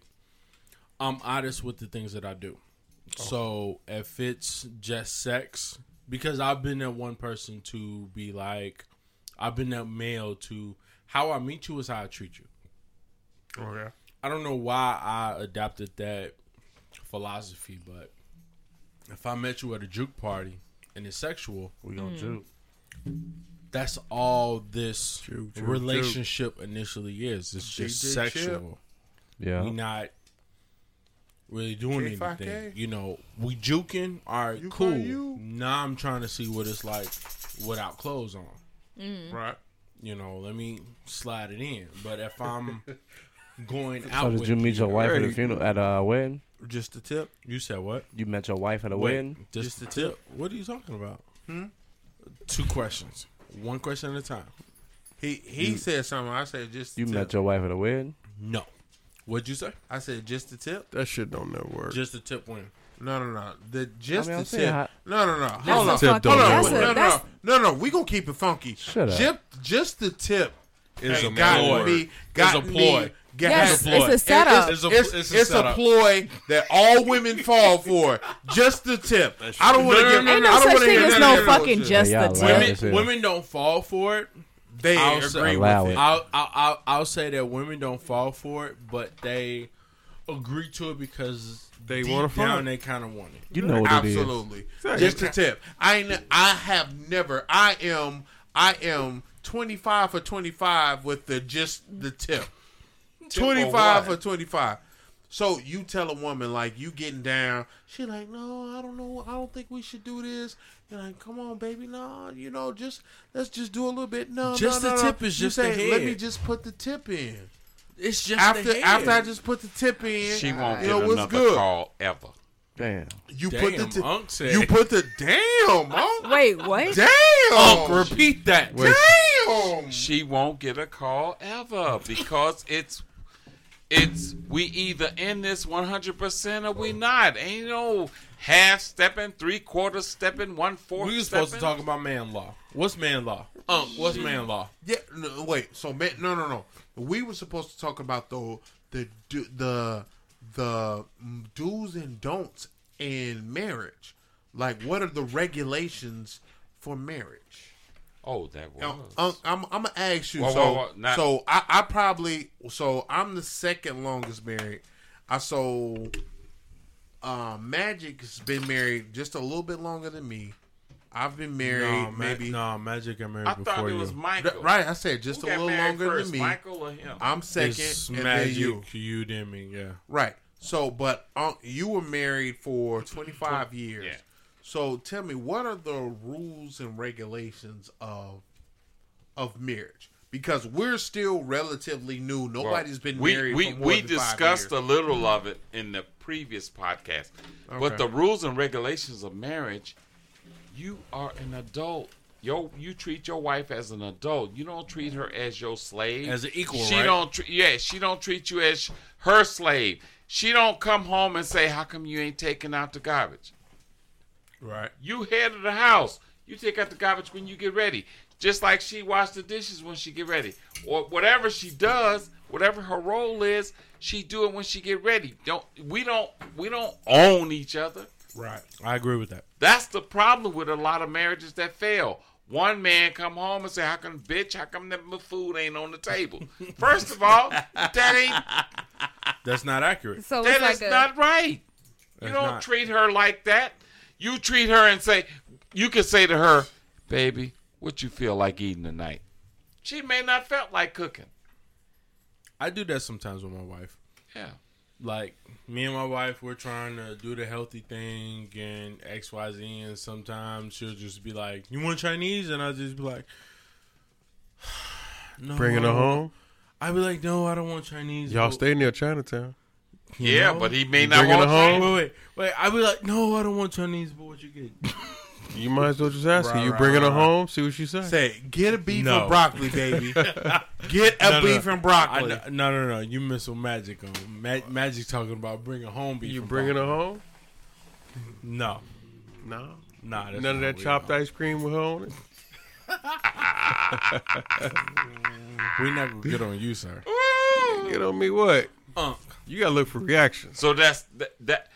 Speaker 3: I'm honest with the things that I do. So if it's just sex, because I've been that one person to be like, I've been that male to how I meet you is how I treat you.
Speaker 2: Oh yeah.
Speaker 3: I don't know why I adopted that philosophy, but if I met you at a juke party and it's sexual,
Speaker 8: We gonna juke.
Speaker 3: that's all this
Speaker 4: Juke, juke,
Speaker 3: relationship initially is. It's just
Speaker 2: DJ Chip.
Speaker 3: sexual.
Speaker 8: Yeah.
Speaker 3: We not really doing
Speaker 2: K5K?
Speaker 3: anything. You know, we juking. All right,
Speaker 2: You got
Speaker 3: cool.
Speaker 2: you.
Speaker 3: Now I'm trying to see what it's like without clothes on.
Speaker 2: Right.
Speaker 3: You know, let me slide it in. But if I'm going
Speaker 8: So
Speaker 3: out,
Speaker 8: did
Speaker 3: with
Speaker 8: you meet your wife at a
Speaker 4: Alrighty.
Speaker 8: funeral at a wedding?
Speaker 2: Just a tip.
Speaker 3: you said what?
Speaker 8: You met your wife at a
Speaker 3: Wait,
Speaker 8: wedding?
Speaker 3: just the tip. What are you talking about? Two questions. One question at a time.
Speaker 2: He he said something. I said just a
Speaker 8: You
Speaker 2: tip.
Speaker 8: met your wife at a wedding?
Speaker 3: No. What'd you say?
Speaker 2: I said just a tip.
Speaker 4: That shit don't never work.
Speaker 3: Just the tip win.
Speaker 2: No, no, no. The just
Speaker 8: mean,
Speaker 2: the
Speaker 8: I'm saying
Speaker 2: tip.
Speaker 8: how-
Speaker 2: No, no, no.
Speaker 6: That's
Speaker 2: Hold
Speaker 6: a
Speaker 2: on.
Speaker 4: Tip
Speaker 6: fucking.
Speaker 4: don't
Speaker 2: Hold on.
Speaker 6: that's
Speaker 4: work.
Speaker 6: a,
Speaker 2: no,
Speaker 6: that's,
Speaker 2: no, no, no. We gonna keep it funky.
Speaker 8: Shut up.
Speaker 2: Just, just the tip
Speaker 4: It's
Speaker 2: has
Speaker 4: a
Speaker 2: gotten
Speaker 4: ploy.
Speaker 2: me. Got
Speaker 3: It's a ploy.
Speaker 2: Me, got-
Speaker 6: Yes,
Speaker 3: It's a ploy.
Speaker 6: it's a setup.
Speaker 3: It's a,
Speaker 2: It's,
Speaker 3: it's
Speaker 2: it's,
Speaker 3: a
Speaker 2: a
Speaker 3: setup.
Speaker 2: ploy that all women fall for. Just the tip. I don't want to
Speaker 3: No, no,
Speaker 2: give.
Speaker 3: no,
Speaker 6: ain't
Speaker 3: no,
Speaker 6: no
Speaker 2: I don't
Speaker 6: such
Speaker 2: wanna
Speaker 6: thing
Speaker 2: give
Speaker 6: as
Speaker 2: none of
Speaker 6: no
Speaker 2: that
Speaker 6: fucking
Speaker 2: bullshit.
Speaker 6: just
Speaker 8: Yeah,
Speaker 6: the
Speaker 8: y'all
Speaker 6: tip.
Speaker 8: laugh.
Speaker 3: Women,
Speaker 8: Yeah.
Speaker 3: women don't fall for it.
Speaker 2: They
Speaker 3: I'll
Speaker 2: agree with
Speaker 3: say-
Speaker 8: Allow
Speaker 2: it.
Speaker 8: it.
Speaker 3: I'll, I'll, I'll, I'll say that women don't fall for it, but they agree to it because they
Speaker 4: wanna
Speaker 3: deep
Speaker 4: fuck.
Speaker 3: down they kind of want it.
Speaker 8: You know what it is.
Speaker 2: Absolutely. Just a tip. I ain't, I have never. I am. I am twenty five for twenty five with the just the tip. Twenty five for twenty five. So you tell a woman like you getting down, she like, no, I don't know, I don't think we should do this. You're like, come on, baby, no, you know, just let's just do a little bit. No, no,
Speaker 3: Just the
Speaker 2: no, no."
Speaker 3: tip is
Speaker 2: You
Speaker 3: just the
Speaker 2: say, Let
Speaker 3: head.
Speaker 2: me just put the tip in
Speaker 3: It's just
Speaker 2: after after I just put the tip in.
Speaker 5: She won't
Speaker 2: you
Speaker 5: get
Speaker 2: know, what's
Speaker 5: another
Speaker 2: good?
Speaker 5: call ever.
Speaker 8: Damn.
Speaker 2: You
Speaker 3: Damn,
Speaker 2: put the tip.
Speaker 3: Unc said.
Speaker 2: You put the damn, Unc.
Speaker 6: Wait, what?
Speaker 2: Damn, Oh,
Speaker 3: Unc, repeat that.
Speaker 2: damn.
Speaker 5: She won't get a call ever because it's it's we either in this one hundred percent or we not. Ain't no half stepping, three quarters stepping, one fourth.
Speaker 3: We were supposed to
Speaker 5: stepping.
Speaker 3: talk about man law. What's man law? Unc, what's man law?
Speaker 2: Yeah, no, wait. So man, no, no, no. We were supposed to talk about the the du- the the mm, do's and don'ts in marriage. Like, what are the regulations for marriage?
Speaker 5: Oh, that was.
Speaker 2: Now, Unc, Um, I'm, I'm gonna ask you.
Speaker 5: Whoa,
Speaker 2: so,
Speaker 5: whoa, whoa, not-
Speaker 2: so I, I probably so I'm the second longest married. I so uh, Magic's been married just a little bit longer than me. I've been married
Speaker 3: No, Ma-
Speaker 2: maybe
Speaker 3: No, Magic got married
Speaker 5: I
Speaker 3: before
Speaker 5: thought it
Speaker 3: you.
Speaker 5: was
Speaker 2: Th-
Speaker 5: Michael.
Speaker 2: right. I said just
Speaker 5: Who
Speaker 2: a
Speaker 5: got
Speaker 2: little
Speaker 5: married
Speaker 2: longer
Speaker 5: first,
Speaker 2: than me.
Speaker 5: Michael or him?
Speaker 2: I'm second,
Speaker 3: It's
Speaker 2: and
Speaker 3: Magic,
Speaker 2: then you.
Speaker 3: you, then me, yeah.
Speaker 2: Right. So, but um, you were married for 25 years.
Speaker 5: Yeah.
Speaker 2: So, tell me, what are the rules and regulations of of marriage? Because we're still relatively new.
Speaker 5: Well,
Speaker 2: Nobody's been
Speaker 5: we,
Speaker 2: married.
Speaker 5: We
Speaker 2: for more
Speaker 5: we
Speaker 2: than five
Speaker 5: discussed
Speaker 2: years.
Speaker 5: a little of it in the previous podcast,
Speaker 2: Okay.
Speaker 5: but the rules and regulations of marriage. You are an adult. Yo, you treat your wife as an adult. You don't treat her as your slave.
Speaker 3: As an equal,
Speaker 5: she
Speaker 3: right?
Speaker 5: don't. Tre- yeah, she don't treat you as her slave. She don't come home and say, "How come you ain't taking out the garbage?"
Speaker 2: right.
Speaker 5: You head of the house. You take out the garbage when you get ready. Just like she washed the dishes when she get ready. Or whatever she does, whatever her role is, she do it when she get ready. Don't we don't we don't own each other.
Speaker 3: Right. I agree with that.
Speaker 5: That's the problem with a lot of marriages that fail. One man come home and say, "How come, bitch? How come that my food ain't on the table?" First of all, that
Speaker 3: That's not accurate.
Speaker 6: So
Speaker 5: ain't
Speaker 6: Oh, it's
Speaker 5: that
Speaker 6: like
Speaker 5: is
Speaker 6: a,
Speaker 5: not right. You
Speaker 3: That's
Speaker 5: don't
Speaker 3: not-
Speaker 5: treat her like that. You treat her and say, you can say to her, baby, what you feel like eating tonight? She may not felt like cooking.
Speaker 3: I do that sometimes with my wife.
Speaker 5: Yeah.
Speaker 3: like me and my wife we're trying to do the healthy thing and xyz and sometimes she'll just be like you want chinese and i'll just be like no
Speaker 4: Bringing
Speaker 3: I
Speaker 4: her
Speaker 3: don't-
Speaker 4: home.
Speaker 3: i'd be like no i don't want chinese
Speaker 4: Y'all
Speaker 3: But-
Speaker 4: stay near Chinatown.
Speaker 3: you
Speaker 5: yeah,
Speaker 3: know?
Speaker 5: but he may
Speaker 4: You
Speaker 5: not
Speaker 4: bringing
Speaker 5: want
Speaker 4: her home?
Speaker 3: wait
Speaker 5: to.
Speaker 3: wait wait, wait i'd be like no i don't want chinese but what you get
Speaker 4: You might as well just ask her.
Speaker 2: Right,
Speaker 4: You
Speaker 2: right,
Speaker 4: bringing her
Speaker 2: right.
Speaker 4: home? See what she say.
Speaker 2: Say, get a beef
Speaker 3: No.
Speaker 2: and broccoli, baby. get a
Speaker 3: No, no, no.
Speaker 2: beef and
Speaker 3: I,
Speaker 2: broccoli.
Speaker 3: no no no you miss some magic on Ma- magic talking about bringing home beef
Speaker 4: You
Speaker 3: from
Speaker 4: bringing her
Speaker 3: Boston.
Speaker 4: home?
Speaker 3: no
Speaker 4: No.
Speaker 3: nah that's
Speaker 4: None
Speaker 3: not
Speaker 4: of that
Speaker 3: what we
Speaker 4: chopped
Speaker 3: want.
Speaker 4: ice cream with her on it.
Speaker 3: we're not gonna get on you sir
Speaker 5: Mm.
Speaker 4: Get on me what?
Speaker 3: Unk.
Speaker 4: You gotta look for reactions.
Speaker 5: So that's that, that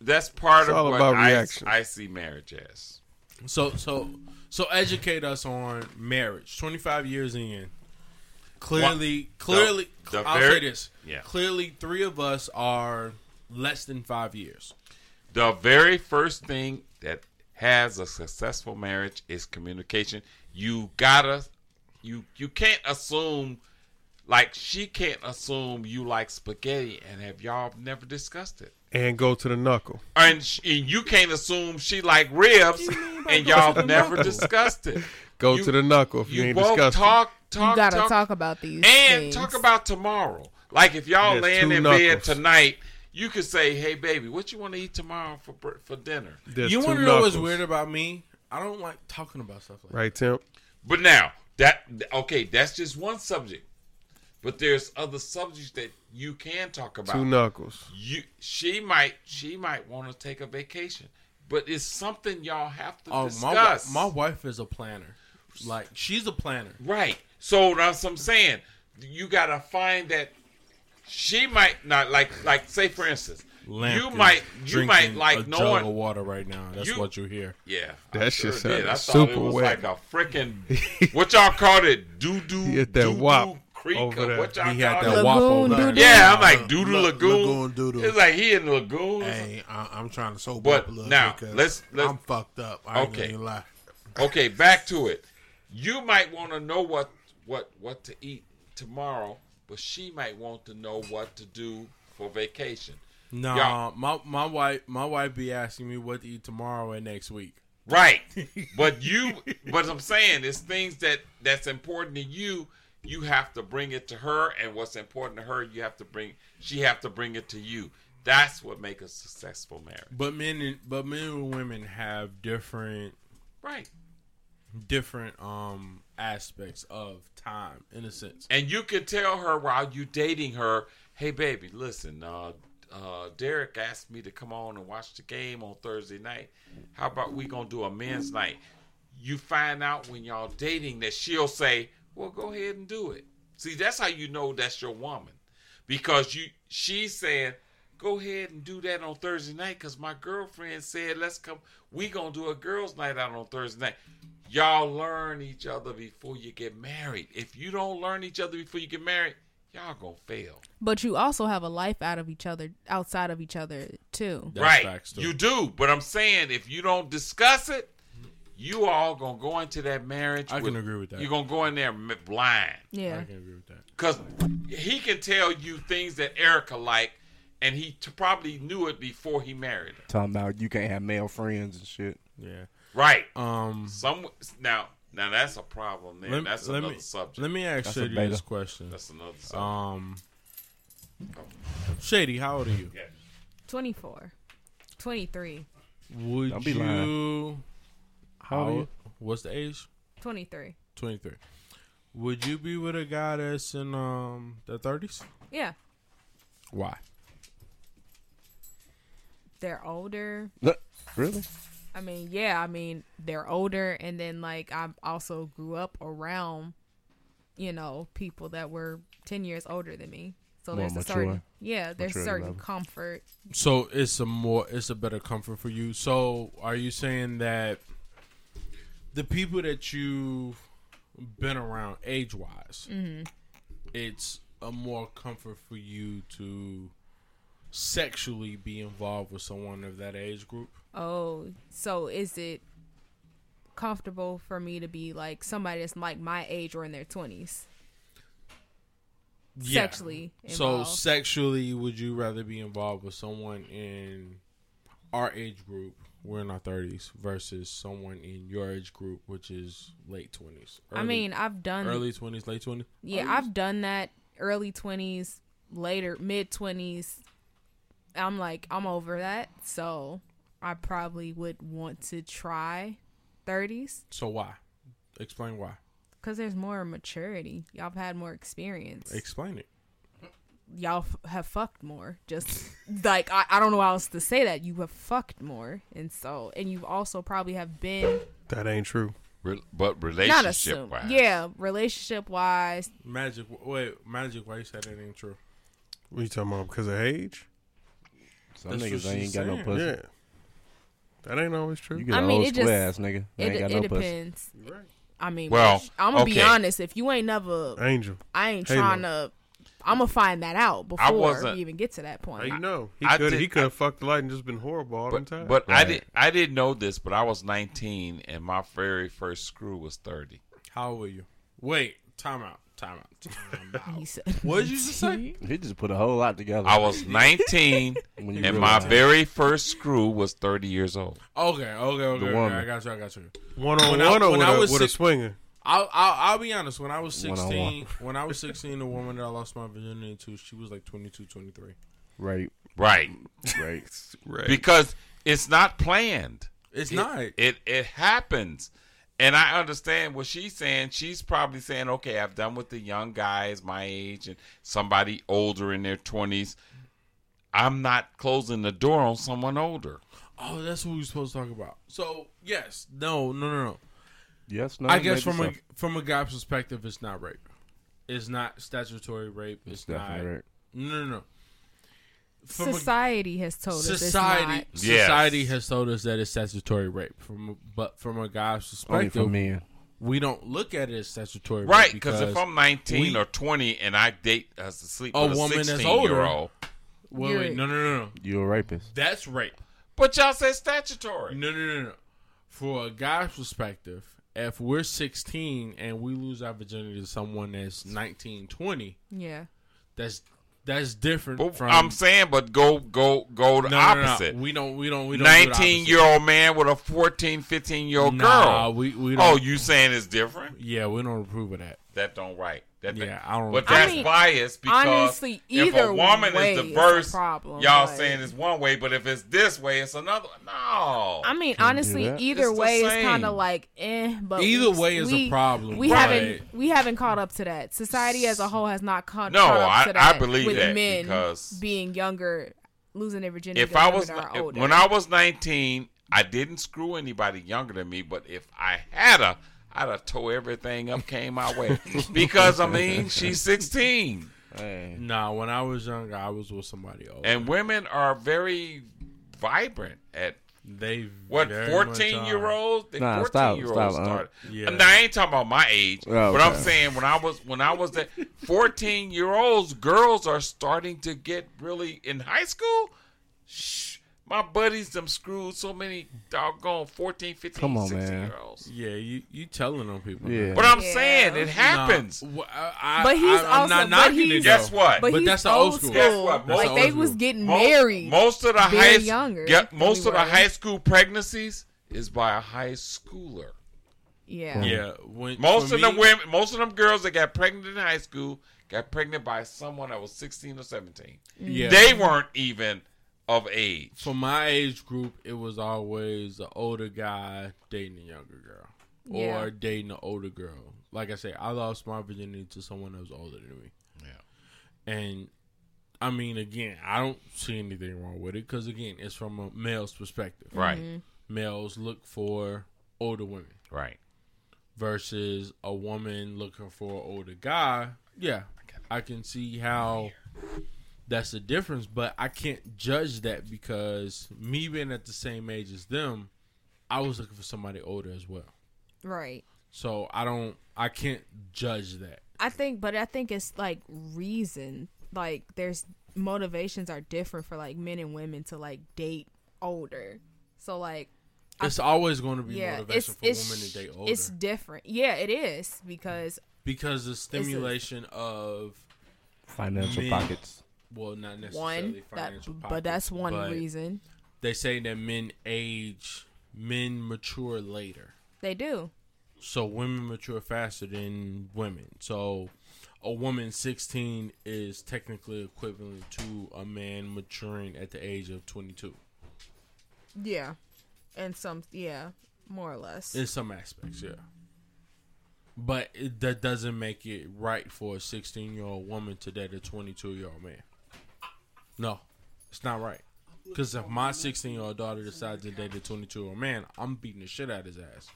Speaker 5: that's part
Speaker 4: It's
Speaker 5: of
Speaker 4: all
Speaker 5: what
Speaker 4: about
Speaker 5: I,
Speaker 4: reaction.
Speaker 5: I see marriage as.
Speaker 3: So so so educate us on marriage. Twenty five years in. Clearly clearly
Speaker 5: the
Speaker 3: I'll
Speaker 5: very-
Speaker 3: say this.
Speaker 5: yeah.
Speaker 3: Clearly three of us are less than five years.
Speaker 5: The very first thing that has a successful marriage is communication. You gotta you you can't assume like she can't assume you like spaghetti and have y'all never discussed it.
Speaker 4: and go to the knuckle.
Speaker 5: and, sh- and you can't assume she like ribs, and y'all never discussed it.
Speaker 4: Go
Speaker 5: You-
Speaker 4: to the knuckle if you,
Speaker 5: You,
Speaker 4: ain't
Speaker 5: won't
Speaker 4: discussing.
Speaker 5: talk, talk,
Speaker 6: you gotta
Speaker 5: talk,
Speaker 6: talk, about these
Speaker 5: and
Speaker 6: things.
Speaker 5: talk about tomorrow. Like if y'all
Speaker 4: There's
Speaker 5: laying
Speaker 4: two
Speaker 5: in bed
Speaker 4: knuckles.
Speaker 5: tonight, you could say, "Hey, baby, what you want to eat tomorrow for br- for dinner?"
Speaker 4: There's
Speaker 3: you
Speaker 4: two
Speaker 3: want to know what's
Speaker 4: knuckles.
Speaker 3: weird about me? I don't like talking about stuff like
Speaker 4: Right, Tim?
Speaker 5: But now that okay, that's just one subject. But there's other subjects that you can talk about.
Speaker 4: Two knuckles.
Speaker 5: you she might she might want to take a vacation, but it's something y'all have to
Speaker 3: that. Oh, my wi-
Speaker 5: discuss.
Speaker 3: my wife is a planner. Like she's a planner.
Speaker 5: Right. So that's what I'm saying. You gotta find that she might not like like say for instance,
Speaker 3: Lamp
Speaker 5: you
Speaker 3: is
Speaker 5: might you might
Speaker 3: drinking a
Speaker 5: like
Speaker 3: jug of
Speaker 5: knowing
Speaker 3: water right now. That's
Speaker 5: You-
Speaker 3: what you hear.
Speaker 5: yeah
Speaker 4: That shit sounded
Speaker 5: I
Speaker 4: super
Speaker 5: thought it was
Speaker 4: wet.
Speaker 5: like a freaking what y'all called it doo doo
Speaker 4: He hit that
Speaker 5: doo
Speaker 4: wop
Speaker 5: doo creek
Speaker 4: over
Speaker 5: or
Speaker 4: there.
Speaker 5: what y'all
Speaker 3: He had
Speaker 5: called
Speaker 3: that
Speaker 5: it.
Speaker 3: wop
Speaker 6: Lagoon
Speaker 3: over there.
Speaker 6: doodle.
Speaker 5: Yeah, I'm
Speaker 2: Uh,
Speaker 5: like doodle
Speaker 2: La-
Speaker 5: lagoon.
Speaker 2: Lagoon Doodle.
Speaker 5: It's like he in the lagoon.
Speaker 2: Hey, I, I'm trying to sober
Speaker 5: But
Speaker 2: up a little
Speaker 5: now,
Speaker 2: bit 'cause
Speaker 5: let's- let's-
Speaker 2: I'm fucked up. I ain't
Speaker 5: Okay.
Speaker 2: gonna lie.
Speaker 5: Okay, back to it. You might want to know what what what to eat tomorrow, but she might want to know what to do for vacation.
Speaker 3: No,
Speaker 5: Yeah.
Speaker 3: my my wife my wife be asking me what to eat tomorrow and next week.
Speaker 5: Right. But you but I'm saying it's things that that's important to you, you have to bring it to her and what's important to her, you have to bring she have to bring it to you. That's what make a successful marriage.
Speaker 3: But men and but men and women have different
Speaker 5: Right.
Speaker 3: different um aspects of time in a sense.
Speaker 5: And you can tell her while you dating her, hey baby, listen, uh, uh, Derek asked me to come on and watch the game on Thursday night. How about we gonna do a men's night? You find out when y'all dating that she'll say, Well, go ahead and do it. See, that's how you know that's your woman. Because you she's saying, Go ahead and do that on Thursday night because my girlfriend said let's come we gonna do a girls' night out on Thursday night. Y'all learn each other before you get married. If you don't learn each other before you get married, y'all gonna fail.
Speaker 6: but you also have a life out of each other, outside of each other too.
Speaker 3: That's
Speaker 5: right.
Speaker 3: facts, too.
Speaker 5: you do. But I'm saying if you don't discuss it, you all gonna go into that marriage.
Speaker 3: I can agree with that.
Speaker 5: You're gonna go in there m- blind
Speaker 6: Yeah,
Speaker 3: I can agree with that.
Speaker 5: because he can tell you things that Erica like, and he t- probably knew it before he married her.
Speaker 8: Talking about you can't have male friends and shit.
Speaker 3: Yeah.
Speaker 5: Right.
Speaker 3: Um
Speaker 5: Some now now that's a problem. There.
Speaker 3: lem-
Speaker 5: that's
Speaker 3: let
Speaker 5: another
Speaker 3: me
Speaker 5: subject.
Speaker 3: let me ask
Speaker 8: That's a
Speaker 3: Shady
Speaker 8: beta.
Speaker 3: this question.
Speaker 5: that's another subject.
Speaker 3: Um Shady, how old are you?
Speaker 6: twenty four. 23
Speaker 3: Would
Speaker 8: Don't be
Speaker 3: you
Speaker 8: lying.
Speaker 3: How
Speaker 8: old are you?
Speaker 3: What's the age?
Speaker 6: 23
Speaker 3: Twenty three. Would you be with a guy that's in um the thirties?
Speaker 6: yeah
Speaker 3: Why?
Speaker 6: they're older
Speaker 8: Really?
Speaker 6: I mean, yeah, I mean, they're older and then like I also grew up around you know, people that were 10 years older than me. So
Speaker 8: More
Speaker 6: there's a
Speaker 8: mature.
Speaker 6: certain yeah, there's
Speaker 8: Maturity
Speaker 6: certain
Speaker 8: level.
Speaker 6: comfort.
Speaker 3: So it's a more it's a better comfort for you. So are you saying that the people that you've been around age wise,
Speaker 6: Mm-hmm.
Speaker 3: it's a more comfort for you to sexually be involved with someone of that age group?
Speaker 6: Oh, so is it comfortable for me to be like somebody that's like my age or in their 20s? Sexually
Speaker 3: So
Speaker 6: involved.
Speaker 3: sexually, would you rather be involved with someone in our age group? We're in our thirties versus someone in your age group, which is late twenties.
Speaker 6: I mean, um, I've done
Speaker 3: early twenties, late twenties.
Speaker 6: Yeah, I've done that early 20s, later mid 20s. I'm like I'm over that, so I probably would want to try 30s
Speaker 3: So why? Explain why.
Speaker 6: cuz there's more maturity. Y'all have had more experience.
Speaker 3: Explain it.
Speaker 6: Y'all f- have fucked more. Just like I, I don't know how else to say that. You have fucked more. And so and you also probably have been
Speaker 4: That ain't true.
Speaker 5: Re- but
Speaker 6: not
Speaker 5: relationship
Speaker 6: assumed.
Speaker 5: wise,
Speaker 6: Yeah, relationship wise,
Speaker 3: Magic. Wait, magic. Why you said that ain't true?
Speaker 4: What you talking about? Because of age?
Speaker 8: Some
Speaker 3: That's what
Speaker 8: niggas
Speaker 3: she's
Speaker 8: ain't got no
Speaker 3: saying.
Speaker 8: pussy.
Speaker 4: Yeah. That ain't always true.
Speaker 8: You get
Speaker 6: I
Speaker 8: an
Speaker 6: mean,
Speaker 8: old
Speaker 6: it
Speaker 8: square
Speaker 6: just-
Speaker 8: ass nigga. They
Speaker 6: it,
Speaker 8: ain't got
Speaker 6: it
Speaker 8: no pussy.
Speaker 6: depends. I mean,
Speaker 5: Well,
Speaker 6: I'm gonna be
Speaker 5: okay.
Speaker 6: honest. If you ain't never
Speaker 4: Angel.
Speaker 6: I ain't
Speaker 4: Hey,
Speaker 6: trying to. I'm gonna find that out before
Speaker 5: wasn't-
Speaker 6: we even get to that
Speaker 4: How
Speaker 6: point.
Speaker 4: you know? He
Speaker 5: I
Speaker 4: could
Speaker 5: did-
Speaker 4: he could have fucked the light and just been horrible all the time.
Speaker 5: but, but I did I didn't know this, but I was 19 and my very first screw was 30.
Speaker 3: How old were you? Wait. Time out. Time out. Time out.
Speaker 6: He said,
Speaker 3: What did you just say?
Speaker 8: He just put a whole lot together.
Speaker 5: I was 19,
Speaker 8: When you
Speaker 5: and my
Speaker 8: realize-
Speaker 5: very first screw was 30 years old.
Speaker 3: Okay, okay, okay. okay,
Speaker 8: woman.
Speaker 3: I got you. I got you.
Speaker 4: One on
Speaker 3: When I-
Speaker 4: one or
Speaker 3: when
Speaker 4: with,
Speaker 3: I
Speaker 4: a,
Speaker 3: was
Speaker 4: with
Speaker 3: six-
Speaker 4: a swinger?
Speaker 3: I'll, I'll, I'll be honest. When I was
Speaker 8: One-on-one.
Speaker 3: 16, when I was 16, the woman that I lost my virginity to, she was like 22, 23.
Speaker 8: right,
Speaker 5: Right.
Speaker 8: right.
Speaker 4: Right.
Speaker 5: Because it's not planned.
Speaker 3: It's not.
Speaker 5: It it happens. And I understand what she's saying. She's probably saying, okay, I've done with the young guys my age and somebody older in their 20s. I'm not closing the door on someone older.
Speaker 3: Oh, that's what we were supposed to talk about. So yes, no, no, no, no.
Speaker 8: Yes, no.
Speaker 3: I guess
Speaker 8: maybe
Speaker 3: from a
Speaker 8: so.
Speaker 3: from a guy's perspective, it's not rape. It's not statutory rape. It's,
Speaker 8: It's
Speaker 3: not.
Speaker 8: definitely right.
Speaker 3: No, no, no. From a-
Speaker 6: society has told us
Speaker 3: society,
Speaker 6: it's
Speaker 5: Yes.
Speaker 3: society has told us that it's statutory rape. From but from a guy's
Speaker 8: Only
Speaker 3: perspective,
Speaker 8: for men.
Speaker 3: we don't look at it as statutory
Speaker 5: Right,
Speaker 3: rape
Speaker 5: because if I'm 19
Speaker 3: we-
Speaker 5: or 20 and I date a sleep
Speaker 3: A
Speaker 5: with a
Speaker 3: woman that's
Speaker 5: 16 year
Speaker 3: older.
Speaker 5: old,
Speaker 3: wait, wait, no, no, no, no.
Speaker 8: You're a rapist.
Speaker 3: That's rape.
Speaker 5: but y'all said statutory.
Speaker 3: No, no, no, no. For a guy's perspective, if we're 16 and we lose our virginity to someone that's 19, 20,
Speaker 6: not. Yeah.
Speaker 3: that's that's different
Speaker 5: But
Speaker 3: from
Speaker 5: I'm saying, but go go go the
Speaker 3: No, no, no, no.
Speaker 5: opposite.
Speaker 3: We don't, we don't, we don't. do the
Speaker 5: 19 year old man with a 14, 15 year old
Speaker 3: opposite. Nah,
Speaker 5: girl.
Speaker 3: we, we
Speaker 5: oh,
Speaker 3: don't.
Speaker 5: you saying it's different?
Speaker 3: yeah, we don't approve of that.
Speaker 5: That don't right. That
Speaker 3: Yeah,
Speaker 5: don't-
Speaker 3: I don't-
Speaker 5: But
Speaker 3: I
Speaker 5: that's
Speaker 6: mean,
Speaker 5: biased because
Speaker 6: honestly,
Speaker 5: if
Speaker 6: either
Speaker 5: a woman
Speaker 6: way
Speaker 5: is
Speaker 6: is a
Speaker 5: diverse,
Speaker 6: problem,
Speaker 5: y'all
Speaker 6: like-
Speaker 5: saying it's one way, but if it's this way, it's another. No,
Speaker 6: I mean, honestly,
Speaker 8: that.
Speaker 6: either
Speaker 5: It's the
Speaker 6: way is
Speaker 5: same.
Speaker 6: kind of like eh. But
Speaker 3: Either
Speaker 6: we-
Speaker 3: way is a
Speaker 6: we-
Speaker 3: problem,
Speaker 6: We
Speaker 3: right.
Speaker 6: haven't we haven't caught up to that. Society as a whole has not caught,
Speaker 5: No,
Speaker 6: caught up
Speaker 5: I-
Speaker 6: to that.
Speaker 5: I believe
Speaker 6: with
Speaker 5: that
Speaker 6: men
Speaker 5: because-
Speaker 6: being younger, losing their virginity.
Speaker 5: if
Speaker 6: to
Speaker 5: I
Speaker 6: women
Speaker 5: was
Speaker 6: that are
Speaker 5: if-
Speaker 6: older.
Speaker 5: when I was 19, I didn't screw anybody younger than me, but if I had a, I'd have tore everything up came my way because I mean she's 16.
Speaker 8: Hey.
Speaker 3: Nah, when I was younger, I was with somebody old.
Speaker 5: and women are very vibrant at
Speaker 3: they
Speaker 5: what
Speaker 3: very much uh,
Speaker 5: 14
Speaker 3: are.
Speaker 5: year olds They
Speaker 8: Nah,
Speaker 5: 14
Speaker 8: stop,
Speaker 5: year
Speaker 8: stop,
Speaker 5: olds
Speaker 8: uh,
Speaker 5: started
Speaker 3: yeah.
Speaker 5: now, i ain't talking about my age
Speaker 8: Oh,
Speaker 5: but i'm
Speaker 8: okay.
Speaker 5: saying when i was when i was that 14 year olds girls are starting to get really in high school shh, my buddies them screwed so many doggone 14 15
Speaker 8: Come on,
Speaker 5: 16
Speaker 8: man.
Speaker 5: year olds
Speaker 3: Yeah, you you telling on people.
Speaker 8: Yeah.
Speaker 3: man.
Speaker 5: but i'm
Speaker 6: Yeah.
Speaker 5: saying it happens
Speaker 3: Nah, wh- I, I,
Speaker 6: But he's
Speaker 3: I, I'm
Speaker 6: also-
Speaker 3: not
Speaker 6: but
Speaker 3: knocking it.
Speaker 6: he's-
Speaker 5: guess
Speaker 3: though.
Speaker 5: what
Speaker 6: but,
Speaker 3: But
Speaker 6: he's
Speaker 3: that's the old
Speaker 6: old
Speaker 3: school.
Speaker 6: school.
Speaker 5: Guess what? Most
Speaker 6: Like
Speaker 3: old
Speaker 6: they
Speaker 3: school.
Speaker 6: was getting
Speaker 5: Mo-
Speaker 6: married.
Speaker 5: Most of the high
Speaker 6: very
Speaker 5: s-
Speaker 6: younger
Speaker 5: yeah,
Speaker 6: than
Speaker 5: most
Speaker 6: we
Speaker 5: of the
Speaker 6: were.
Speaker 5: high school pregnancies is by a high schooler.
Speaker 6: yeah.
Speaker 3: Yeah, when,
Speaker 5: Most
Speaker 3: for
Speaker 5: of the
Speaker 3: me-
Speaker 5: women, most of them girls that got pregnant in high school got pregnant by someone that was 16 or 17.
Speaker 3: Yeah.
Speaker 5: They weren't even of age.
Speaker 3: for my age group, it was always the older guy dating a younger girl
Speaker 6: Yeah.
Speaker 3: or dating an older girl. Like I say, I lost my virginity to someone that was older than me. Yeah. And I mean, again, I don't see anything wrong with it because, again, it's from a male's perspective.
Speaker 5: Right.
Speaker 3: Males look for older women
Speaker 5: Right.
Speaker 3: versus a woman looking for an older guy. Yeah. I can see how that's the difference, but I can't judge that because me being at the same age as them, I was looking for somebody older as well.
Speaker 6: Right.
Speaker 3: So I don't, I can't judge that.
Speaker 6: I think, but I think it's like reason. Like there's motivations are different for like men and women to like date older. So like
Speaker 3: It's always going to be
Speaker 6: yeah, it's
Speaker 3: motivation for
Speaker 6: it's
Speaker 3: women to date older
Speaker 6: it's different. Yeah, it is because
Speaker 3: because the stimulation of
Speaker 8: Financial
Speaker 3: Men.
Speaker 8: pockets.
Speaker 3: well, not necessarily
Speaker 6: one that,
Speaker 3: financial,
Speaker 6: but that's
Speaker 3: pockets,
Speaker 6: one
Speaker 3: but
Speaker 6: reason
Speaker 3: They say that men age, men mature later.
Speaker 6: they do.
Speaker 3: So women mature faster than women. So a woman 16 is technically equivalent to a man maturing at the age of 22
Speaker 6: Yeah, and some yeah, more or less.
Speaker 3: in some aspects, yeah. But it, that doesn't make it right for a 16 year old woman to date a 22 year old man. No, it's not right. Because if my 16 year old daughter decides to date a 22 year old man, I'm beating the shit out of his ass.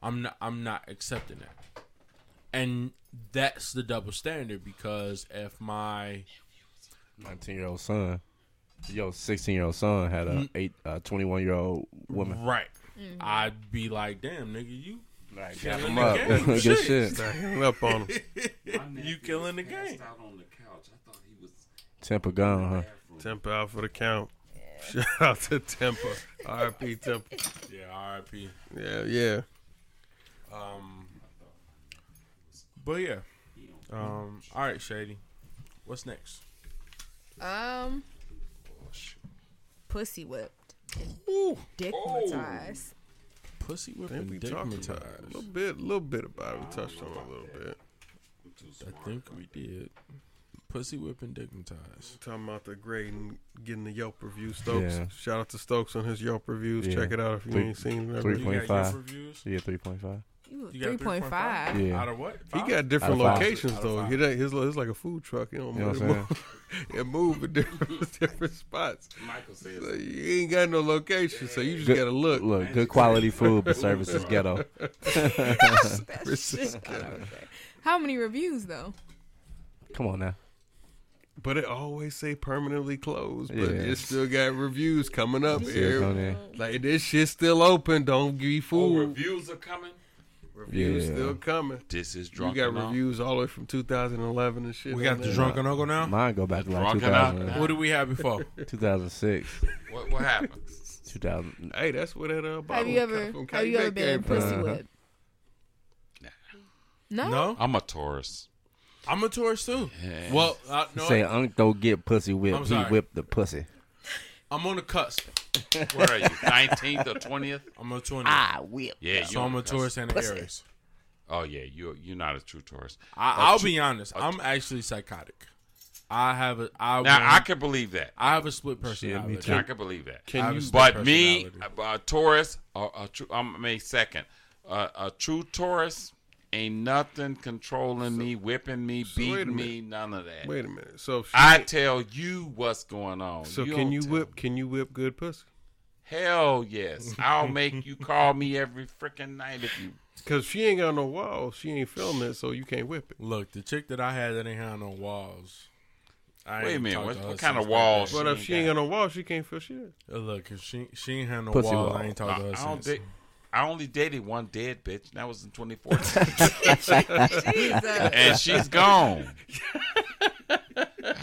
Speaker 3: I'm not. I'm not accepting that. And that's the double standard because if my
Speaker 8: 19 year old son. Yo, 16 year old son had
Speaker 3: Mm.
Speaker 8: a eight, uh, 21 year old woman.
Speaker 3: right, I'd be like, damn nigga, you killing
Speaker 8: Come up.
Speaker 3: the game.
Speaker 8: Good
Speaker 3: Shit.
Speaker 8: shit.
Speaker 4: Hang up on him.
Speaker 3: You killing the game.
Speaker 8: Temper gone, huh?
Speaker 4: Temper out for the count. Shout out to Temper. R.I.P. Temper.
Speaker 3: Yeah, R.I.P.
Speaker 4: Yeah, yeah.
Speaker 3: Um, But yeah. Um, all right, Shady. What's next?
Speaker 6: Um, pussy whipped,
Speaker 3: Oh.
Speaker 6: dickmatized.
Speaker 3: Pussy
Speaker 4: think
Speaker 3: whipping
Speaker 4: we talked about it. a little bit, little bit about it. We touched on it a little bit.
Speaker 3: I think we did. Pussy whipping dignitized.
Speaker 4: Talking about the grade and getting the Yelp review. Stokes,
Speaker 8: Yeah.
Speaker 4: shout out to Stokes on his Yelp reviews.
Speaker 8: Yeah.
Speaker 4: Check it out if you
Speaker 8: Three-
Speaker 4: ain't seen it.
Speaker 8: three-
Speaker 4: already.
Speaker 3: You got your
Speaker 8: 3.5.
Speaker 3: reviews?
Speaker 8: Yeah, three point five.
Speaker 6: You
Speaker 3: You got
Speaker 6: three point five.
Speaker 8: Yeah.
Speaker 3: Out of what?
Speaker 4: He
Speaker 3: Five?
Speaker 4: got
Speaker 8: Out
Speaker 4: different
Speaker 8: of five.
Speaker 4: locations
Speaker 3: Out of
Speaker 4: though.
Speaker 3: five.
Speaker 4: He that his li- it's like a food truck. You know,
Speaker 8: You know what
Speaker 4: it
Speaker 8: I'm saying?
Speaker 4: move, it move in different different spots.
Speaker 5: Michael says
Speaker 4: So you ain't got no location, so you just
Speaker 8: Good-
Speaker 4: gotta look.
Speaker 8: Look, good quality food, but service is ghetto.
Speaker 4: It's just ghetto.
Speaker 6: How many reviews though?
Speaker 8: Come on now.
Speaker 4: But it always say permanently closed. But
Speaker 8: Yeah.
Speaker 4: it still got reviews coming up
Speaker 8: Still
Speaker 4: here.
Speaker 8: going in.
Speaker 4: Like this shit's still open. Don't be
Speaker 5: Oh,
Speaker 4: fooled.
Speaker 5: reviews are coming.
Speaker 4: reviews
Speaker 8: Yeah.
Speaker 4: still coming.
Speaker 5: This is drunk.
Speaker 4: You got
Speaker 5: and all.
Speaker 4: reviews all the way from 2011 and shit.
Speaker 3: We got
Speaker 4: on
Speaker 3: the
Speaker 4: there.
Speaker 3: drunken uncle now.
Speaker 8: Mine go back to like
Speaker 5: Drunken out.
Speaker 8: 2000,
Speaker 3: What do we have before?
Speaker 8: 2006,
Speaker 5: What, what happened?
Speaker 8: 2000.
Speaker 4: Hey, that's where that uh, bottle
Speaker 6: Have you ever
Speaker 4: from
Speaker 6: have you ever
Speaker 4: Cayback
Speaker 6: been
Speaker 4: came from.
Speaker 6: pussy
Speaker 8: Uh-huh.
Speaker 6: whipped?
Speaker 5: Nah.
Speaker 6: No.
Speaker 3: no,
Speaker 5: I'm a Taurus.
Speaker 3: I'm a tourist too.
Speaker 5: Yeah.
Speaker 3: Well, uh, no,
Speaker 8: Say, Unc don't get pussy
Speaker 3: I'm
Speaker 8: whipped. He
Speaker 3: sorry.
Speaker 8: whipped the pussy.
Speaker 3: I'm on the cusp.
Speaker 5: Where are you? 19th or 20th?
Speaker 3: I'm a twenty.
Speaker 9: I will.
Speaker 5: Yeah,
Speaker 3: so
Speaker 5: on
Speaker 3: I'm a
Speaker 5: the cusp.
Speaker 3: Taurus and an Aries.
Speaker 5: Oh yeah, you you're not a true Taurus.
Speaker 3: I, I'll be honest. I'm actually psychotic. I have a. I
Speaker 5: Now I
Speaker 3: want-
Speaker 5: can believe that.
Speaker 3: I have a split personality.
Speaker 5: I can believe that.
Speaker 3: I have a split
Speaker 5: But me,
Speaker 3: personality.
Speaker 5: a, a Taurus, a, a true, I'm May second. A, a true Taurus ain't nothing controlling me, whipping me,
Speaker 4: wait a
Speaker 5: beating me, none of that.
Speaker 4: Wait a minute. So, if she,
Speaker 5: I tell you what's going on.
Speaker 4: so
Speaker 5: don't
Speaker 4: can you
Speaker 5: tell
Speaker 4: whip?
Speaker 5: me.
Speaker 4: Can you whip good pussy?
Speaker 5: Hell yes. I'll make you call me every freaking night if you.
Speaker 4: Because she ain't got no walls. She ain't filming it, so you can't whip it.
Speaker 3: Look, the chick that I had that ain't had no walls. I
Speaker 5: Wait a
Speaker 3: ain't
Speaker 5: minute,
Speaker 3: talked
Speaker 5: what-
Speaker 3: to
Speaker 5: what
Speaker 3: her
Speaker 5: kind of
Speaker 3: since that
Speaker 5: walls?
Speaker 3: day.
Speaker 4: But if
Speaker 5: ain't
Speaker 4: she ain't got no walls, she can't feel shit.
Speaker 3: Uh, Look, if she she ain't had no
Speaker 8: Pussy
Speaker 3: walls,
Speaker 8: wall.
Speaker 3: I ain't
Speaker 4: Oh,
Speaker 5: I,
Speaker 3: talked to her
Speaker 5: I don't
Speaker 3: since.
Speaker 5: date. I only dated one dead bitch, and that was in 2014,
Speaker 6: Jesus.
Speaker 5: and she's gone.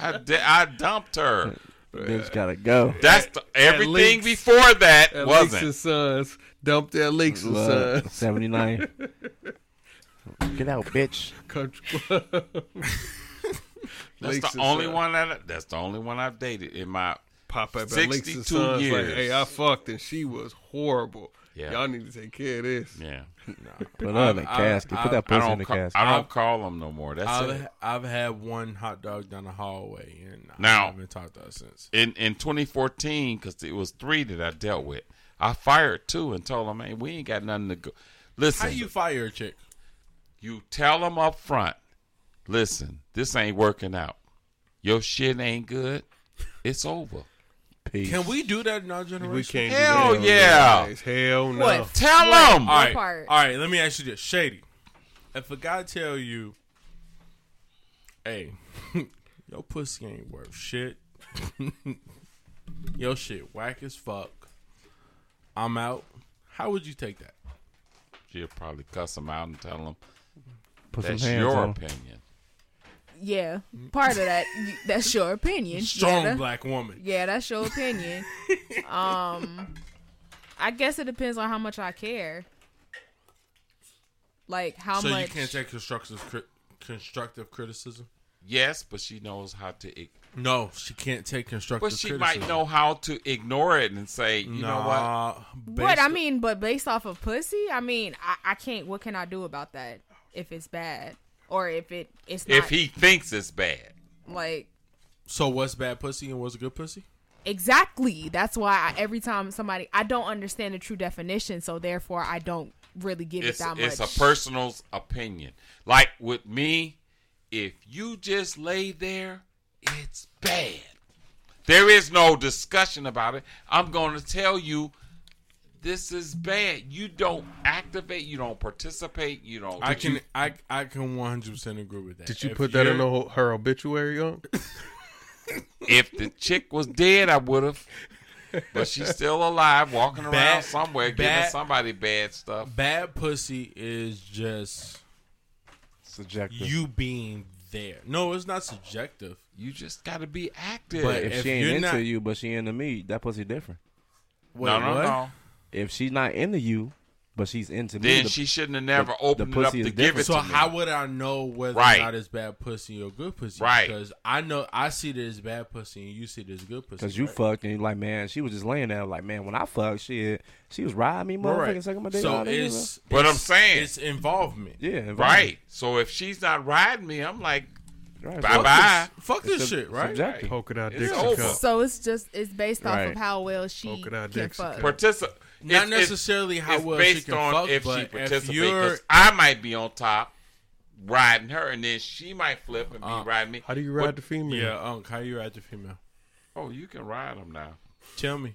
Speaker 5: I, di- I dumped her.
Speaker 8: Bitch gotta go.
Speaker 5: That's the, everything
Speaker 4: least-
Speaker 5: before that wasn't.
Speaker 4: Leaks and sons dumped their leaks and
Speaker 8: Look,
Speaker 4: sons.
Speaker 8: 79. Get out, bitch.
Speaker 4: Country club.
Speaker 5: that's
Speaker 4: Leaks
Speaker 5: the
Speaker 4: and
Speaker 5: only
Speaker 4: Sons.
Speaker 5: one that. I, that's the only one I've dated in my.
Speaker 4: Pop up at leaks
Speaker 5: 62
Speaker 4: and sons.
Speaker 5: years.
Speaker 4: Like, hey, I fucked and she was horrible.
Speaker 5: Yeah.
Speaker 4: Y'all need to take care of this.
Speaker 5: Yeah,
Speaker 8: Put her in the
Speaker 3: I-
Speaker 8: casket. Put
Speaker 3: I-
Speaker 8: that
Speaker 5: I
Speaker 8: pussy in
Speaker 5: don't.
Speaker 8: the
Speaker 5: Ca-
Speaker 8: casket.
Speaker 5: I don't call them no more. That's it.
Speaker 3: I've, I've had one hot dog down the hallway, and I
Speaker 5: Now-
Speaker 3: haven't talked to her since.
Speaker 5: in in 2014 because it was three that I dealt with. I fired two and told them, "Hey, we ain't got nothing to go."
Speaker 3: How
Speaker 5: Listen,
Speaker 3: you
Speaker 5: you
Speaker 3: fire a chick?
Speaker 5: you tell them up front. Listen, this ain't working out. Your shit ain't good. It's over.
Speaker 8: Peace.
Speaker 3: Can we do that in our generation?
Speaker 4: We can't
Speaker 5: Hell
Speaker 4: do that.
Speaker 5: yeah.
Speaker 4: Hell no.
Speaker 6: What?
Speaker 5: Tell them.
Speaker 3: All right,
Speaker 6: part?
Speaker 3: all right. Let me ask you this, Shady. If a guy tell you, "Hey, your pussy ain't worth shit. your shit whack as fuck. I'm out." How would you take that?
Speaker 5: She'll probably cuss them out and tell them
Speaker 8: Put some
Speaker 5: that's
Speaker 8: hands
Speaker 5: your
Speaker 8: on.
Speaker 5: opinion.
Speaker 6: Yeah, part of that. y- That's your opinion.
Speaker 3: Strong
Speaker 6: yeah, that-
Speaker 3: black woman.
Speaker 6: yeah, that's your opinion. um, I guess it depends on how much I care. Like how
Speaker 3: so
Speaker 6: much?
Speaker 3: you can't take constructive cri- constructive criticism.
Speaker 5: Yes, but she knows how to. Ig-
Speaker 3: No, she can't take constructive.
Speaker 5: but she
Speaker 3: criticism.
Speaker 5: might know how to ignore it and say, you know what?
Speaker 3: Nah,
Speaker 6: What
Speaker 3: based-
Speaker 6: I mean, but based off of pussy, I mean, I, I can't. What can I do about that if it's bad or if it it's not
Speaker 5: If he thinks it's bad,
Speaker 6: like
Speaker 3: So what's bad pussy and what's a good pussy?
Speaker 6: exactly. That's why I, every time somebody, I don't understand the true definition, so therefore I don't really give
Speaker 5: it's
Speaker 6: it that much.
Speaker 5: it's a personal opinion. Like with me, if you just lay there, it's bad. There is no discussion about it. I'm going to tell you this is bad. You don't activate, you don't participate, you don't
Speaker 3: I can I I can one hundred percent agree with that.
Speaker 4: Did you
Speaker 3: If
Speaker 4: put that in
Speaker 3: you're-
Speaker 4: the, her obituary on?
Speaker 5: if the chick was dead, I would have but she's still alive, walking around
Speaker 3: Bad-
Speaker 5: somewhere,
Speaker 3: bad-
Speaker 5: giving somebody bad stuff.
Speaker 3: Bad pussy is just
Speaker 8: Subjective.
Speaker 3: you being there. No, it's not subjective.
Speaker 5: You just got to be active.
Speaker 3: But
Speaker 8: if,
Speaker 3: if
Speaker 8: she ain't
Speaker 3: you're
Speaker 8: into
Speaker 3: not-
Speaker 8: you, but she into me, that pussy different.
Speaker 3: Wait,
Speaker 5: no, no,
Speaker 3: what?
Speaker 5: no.
Speaker 8: If she not into you, but she's into me.
Speaker 5: Then
Speaker 8: The-
Speaker 5: she shouldn't have never
Speaker 8: the
Speaker 5: opened it up
Speaker 8: pussy
Speaker 5: to
Speaker 8: is
Speaker 5: give it
Speaker 8: different.
Speaker 3: So
Speaker 5: to me.
Speaker 3: how would I know whether
Speaker 5: Right.
Speaker 3: or not it's bad pussy or good pussy?
Speaker 5: Right.
Speaker 3: Because I know I see it as bad pussy and you see it as good pussy.
Speaker 8: Cause you
Speaker 3: right?
Speaker 8: fucked and you like, man, she was just laying there like, man, when I fucked, shit, she was riding me, motherfucking
Speaker 3: Right.
Speaker 8: sucking my dick.
Speaker 3: So
Speaker 8: all day,
Speaker 3: it's
Speaker 5: But
Speaker 3: it's-
Speaker 5: I'm saying-
Speaker 3: it's involvement.
Speaker 8: you know? yeah, involved.
Speaker 5: right. So if she's not riding me, I'm like,
Speaker 8: right.
Speaker 5: bye bye.
Speaker 3: Fuck this shit, right?
Speaker 8: Subjective.
Speaker 4: Polka dot
Speaker 5: It's
Speaker 4: Dixie
Speaker 5: over.
Speaker 4: cup.
Speaker 6: So it's just it's based off
Speaker 8: Right.
Speaker 6: of how well she
Speaker 4: Polka dot
Speaker 6: can
Speaker 4: Dixie
Speaker 6: fuck.
Speaker 4: cup.
Speaker 5: Partici-
Speaker 3: Not
Speaker 5: it's- it's-
Speaker 3: necessarily how
Speaker 5: it's
Speaker 3: well she
Speaker 5: based
Speaker 3: can
Speaker 5: on
Speaker 3: fuck,
Speaker 5: if she
Speaker 3: but if
Speaker 5: participates.
Speaker 3: you're
Speaker 5: 'cause I might be on top riding her, and then she might flip and be
Speaker 3: Uh,
Speaker 5: riding me.
Speaker 4: How do you ride the female?
Speaker 3: yeah, um, how you ride the female?
Speaker 5: Oh, you can ride them now.
Speaker 3: Tell me.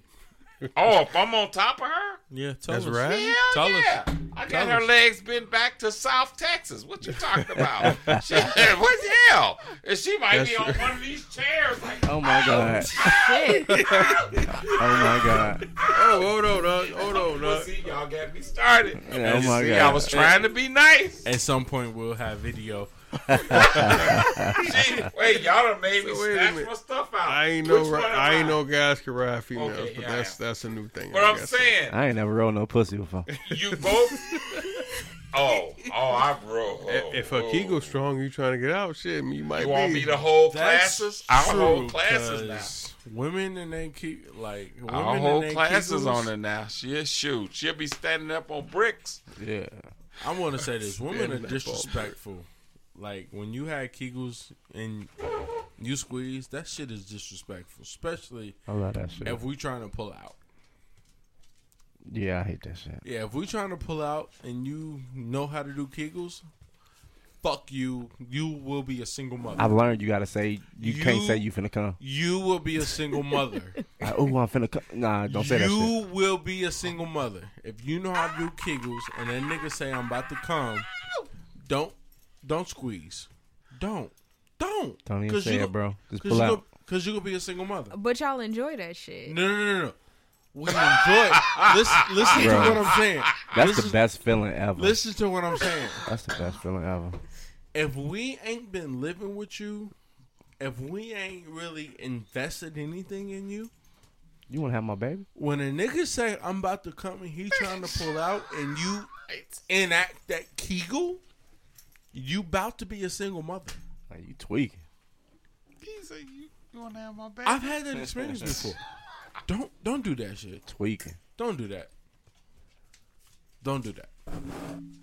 Speaker 5: Oh, if I'm on top of her,
Speaker 3: Yeah, tell us.
Speaker 4: That's right.
Speaker 5: hell
Speaker 3: Tell us.
Speaker 5: yeah! I got
Speaker 3: Tell
Speaker 5: her
Speaker 3: us.
Speaker 5: legs bent back to South Texas. What you talking about? she, what the hell? And she might be on one of these chairs. Like,
Speaker 8: Oh my god.
Speaker 6: Shit.
Speaker 8: Oh my god.
Speaker 4: Oh, hold on, dog. Hold on,
Speaker 5: well,
Speaker 4: dog.
Speaker 5: see, y'all got me started.
Speaker 8: Yeah, oh my
Speaker 5: see,
Speaker 8: God.
Speaker 5: I was trying to be nice.
Speaker 3: At some point we'll have video.
Speaker 5: She- wait, y'all done made me
Speaker 4: So wait a
Speaker 5: snatch
Speaker 4: minute.
Speaker 5: my stuff out.
Speaker 4: I ain't
Speaker 5: Which
Speaker 4: know.
Speaker 5: one am
Speaker 4: I ain't know guys can ride females,
Speaker 5: Okay,
Speaker 4: but
Speaker 5: yeah,
Speaker 4: that's
Speaker 5: yeah.
Speaker 4: that's a new thing.
Speaker 5: But
Speaker 4: I
Speaker 5: I'm
Speaker 4: guess.
Speaker 5: saying,
Speaker 8: I ain't never rolled no pussy before.
Speaker 5: you both. Oh, oh, I roll.
Speaker 4: If- if her Kegel's strong, you trying to get out, shit, you might
Speaker 5: you
Speaker 4: be.
Speaker 5: want me to hold
Speaker 3: That's
Speaker 5: classes? I don't hold
Speaker 3: true,
Speaker 5: classes now.
Speaker 3: 'cause Women and they keep like women
Speaker 5: I'll
Speaker 3: and
Speaker 5: hold
Speaker 3: they
Speaker 5: classes
Speaker 3: Kegels-
Speaker 5: on her now. She'll shoot. She'll be standing up on bricks.
Speaker 8: Yeah.
Speaker 3: I want to say this: women are disrespectful. Like when you had Kegels and you squeeze, that shit is disrespectful. Especially
Speaker 8: I love that shit.
Speaker 3: if we trying to pull out.
Speaker 8: Yeah, I hate that shit.
Speaker 3: Yeah, if we trying to pull out and you know how to do Kegels, fuck you. You will be a single mother.
Speaker 8: I've learned you gotta say you, can't
Speaker 3: You-
Speaker 8: say you finna come.
Speaker 3: you will be a single mother.
Speaker 8: Like, oh, I'm finna come. Nah, don't say that shit.
Speaker 3: you will be a single mother if you know how to do Kegels and that nigga say I'm about to come. Don't don't squeeze. Don't don't.
Speaker 8: Don't even
Speaker 3: 'Cause
Speaker 8: say
Speaker 3: you
Speaker 8: it,
Speaker 3: go-
Speaker 8: bro. Just
Speaker 3: Cause
Speaker 8: pull
Speaker 3: you
Speaker 8: out.
Speaker 3: gonna, cause you gonna be a single mother.
Speaker 6: But y'all enjoy that shit.
Speaker 3: No, no, no, no. We enjoy. listen, listen to
Speaker 8: Bro.
Speaker 3: what I'm saying.
Speaker 8: That's
Speaker 3: listen,
Speaker 8: the best feeling ever.
Speaker 3: Listen to what I'm saying.
Speaker 8: That's the best feeling ever.
Speaker 3: If we ain't been living with you, if we ain't really invested anything in you,
Speaker 8: You wanna have my baby?
Speaker 3: when a nigga say I'm about to come and he trying to pull out and you enact that Kegel, you bout to be a single mother.
Speaker 8: Like, you tweaking.
Speaker 5: He said, "You, you want to have my baby?"
Speaker 3: I've had that experience before. Don't don't do that shit.
Speaker 8: Tweaking.
Speaker 3: Don't do that. Don't do that.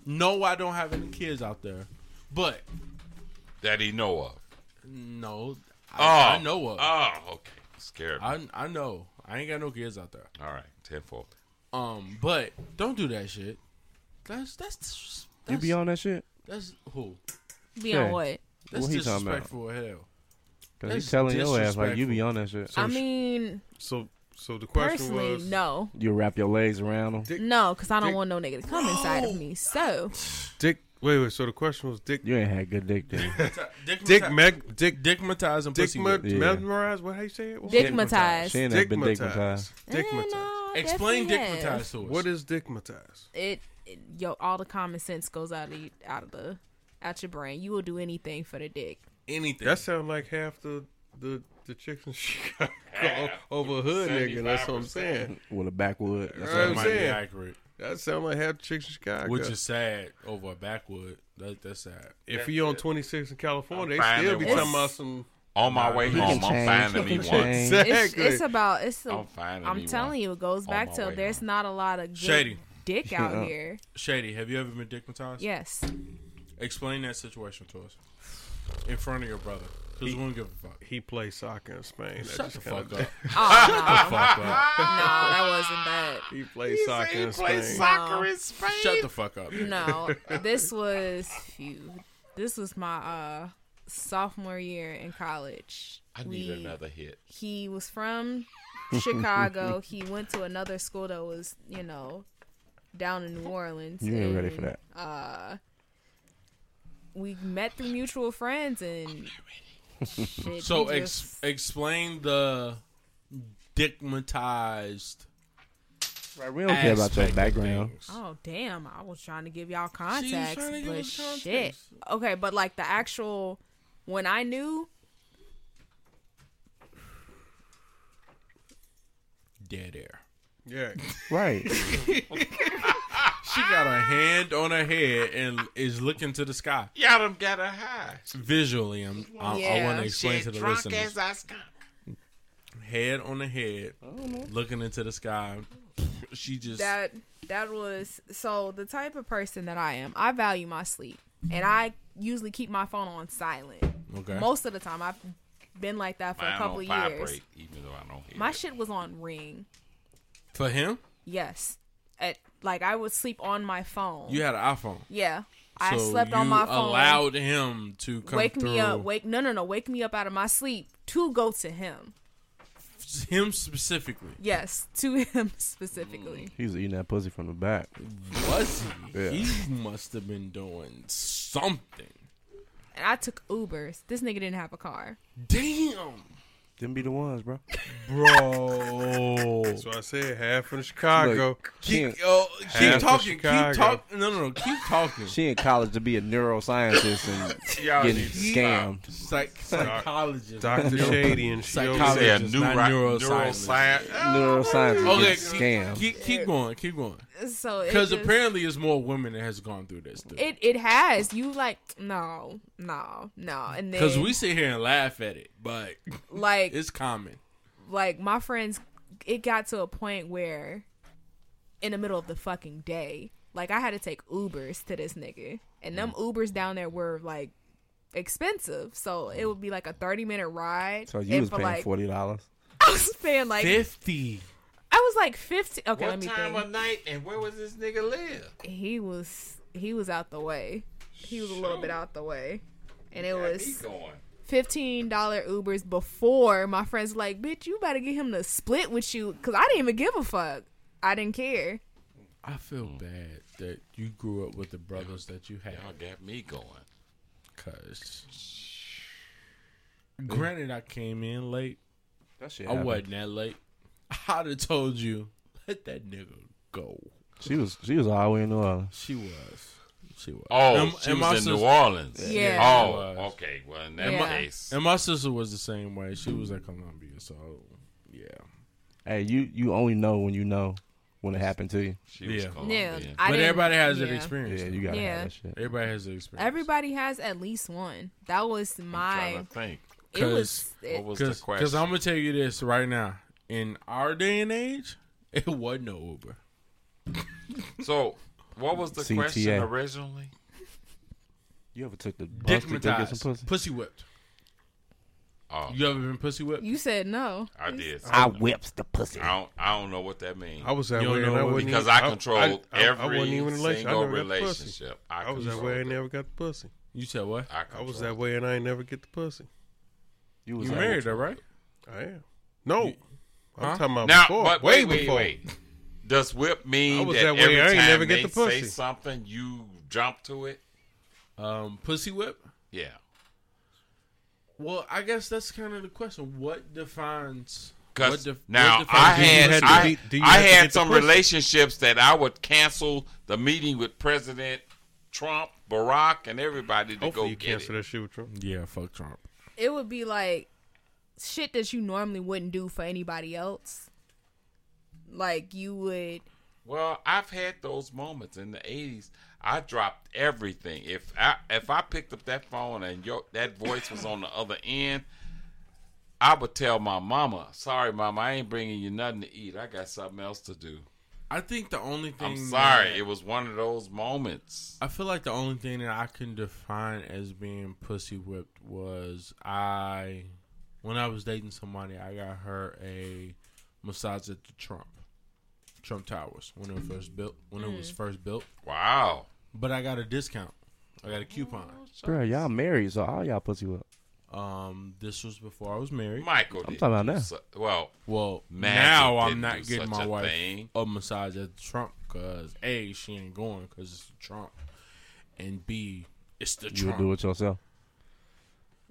Speaker 3: No, I don't have any kids out there, but
Speaker 5: That he know of.
Speaker 3: no,
Speaker 5: Oh,
Speaker 3: I, I know of.
Speaker 5: Oh, okay. Scared. me.
Speaker 3: I I know. I ain't got no kids out there.
Speaker 5: All right, tenfold.
Speaker 3: Um, but don't do that shit. That's that's that's,
Speaker 8: You be on that shit?
Speaker 3: that's who.
Speaker 6: Be on
Speaker 8: Yeah.
Speaker 6: what?
Speaker 3: That's
Speaker 8: What he talking about?
Speaker 3: disrespectful as hell.
Speaker 8: Cause he's
Speaker 3: That's
Speaker 8: telling your ass like you be
Speaker 3: disrespectful.
Speaker 8: on that shit.
Speaker 6: I mean,
Speaker 4: So, so the question
Speaker 6: personally,
Speaker 4: was,
Speaker 6: no,
Speaker 8: You wrap your legs around him.
Speaker 6: no, because I don't
Speaker 4: Dick-
Speaker 6: want no nigga to come inside of me. So
Speaker 4: Dick. Wait, wait. So the question was, Dick,
Speaker 8: You ain't had good dick, then.
Speaker 3: Dick
Speaker 4: Dick, Meg, Dick,
Speaker 3: Dickmatized and
Speaker 4: Dick,
Speaker 3: pussy.
Speaker 4: Ma-
Speaker 3: whip.
Speaker 8: Yeah.
Speaker 4: mesmerized. What how you say it? What?
Speaker 8: she
Speaker 6: dickmatized.
Speaker 8: ain't had been dickmatized.
Speaker 4: Dickmatized.
Speaker 3: Explain
Speaker 6: dickmatized.
Speaker 3: dickmatized to us.
Speaker 4: What is dickmatized?
Speaker 6: It, it, yo, all the common sense goes out of you- out of the out your brain. You will do anything for the dick.
Speaker 3: anything?
Speaker 4: That sounds like half the the the chicks in Chicago over a hood nigga. That's what I'm saying.
Speaker 8: With a backwood. That's
Speaker 4: Right.
Speaker 8: right.
Speaker 4: I'm
Speaker 3: might be
Speaker 4: saying.
Speaker 3: accurate,
Speaker 4: That sounds like half the chicks in Chicago.
Speaker 3: which is sad over a backwood. That that's sad.
Speaker 4: if you on 26 in California,
Speaker 5: I'm
Speaker 4: they still
Speaker 5: finding
Speaker 4: be
Speaker 5: one.
Speaker 4: talking about some.
Speaker 5: On my way
Speaker 8: can
Speaker 5: home, I'm
Speaker 8: change.
Speaker 5: finding
Speaker 8: He
Speaker 5: me
Speaker 8: can
Speaker 5: one.
Speaker 8: change.
Speaker 6: It's,
Speaker 4: Exactly.
Speaker 6: it's about it's. A,
Speaker 5: I'm finding me
Speaker 6: I'm
Speaker 5: one.
Speaker 6: telling you, it goes
Speaker 5: On
Speaker 6: back
Speaker 5: my
Speaker 6: to
Speaker 5: way
Speaker 6: there's
Speaker 5: home.
Speaker 6: not a lot of good
Speaker 3: Shady.
Speaker 6: dick
Speaker 8: Yeah.
Speaker 6: out here.
Speaker 3: Shady, have you ever been dickmatized?
Speaker 6: Yes,
Speaker 3: Explain that situation to us in front of your brother, because we don't give a fuck.
Speaker 4: he plays soccer in Spain. That
Speaker 3: Shut
Speaker 4: just
Speaker 3: the
Speaker 4: kinda-
Speaker 3: fuck up.
Speaker 6: Oh,
Speaker 3: Fuck up.
Speaker 6: no, no, that wasn't that.
Speaker 4: He plays soccer in Spain.
Speaker 5: plays
Speaker 6: No.
Speaker 5: soccer in Spain.
Speaker 3: Shut the fuck up.
Speaker 6: No, this was phew. This was my uh sophomore year in college.
Speaker 5: I need
Speaker 6: We-
Speaker 5: another hit.
Speaker 6: He was from Chicago. he went to another school that was, you know, down in New Orleans.
Speaker 8: You ain't ready for
Speaker 6: and,
Speaker 8: that.
Speaker 6: Uh, we met through mutual friends and. Shit,
Speaker 3: So
Speaker 6: we
Speaker 3: ex-
Speaker 6: just-
Speaker 3: explain the dickmatized.
Speaker 8: Right, we don't care about your
Speaker 3: aspect of
Speaker 8: background.
Speaker 3: things.
Speaker 6: Oh damn! I was trying to give y'all
Speaker 3: was
Speaker 6: context,
Speaker 3: trying to give
Speaker 6: but
Speaker 3: us context.
Speaker 6: shit. Okay, but like the actual when I knew
Speaker 3: Dead air.
Speaker 4: Yeah.
Speaker 8: Right.
Speaker 3: She got a hand on her head and is looking to the sky.
Speaker 5: Y'all done got her high.
Speaker 3: Visually, I'm, I, I
Speaker 6: Yeah.
Speaker 3: want to explain
Speaker 5: She
Speaker 3: to the
Speaker 5: drunk
Speaker 3: listeners.
Speaker 5: as I skunk.
Speaker 3: head on the head, looking into the sky. She just
Speaker 6: that that was so the type of person that I am. I value my sleep, and I usually keep my phone on silent
Speaker 3: okay.
Speaker 6: most of the time. I've been like that for
Speaker 5: Mine
Speaker 6: a couple
Speaker 5: don't
Speaker 6: years.
Speaker 5: vibrate, even though I don't hear
Speaker 6: My
Speaker 5: it.
Speaker 6: shit was on ring.
Speaker 3: For him,
Speaker 6: Yes, at like I would sleep on my phone.
Speaker 3: you had an iPhone.
Speaker 6: yeah, I
Speaker 3: So
Speaker 6: slept on
Speaker 3: you
Speaker 6: my phone.
Speaker 3: Allowed him to come
Speaker 6: wake
Speaker 3: through.
Speaker 6: me up. Wake no no no. Wake me up out of my sleep to go to him.
Speaker 3: him specifically.
Speaker 6: Yes, to him
Speaker 5: Mm.
Speaker 6: specifically.
Speaker 8: He was eating that pussy from the back.
Speaker 3: Was he?
Speaker 8: Yeah.
Speaker 3: He must have been doing something.
Speaker 6: And I took Ubers. This nigga didn't have a car.
Speaker 3: Damn,
Speaker 8: Them be the ones, bro.
Speaker 3: bro.
Speaker 4: That's what I said. Half of Chicago.
Speaker 8: Look, she,
Speaker 3: Keep,
Speaker 8: in,
Speaker 3: oh,
Speaker 4: Half
Speaker 3: keep
Speaker 4: of
Speaker 3: talking. Keep
Speaker 4: Chicago.
Speaker 3: talking. No, no, no. Keep talking.
Speaker 8: she in college to be a neuroscientist and getting scammed.
Speaker 3: Psych- psychologist.
Speaker 4: Dr. Shady and she over
Speaker 3: Psychologist.
Speaker 4: there.
Speaker 5: yeah,
Speaker 3: It's
Speaker 5: neuro-
Speaker 3: not neuroscience.
Speaker 5: neuroscience.
Speaker 8: Neuroscientist
Speaker 3: Okay,
Speaker 8: getting scammed.
Speaker 3: keep, keep going. Keep going.
Speaker 6: So it
Speaker 3: Because
Speaker 6: just-
Speaker 3: apparently, it's more women that has gone through this. Dude.
Speaker 6: It it has. You like no, no, no. And then
Speaker 3: Because we sit here and laugh at it, but
Speaker 6: like
Speaker 3: it's common.
Speaker 6: like my friends it got to a point where in the middle of the fucking day, like I had to take Ubers to this nigga. And them
Speaker 8: Mm.
Speaker 6: Ubers down there were like expensive. So it would be like a thirty minute ride.
Speaker 8: so you
Speaker 6: and
Speaker 8: was
Speaker 6: for,
Speaker 8: paying
Speaker 6: like,
Speaker 8: forty dollars.
Speaker 6: I was paying like
Speaker 3: Fifty.
Speaker 6: I was like fifteen okay, let
Speaker 5: What
Speaker 6: me
Speaker 5: time
Speaker 6: think.
Speaker 5: of night and where was this nigga live?
Speaker 6: He was he was out the way. He was a little bit out the way. And it was
Speaker 5: He going.
Speaker 6: fifteen dollar Ubers before my friends were like, bitch, you better get him to split with you, cause I didn't even give a fuck. I didn't care.
Speaker 3: I feel bad that you grew up with the brothers that you had.
Speaker 5: Y'all got me going.
Speaker 3: Cause, granted, I came in late.
Speaker 8: That shit.
Speaker 3: I wasn't that late. I'd have told you, let that nigga go.
Speaker 8: She was. She was all the way in New Orleans.
Speaker 3: She was. She was.
Speaker 5: Oh,
Speaker 3: And-
Speaker 5: she
Speaker 3: and
Speaker 5: was
Speaker 3: my
Speaker 5: in
Speaker 3: sis-
Speaker 5: New Orleans.
Speaker 6: Yeah.
Speaker 5: Oh, okay. Well, in that
Speaker 6: Yeah.
Speaker 5: case,
Speaker 3: And my sister was the same way. She was at Columbia, so yeah.
Speaker 8: Hey, you. You only know when you know when it happened to you.
Speaker 5: she was
Speaker 3: Yeah.
Speaker 6: Yeah,
Speaker 5: Colombian.
Speaker 6: I
Speaker 3: but
Speaker 6: didn't-
Speaker 3: everybody has that
Speaker 6: yeah.
Speaker 3: experience.
Speaker 8: Yeah, you gotta
Speaker 6: Yeah.
Speaker 8: have that shit.
Speaker 3: Everybody has the experience.
Speaker 6: Everybody has at least one. That was my.
Speaker 5: Trying to think.
Speaker 6: It was.
Speaker 5: What
Speaker 6: It,
Speaker 5: was the question?
Speaker 3: Because I'm gonna tell you this right now. In our day and age, it wasn't no Uber.
Speaker 5: so, what was the
Speaker 8: CTA.
Speaker 5: question originally?
Speaker 8: You ever took the bus to go get
Speaker 3: Dickmatized,
Speaker 8: some
Speaker 3: pussy?
Speaker 8: pussy?
Speaker 3: whipped.
Speaker 5: Oh,
Speaker 3: You ever been pussy whipped?
Speaker 6: you said no.
Speaker 5: I did. I,
Speaker 9: I whips the pussy.
Speaker 5: don't. I don't know what that means.
Speaker 4: I was that
Speaker 3: You don't
Speaker 4: way
Speaker 3: know
Speaker 4: and I
Speaker 3: what-
Speaker 4: wasn't
Speaker 5: because
Speaker 4: even,
Speaker 5: I controlled
Speaker 4: I, I,
Speaker 5: every
Speaker 4: I wasn't even in a
Speaker 5: single
Speaker 4: relationship. I never got the pussy.
Speaker 5: relationship. I,
Speaker 4: I was that
Speaker 5: controlled
Speaker 4: way
Speaker 5: it.
Speaker 4: and never got the pussy.
Speaker 3: You said what?
Speaker 5: I,
Speaker 4: I was
Speaker 5: controlled
Speaker 4: that
Speaker 5: it.
Speaker 4: way and I ain't never get the pussy.
Speaker 8: You
Speaker 3: You
Speaker 8: like-
Speaker 3: married her, right?
Speaker 4: I am. No.
Speaker 3: Huh?
Speaker 4: I'm talking about
Speaker 5: Now,
Speaker 4: before.
Speaker 5: but
Speaker 4: way
Speaker 5: wait, wait,
Speaker 4: before.
Speaker 5: wait. Does whip mean
Speaker 4: I was
Speaker 5: that,
Speaker 4: that way,
Speaker 5: every
Speaker 4: I ain't
Speaker 5: time
Speaker 4: never get
Speaker 5: they
Speaker 4: the
Speaker 5: say
Speaker 4: pussy.
Speaker 5: something, you jump to it?
Speaker 3: Um, pussy whip.
Speaker 5: Yeah.
Speaker 3: Well, I guess that's kind of the question. What defines? What
Speaker 5: Because
Speaker 3: def-
Speaker 5: now
Speaker 3: what defines
Speaker 5: I
Speaker 4: Do you
Speaker 5: had,
Speaker 4: have to
Speaker 5: I,
Speaker 4: get- do you
Speaker 5: I
Speaker 4: have to
Speaker 5: had
Speaker 4: get the
Speaker 5: some
Speaker 4: pussy?
Speaker 5: relationships that I would cancel the meeting with President Trump, Barack, and everybody to
Speaker 4: Hopefully
Speaker 5: go
Speaker 4: you
Speaker 5: get
Speaker 4: cancel
Speaker 5: it.
Speaker 4: that shit with Trump.
Speaker 3: Yeah, fuck Trump.
Speaker 6: It would be like shit that you normally wouldn't do for anybody else. Like you would.
Speaker 5: Well, I've had those moments in the '80s. I dropped everything. If I if I picked up that phone and your that voice was on the other end, I would tell my mama, "Sorry, mama, I ain't bringing you nothing to eat. I got something else to do."
Speaker 3: I think the only thing.
Speaker 5: I'm sorry.
Speaker 3: that-
Speaker 5: It was one of those moments.
Speaker 3: I feel like the only thing that I can define as being pussy whipped was I, when I was dating somebody, I got her a massage at the Trump, Trump Towers when it was first built. When it was first built,
Speaker 5: Wow.
Speaker 3: but I got a discount. I got a coupon.
Speaker 8: Bro, y'all married, so all y'all pussy up.
Speaker 3: Um, this was before I was married.
Speaker 5: Michael. didn't
Speaker 8: talking about
Speaker 5: do
Speaker 8: now.
Speaker 5: su- well,
Speaker 3: Well,
Speaker 5: Magic
Speaker 3: now
Speaker 5: didn't
Speaker 3: I'm not
Speaker 5: do
Speaker 3: getting
Speaker 5: such
Speaker 3: my
Speaker 5: a
Speaker 3: wife
Speaker 5: thing.
Speaker 3: a massage at the Trump because a she ain't going because it's the Trump, and b it's the
Speaker 8: You would
Speaker 3: Trump.
Speaker 8: do it yourself.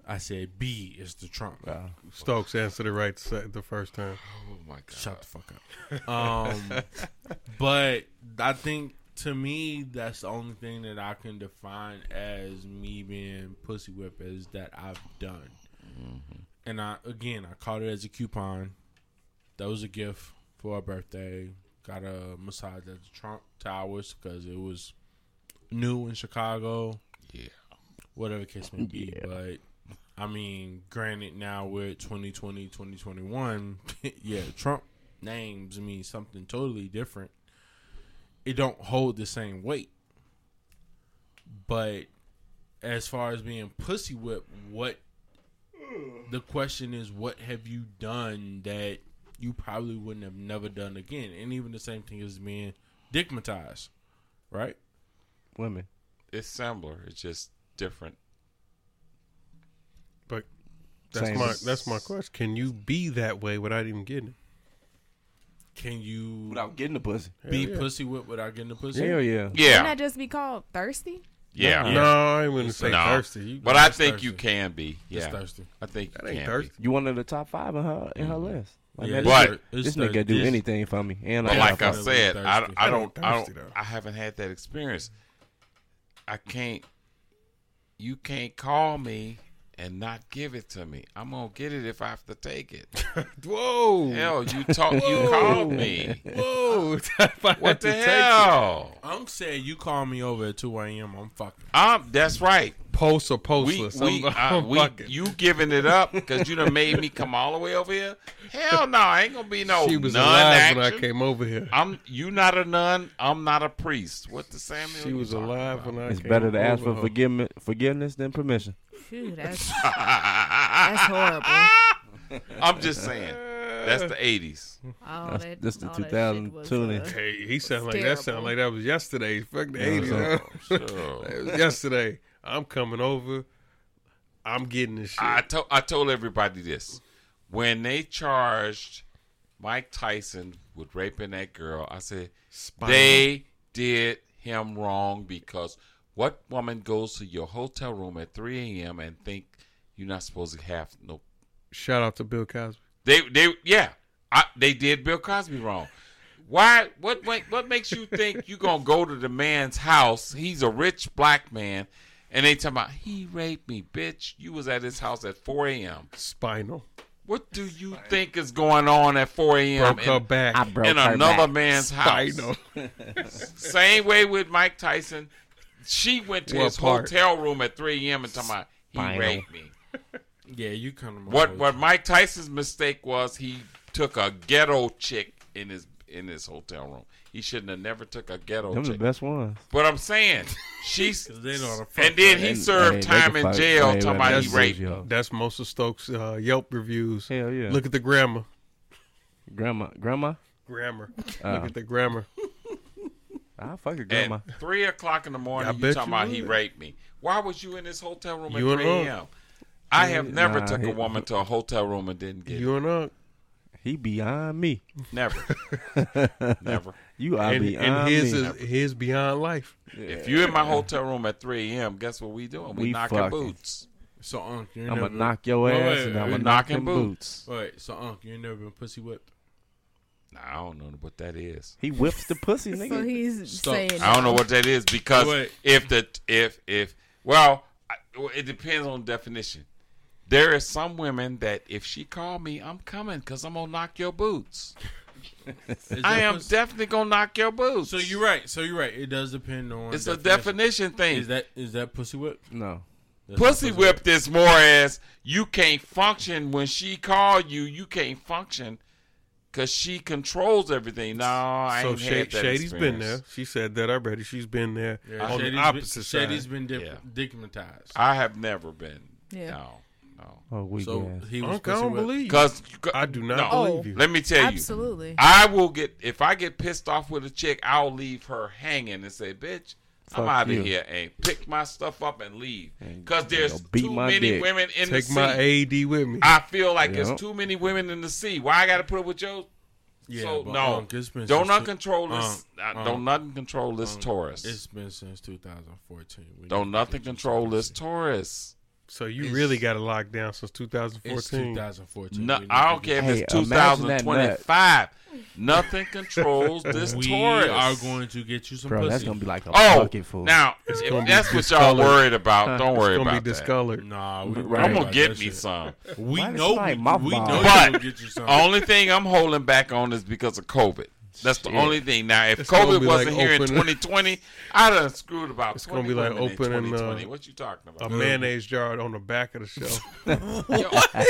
Speaker 3: I said b is the Trump.
Speaker 4: Stokes answered it right the sec- the first time.
Speaker 5: oh my god.
Speaker 3: Shut the fuck up. Um, but I think to me that's the only thing that I can define as me being pussy whip is that I've done.
Speaker 5: Mm-hmm.
Speaker 3: And I again I caught it as a coupon. That was a gift for our birthday. got a massage at the Trump Towers because it was new in Chicago.
Speaker 5: Yeah.
Speaker 3: Whatever the case may be. But, I mean, granted, now we're at 2020, 2021. yeah, Trump names mean something totally different. It don't hold the same weight. But as far as being pussy whipped, what the question is, what have you done that you probably wouldn't have never done again? And even the same thing as being digmatized, right?
Speaker 8: Women.
Speaker 5: It's similar. It's just different.
Speaker 4: But that's
Speaker 8: Same.
Speaker 4: my that's my question. Can you be that way without even getting it?
Speaker 3: Can you
Speaker 8: Without getting the pussy.
Speaker 3: be
Speaker 4: Hell yeah.
Speaker 3: pussy whipped without getting the pussy?
Speaker 8: Hell yeah.
Speaker 6: Wouldn't
Speaker 5: Yeah.
Speaker 6: that just be called thirsty?
Speaker 5: Yeah.
Speaker 4: No, I wouldn't say
Speaker 5: No.
Speaker 4: thirsty. You-
Speaker 5: But I
Speaker 3: It's
Speaker 5: think
Speaker 3: thirsty.
Speaker 5: you can be.
Speaker 3: It's
Speaker 5: Yeah.
Speaker 3: thirsty.
Speaker 5: I think
Speaker 4: that
Speaker 5: you
Speaker 4: ain't
Speaker 5: can
Speaker 4: thirsty.
Speaker 5: be.
Speaker 8: You one of the top five in her in her list. Like,
Speaker 3: Yeah,
Speaker 8: man,
Speaker 5: But-
Speaker 3: it's-
Speaker 8: this,
Speaker 3: it's
Speaker 8: this nigga do
Speaker 3: thirsty.
Speaker 8: anything for me, and
Speaker 5: But
Speaker 8: I
Speaker 5: like I
Speaker 3: definitely
Speaker 5: said, I,
Speaker 3: thirsty.
Speaker 5: I don't, I
Speaker 4: Thirsty,
Speaker 5: don't,
Speaker 4: though.
Speaker 5: I haven't had that experience. I can't. You can't call me and not give it to me. I'm gonna get it if I have to take it.
Speaker 4: Whoa,
Speaker 5: hell, you talk, you called me.
Speaker 4: whoa! If I had
Speaker 5: What the
Speaker 4: to take
Speaker 5: hell?
Speaker 3: Unc said you call me over at two a.m. I'm fucking.
Speaker 5: Um, that's right.
Speaker 4: it, Post or
Speaker 5: We,
Speaker 4: postless?
Speaker 5: we,
Speaker 4: I'm,
Speaker 5: uh,
Speaker 4: I'm
Speaker 5: we,
Speaker 4: fucking.
Speaker 5: you giving it up because you done made me come all the way over here? Hell no, I ain't gonna be no
Speaker 4: she was
Speaker 5: nun
Speaker 4: alive
Speaker 5: action.
Speaker 4: when I came over here.
Speaker 5: I'm you not a nun. I'm not a priest. What the Samuel?
Speaker 4: She
Speaker 5: you
Speaker 4: was
Speaker 5: talking
Speaker 4: alive
Speaker 5: about?
Speaker 4: when I.
Speaker 8: it's
Speaker 4: came
Speaker 8: better to ask for
Speaker 4: over her.
Speaker 8: forgiveness, forgiveness than permission.
Speaker 6: Phew, that's that's horrible.
Speaker 5: I'm just saying. That's the '80s.
Speaker 6: All
Speaker 8: That's-
Speaker 6: that,
Speaker 8: that's the
Speaker 6: all that shit
Speaker 8: 2000
Speaker 6: was,
Speaker 8: tuning.
Speaker 6: uh,
Speaker 4: Hey, he sound like that. Sound
Speaker 6: terrible.
Speaker 4: like that was yesterday. Fuck the
Speaker 8: Yeah,
Speaker 4: eighties.
Speaker 8: so-
Speaker 5: Sure.
Speaker 4: yesterday, I'm coming over. I'm getting this shit.
Speaker 5: I told I told everybody this when they charged Mike Tyson with raping that girl. I said they did him wrong because what woman goes to your hotel room at 3 a.m. and think you're not supposed to have no
Speaker 4: Shout out to Bill Cosby.
Speaker 5: They they yeah, I, they did Bill Cosby wrong. Why? What what what makes you think you gonna go to the man's house? He's a rich black man, and they talking about he raped me, bitch. You was at his house at 4 a.m.
Speaker 4: Spinal
Speaker 5: What do you think is going on at 4 a.m.
Speaker 4: broke her
Speaker 5: in,
Speaker 4: back.
Speaker 9: I broke
Speaker 5: in
Speaker 9: her
Speaker 5: another
Speaker 9: back.
Speaker 5: man's house?
Speaker 4: Spinal.
Speaker 5: Same way with Mike Tyson. She went to
Speaker 4: What
Speaker 5: his
Speaker 4: part?
Speaker 5: hotel room at 3 a.m. and talking about he
Speaker 9: Spinal.
Speaker 5: raped me.
Speaker 3: Yeah, you come to my
Speaker 5: What
Speaker 3: hotel.
Speaker 5: what Mike Tyson's mistake was he took a ghetto chick in his in his hotel room. He shouldn't have never took a ghetto
Speaker 8: Them the
Speaker 5: chick.
Speaker 8: best ones.
Speaker 5: But I'm saying she's
Speaker 3: 'Cause they know how to fuck,
Speaker 5: and then
Speaker 3: right?
Speaker 5: he
Speaker 8: And-
Speaker 5: served
Speaker 8: hey, they
Speaker 5: time
Speaker 8: can
Speaker 5: in
Speaker 8: fight.
Speaker 5: jail
Speaker 8: Hey,
Speaker 5: talking
Speaker 8: man,
Speaker 5: about he
Speaker 8: that's
Speaker 5: raped.
Speaker 8: yo.
Speaker 4: That's most of Stokes' uh, Yelp reviews.
Speaker 8: Hell yeah.
Speaker 4: Look at the grammar.
Speaker 8: Grandma, grandma,
Speaker 4: Grammar.
Speaker 8: Uh.
Speaker 4: Look at the grammar.
Speaker 8: I fuck your
Speaker 5: At
Speaker 8: grandma.
Speaker 5: three o'clock in the
Speaker 4: I
Speaker 5: morning, you
Speaker 4: bet
Speaker 5: talking
Speaker 4: you
Speaker 5: about he
Speaker 4: would.
Speaker 5: raped me. Why was you in this hotel room
Speaker 4: You
Speaker 5: at
Speaker 4: and
Speaker 5: three
Speaker 4: her.
Speaker 5: a.m.? I have never
Speaker 8: nah,
Speaker 5: took
Speaker 8: he-
Speaker 5: a woman to a hotel room and didn't get it.
Speaker 4: You and Unc.
Speaker 8: He beyond me.
Speaker 5: Never, never.
Speaker 8: You are
Speaker 4: And,
Speaker 8: beyond
Speaker 4: and his
Speaker 8: me.
Speaker 4: is his beyond life.
Speaker 5: If you in my hotel room at three a.m., guess what we doing? We,
Speaker 8: We
Speaker 5: knocking
Speaker 8: fucking.
Speaker 5: boots.
Speaker 3: So Unc, you're
Speaker 8: I'm
Speaker 3: never.
Speaker 8: gonna knock your
Speaker 3: Wait,
Speaker 8: ass
Speaker 3: wait,
Speaker 8: and I'm
Speaker 3: wait,
Speaker 8: gonna knock
Speaker 5: knocking
Speaker 8: them boots.
Speaker 3: Wait, so Unc, you ain't never been pussy whipped.
Speaker 5: Nah, I don't know what that is.
Speaker 8: He whips the pussy, nigga.
Speaker 6: So he's
Speaker 3: Stop.
Speaker 6: saying,
Speaker 5: I don't know what that is because
Speaker 3: Wait.
Speaker 5: if the if if well, I, well, it depends on definition. There is some women that if she call me, I'm coming because I'm gonna knock your boots.
Speaker 3: Is
Speaker 5: I
Speaker 3: that
Speaker 5: am
Speaker 3: pussy-
Speaker 5: definitely gonna knock your boots.
Speaker 3: so you're right. So you're right. It does depend on.
Speaker 5: It's a definition thing.
Speaker 3: Is that is that pussy whipped?
Speaker 8: no.
Speaker 3: That's not
Speaker 5: Pussy whipped is more as you can't function when she call you. You can't function because she controls everything. No, I
Speaker 4: so
Speaker 5: ain't
Speaker 4: Sha-
Speaker 5: had that
Speaker 4: Shady's been
Speaker 5: experience.
Speaker 4: there. She said that already. She's been there
Speaker 3: Yeah,
Speaker 4: on
Speaker 3: Shady's
Speaker 4: the opposite
Speaker 3: been,
Speaker 4: side.
Speaker 3: Shady's been dip-
Speaker 5: Yeah.
Speaker 3: digmatized.
Speaker 5: I have never been.
Speaker 6: Yeah.
Speaker 5: No, no.
Speaker 8: Oh, we
Speaker 3: so
Speaker 8: so,
Speaker 3: he was
Speaker 4: Unc, I
Speaker 3: pussy
Speaker 4: don't
Speaker 3: whipped.
Speaker 4: believe. you.
Speaker 5: Because
Speaker 4: I do not
Speaker 5: No.
Speaker 4: believe you.
Speaker 5: Let me tell you,
Speaker 6: absolutely.
Speaker 5: I will get if I get pissed off with a chick, I'll leave her hanging and say, "Bitch, I'm
Speaker 8: Fuck
Speaker 5: out
Speaker 8: you."
Speaker 5: of here," and pick my stuff up and leave.
Speaker 8: And
Speaker 5: Because there's
Speaker 8: beat
Speaker 5: too
Speaker 8: my
Speaker 5: many
Speaker 8: dick.
Speaker 5: women in
Speaker 4: Take
Speaker 5: the
Speaker 4: my
Speaker 5: sea.
Speaker 4: AD with me.
Speaker 5: I feel like
Speaker 8: Yeah.
Speaker 5: there's too many women in the sea. Why I got to put up with your?
Speaker 3: Yeah,
Speaker 5: so
Speaker 3: but
Speaker 5: no,
Speaker 3: Unc, it's been
Speaker 5: don't
Speaker 3: since
Speaker 5: not control this.
Speaker 3: Unc,
Speaker 5: uh, don't
Speaker 3: Unc,
Speaker 5: nothing control this Taurus.
Speaker 3: It's been since 2014. We
Speaker 5: don't
Speaker 3: need-
Speaker 5: nothing control this Taurus.
Speaker 4: so you
Speaker 3: It's-
Speaker 4: really got it locked down since
Speaker 3: It's
Speaker 4: 2014.
Speaker 3: 2014.
Speaker 5: No,
Speaker 3: We need
Speaker 5: I
Speaker 3: to
Speaker 5: don't care
Speaker 8: Hey,
Speaker 5: if it's
Speaker 8: imagine that nut.
Speaker 5: 2025. Nothing controls this
Speaker 3: We
Speaker 5: Taurus.
Speaker 3: are going to get you some
Speaker 8: bro,
Speaker 3: pussy.
Speaker 8: that's gonna be like a
Speaker 5: Oh,
Speaker 8: bucket full.
Speaker 5: now
Speaker 4: gonna
Speaker 5: if
Speaker 4: be
Speaker 5: that's what y'all
Speaker 4: discolored.
Speaker 5: worried about, don't
Speaker 4: It's
Speaker 5: worry
Speaker 4: gonna
Speaker 5: about
Speaker 4: be
Speaker 5: that.
Speaker 4: discolored.
Speaker 3: Nah, we,
Speaker 8: Right.
Speaker 5: I'm gonna
Speaker 3: about
Speaker 5: get
Speaker 3: that
Speaker 5: me
Speaker 3: shit.
Speaker 5: some.
Speaker 3: We
Speaker 8: Why does
Speaker 3: know,
Speaker 8: somebody
Speaker 3: we,
Speaker 8: mouth
Speaker 3: we
Speaker 8: bomb?
Speaker 3: know,
Speaker 5: But-
Speaker 3: you'll get you some.
Speaker 5: Only thing I'm holding back on is because of COVID. That's the only thing. Now, if
Speaker 4: It's gonna
Speaker 5: COVID
Speaker 4: be
Speaker 5: wasn't
Speaker 4: like
Speaker 5: here in
Speaker 4: opening-
Speaker 5: 2020, I'd have screwed about.
Speaker 4: It's
Speaker 5: 20
Speaker 4: gonna be like
Speaker 5: women in
Speaker 4: opening, uh,
Speaker 5: 2020. what you talking
Speaker 4: A
Speaker 5: about?
Speaker 4: mayonnaise jar on the back of the shelf.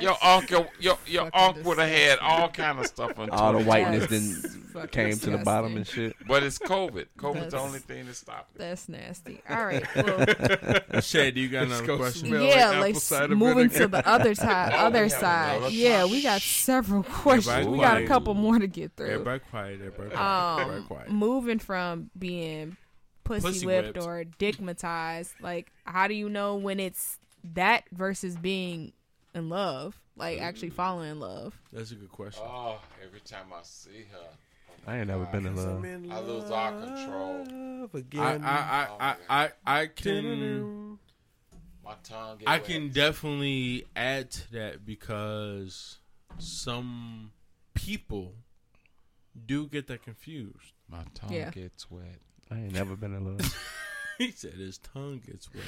Speaker 5: Your uncle, your your
Speaker 6: Fucking
Speaker 5: uncle would have had all kind of stuff on
Speaker 8: All the whiteness
Speaker 6: Yes.
Speaker 8: then
Speaker 6: Fucking
Speaker 8: came to the bottom and shit.
Speaker 5: But it's COVID. COVID's the
Speaker 6: That's-
Speaker 5: only thing that stopped it.
Speaker 6: That's nasty. All right. Well,
Speaker 3: Shay, do you got
Speaker 4: It's
Speaker 3: another
Speaker 4: gonna
Speaker 3: question?
Speaker 4: smell
Speaker 6: yeah,
Speaker 4: like apple
Speaker 6: let's
Speaker 4: cider
Speaker 6: moving
Speaker 4: vinegar.
Speaker 6: to the other side. other
Speaker 5: we have
Speaker 6: side.
Speaker 5: another
Speaker 6: Yeah,
Speaker 5: topic.
Speaker 6: we got several questions. We got a
Speaker 3: Everybody-
Speaker 6: couple more to get through.
Speaker 3: Everybody quiet. Everybody quiet. everybody
Speaker 6: um,
Speaker 3: quiet.
Speaker 6: moving from being pussy,
Speaker 3: Pussy
Speaker 6: whipped,
Speaker 3: whipped.
Speaker 6: or dickmatized, like how do you know when it's that versus being in love, like actually falling in love?
Speaker 3: That's a good question.
Speaker 5: Oh, every time I see her,
Speaker 8: I ain't never been in love.
Speaker 5: I lose all control.
Speaker 3: I, I, I, I, I, I can.
Speaker 5: My tongue.
Speaker 3: I can definitely add to that because some people do get that confused.
Speaker 5: My tongue
Speaker 6: Yeah.
Speaker 5: gets wet.
Speaker 8: I ain't never been in love.
Speaker 3: He said his tongue gets wet.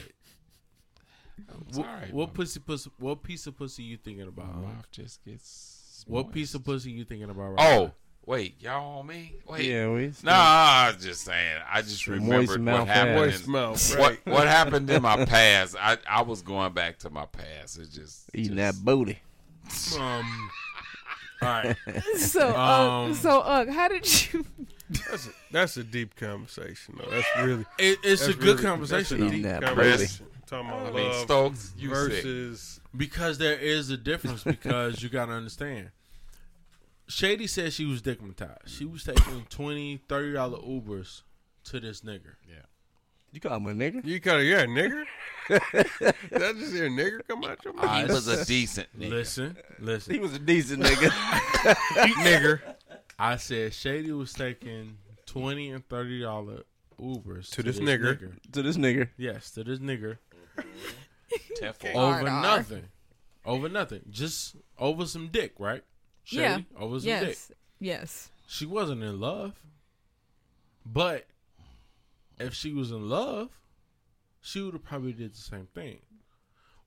Speaker 5: I'm
Speaker 3: What,
Speaker 5: sorry,
Speaker 3: what
Speaker 5: my
Speaker 3: pussy, pussy? What piece of pussy you thinking about?
Speaker 5: mouth
Speaker 3: Rock?
Speaker 5: just gets.
Speaker 3: What
Speaker 5: moist.
Speaker 3: piece of pussy you thinking about? Rock?
Speaker 5: Oh, wait, y'all on me? Wait.
Speaker 8: yeah, we.
Speaker 5: Nah, I was just saying. I just remembered what
Speaker 8: mouth
Speaker 5: happened.
Speaker 4: Moist
Speaker 5: in-
Speaker 4: mouth,
Speaker 5: What
Speaker 4: right?
Speaker 5: what happened in my past? I, I was going back to my past. It just
Speaker 8: Eating that
Speaker 5: just-
Speaker 8: booty.
Speaker 3: Um. all right.
Speaker 6: So,
Speaker 3: Um,
Speaker 6: Ugg, so Ugg, how did you?
Speaker 4: That's a, that's a deep conversation, though. That's really
Speaker 3: It, it's
Speaker 4: that's
Speaker 3: a good
Speaker 4: really-
Speaker 3: conversation
Speaker 4: that's
Speaker 3: though,
Speaker 4: a deep
Speaker 8: Eating that
Speaker 4: conversation. Talking
Speaker 5: I
Speaker 4: about
Speaker 5: mean,
Speaker 4: love
Speaker 5: Stokes, you sick.
Speaker 4: versus
Speaker 3: because there is a difference. Because you gotta understand. Shady said she was dickmatized. She was taking 20 30 dollar Ubers to this nigga.
Speaker 8: You call him a nigga?
Speaker 4: you. Kind of yeah, nigger. Did I just hear nigger come out your mouth?
Speaker 5: He was a decent nigga.
Speaker 3: Listen, listen.
Speaker 8: He was a decent nigga.
Speaker 4: nigger.
Speaker 3: I said Shady was taking twenty and thirty dollar Ubers
Speaker 4: To this nigger.
Speaker 8: to this nigga.
Speaker 3: Yes, to this nigger
Speaker 5: Temple.
Speaker 3: over
Speaker 6: Hard R.
Speaker 3: nothing, over nothing, just over some dick, right? Shady,
Speaker 6: Yeah.
Speaker 3: over some dick.
Speaker 6: Yes, yes.
Speaker 3: She wasn't in love, but if she was in love, she would have probably did the same thing.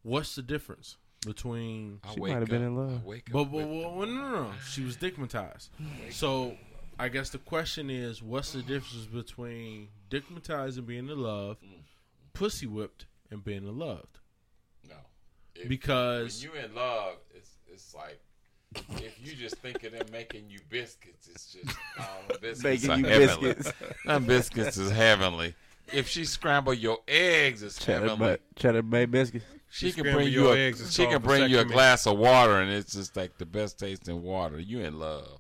Speaker 3: What's the difference between
Speaker 5: I
Speaker 8: She
Speaker 5: wake
Speaker 8: might have been
Speaker 5: up-
Speaker 8: in love.
Speaker 5: I wake up
Speaker 3: But, but,
Speaker 5: with-
Speaker 3: well, well, no, no, no. She was dickmatized. So I guess the question is, what's the difference between dickmatized and being in love, pussy whipped and being in loved?
Speaker 5: no. If- when
Speaker 3: Because
Speaker 5: you in love, it's it's like if you just think of them making you biscuits, it's just um, biscuits
Speaker 8: Making
Speaker 5: are
Speaker 8: you
Speaker 5: heavenly.
Speaker 8: biscuits.
Speaker 5: Them biscuits is heavenly. If she scramble your eggs, it's
Speaker 8: Cheddar,
Speaker 5: heavenly.
Speaker 8: but cheddar bay biscuits.
Speaker 5: She,
Speaker 4: She
Speaker 5: can
Speaker 4: scramble
Speaker 5: bring you
Speaker 4: your
Speaker 5: a
Speaker 4: eggs, it's
Speaker 5: she
Speaker 4: called
Speaker 5: can bring you a
Speaker 4: vasectomy.
Speaker 5: glass of water, and it's just like the best tasting water. You in love?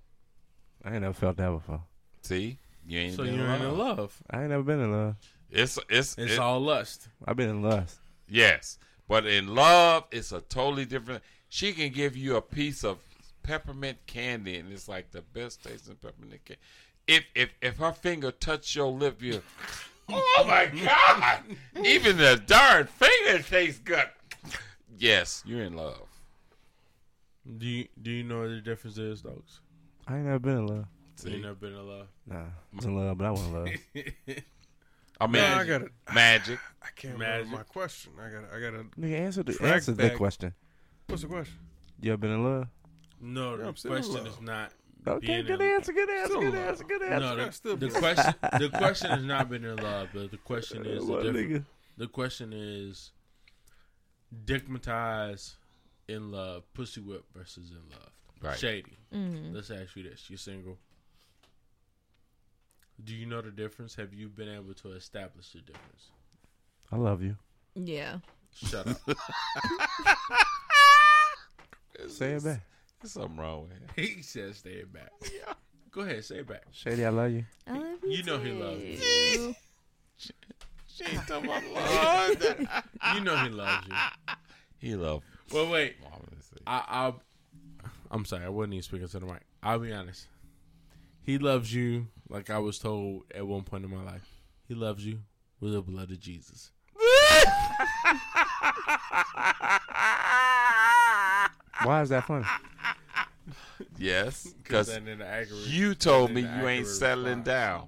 Speaker 8: I ain't never felt that before.
Speaker 5: See, you ain't
Speaker 3: so
Speaker 5: been
Speaker 3: you're in love.
Speaker 8: I ain't never been in love.
Speaker 5: It's it's
Speaker 3: It's
Speaker 5: it-
Speaker 3: all lust.
Speaker 8: I've been in lust.
Speaker 5: yes, but in love, it's a totally different. She can give you a piece of peppermint candy, and it's like the best tasting peppermint candy. If if if her finger touch your lip, you. Oh my God! Even the darn finger tastes good. Yes, you're in love.
Speaker 3: Do you do you know what the difference is, dogs?
Speaker 8: I ain't never been in love.
Speaker 3: You ain't
Speaker 5: See,
Speaker 3: never been in love.
Speaker 8: Nah, I was in love, but I wasn't in love.
Speaker 5: I mean,
Speaker 4: No, I got it.
Speaker 5: magic.
Speaker 4: I can't
Speaker 3: Magic.
Speaker 4: remember my question. I got. I got to
Speaker 8: Nigga, answer the
Speaker 4: Track
Speaker 8: answer the
Speaker 4: back.
Speaker 8: question.
Speaker 4: What's the question?
Speaker 8: You ever been in love?
Speaker 3: No, the
Speaker 4: I'm still in
Speaker 3: question
Speaker 4: love.
Speaker 3: is not.
Speaker 8: Okay,
Speaker 3: being
Speaker 8: good
Speaker 3: in,
Speaker 8: answer, good answer,
Speaker 4: Still
Speaker 8: good
Speaker 4: love.
Speaker 8: answer, good answer.
Speaker 3: No,
Speaker 4: I still
Speaker 3: the, the
Speaker 4: be-
Speaker 3: question the question is not being in love, but the question is the
Speaker 8: What
Speaker 3: difference.
Speaker 8: nigga?
Speaker 3: The question is dickmatized in love, pussy whip versus in love.
Speaker 5: Right.
Speaker 3: Shady.
Speaker 6: Mm-hmm.
Speaker 3: Let's ask you this. You're single. Do you know the difference? Have you been able to establish the difference?
Speaker 8: I love you.
Speaker 6: Yeah.
Speaker 3: Shut up.
Speaker 8: Say it back.
Speaker 5: There's something wrong with him.
Speaker 3: he says stay it back. Go ahead, say it back.
Speaker 8: Shady, I love you.
Speaker 6: I love
Speaker 3: You know he loves you.
Speaker 6: you.
Speaker 5: She ain't talking about love.
Speaker 3: You know he loves you.
Speaker 5: he love.
Speaker 3: Well, wait.
Speaker 5: obviously.
Speaker 3: I, I, I'm sorry. I wasn't even speaking to the mic. I'll be honest. He loves you, like I was told at one point in my life. He loves you with the blood of Jesus.
Speaker 8: Why is that funny?
Speaker 5: Yes, because
Speaker 3: then in the aggregate-
Speaker 5: you told me
Speaker 3: then the
Speaker 5: you ain't
Speaker 3: accurate
Speaker 5: settling
Speaker 3: response.
Speaker 5: down.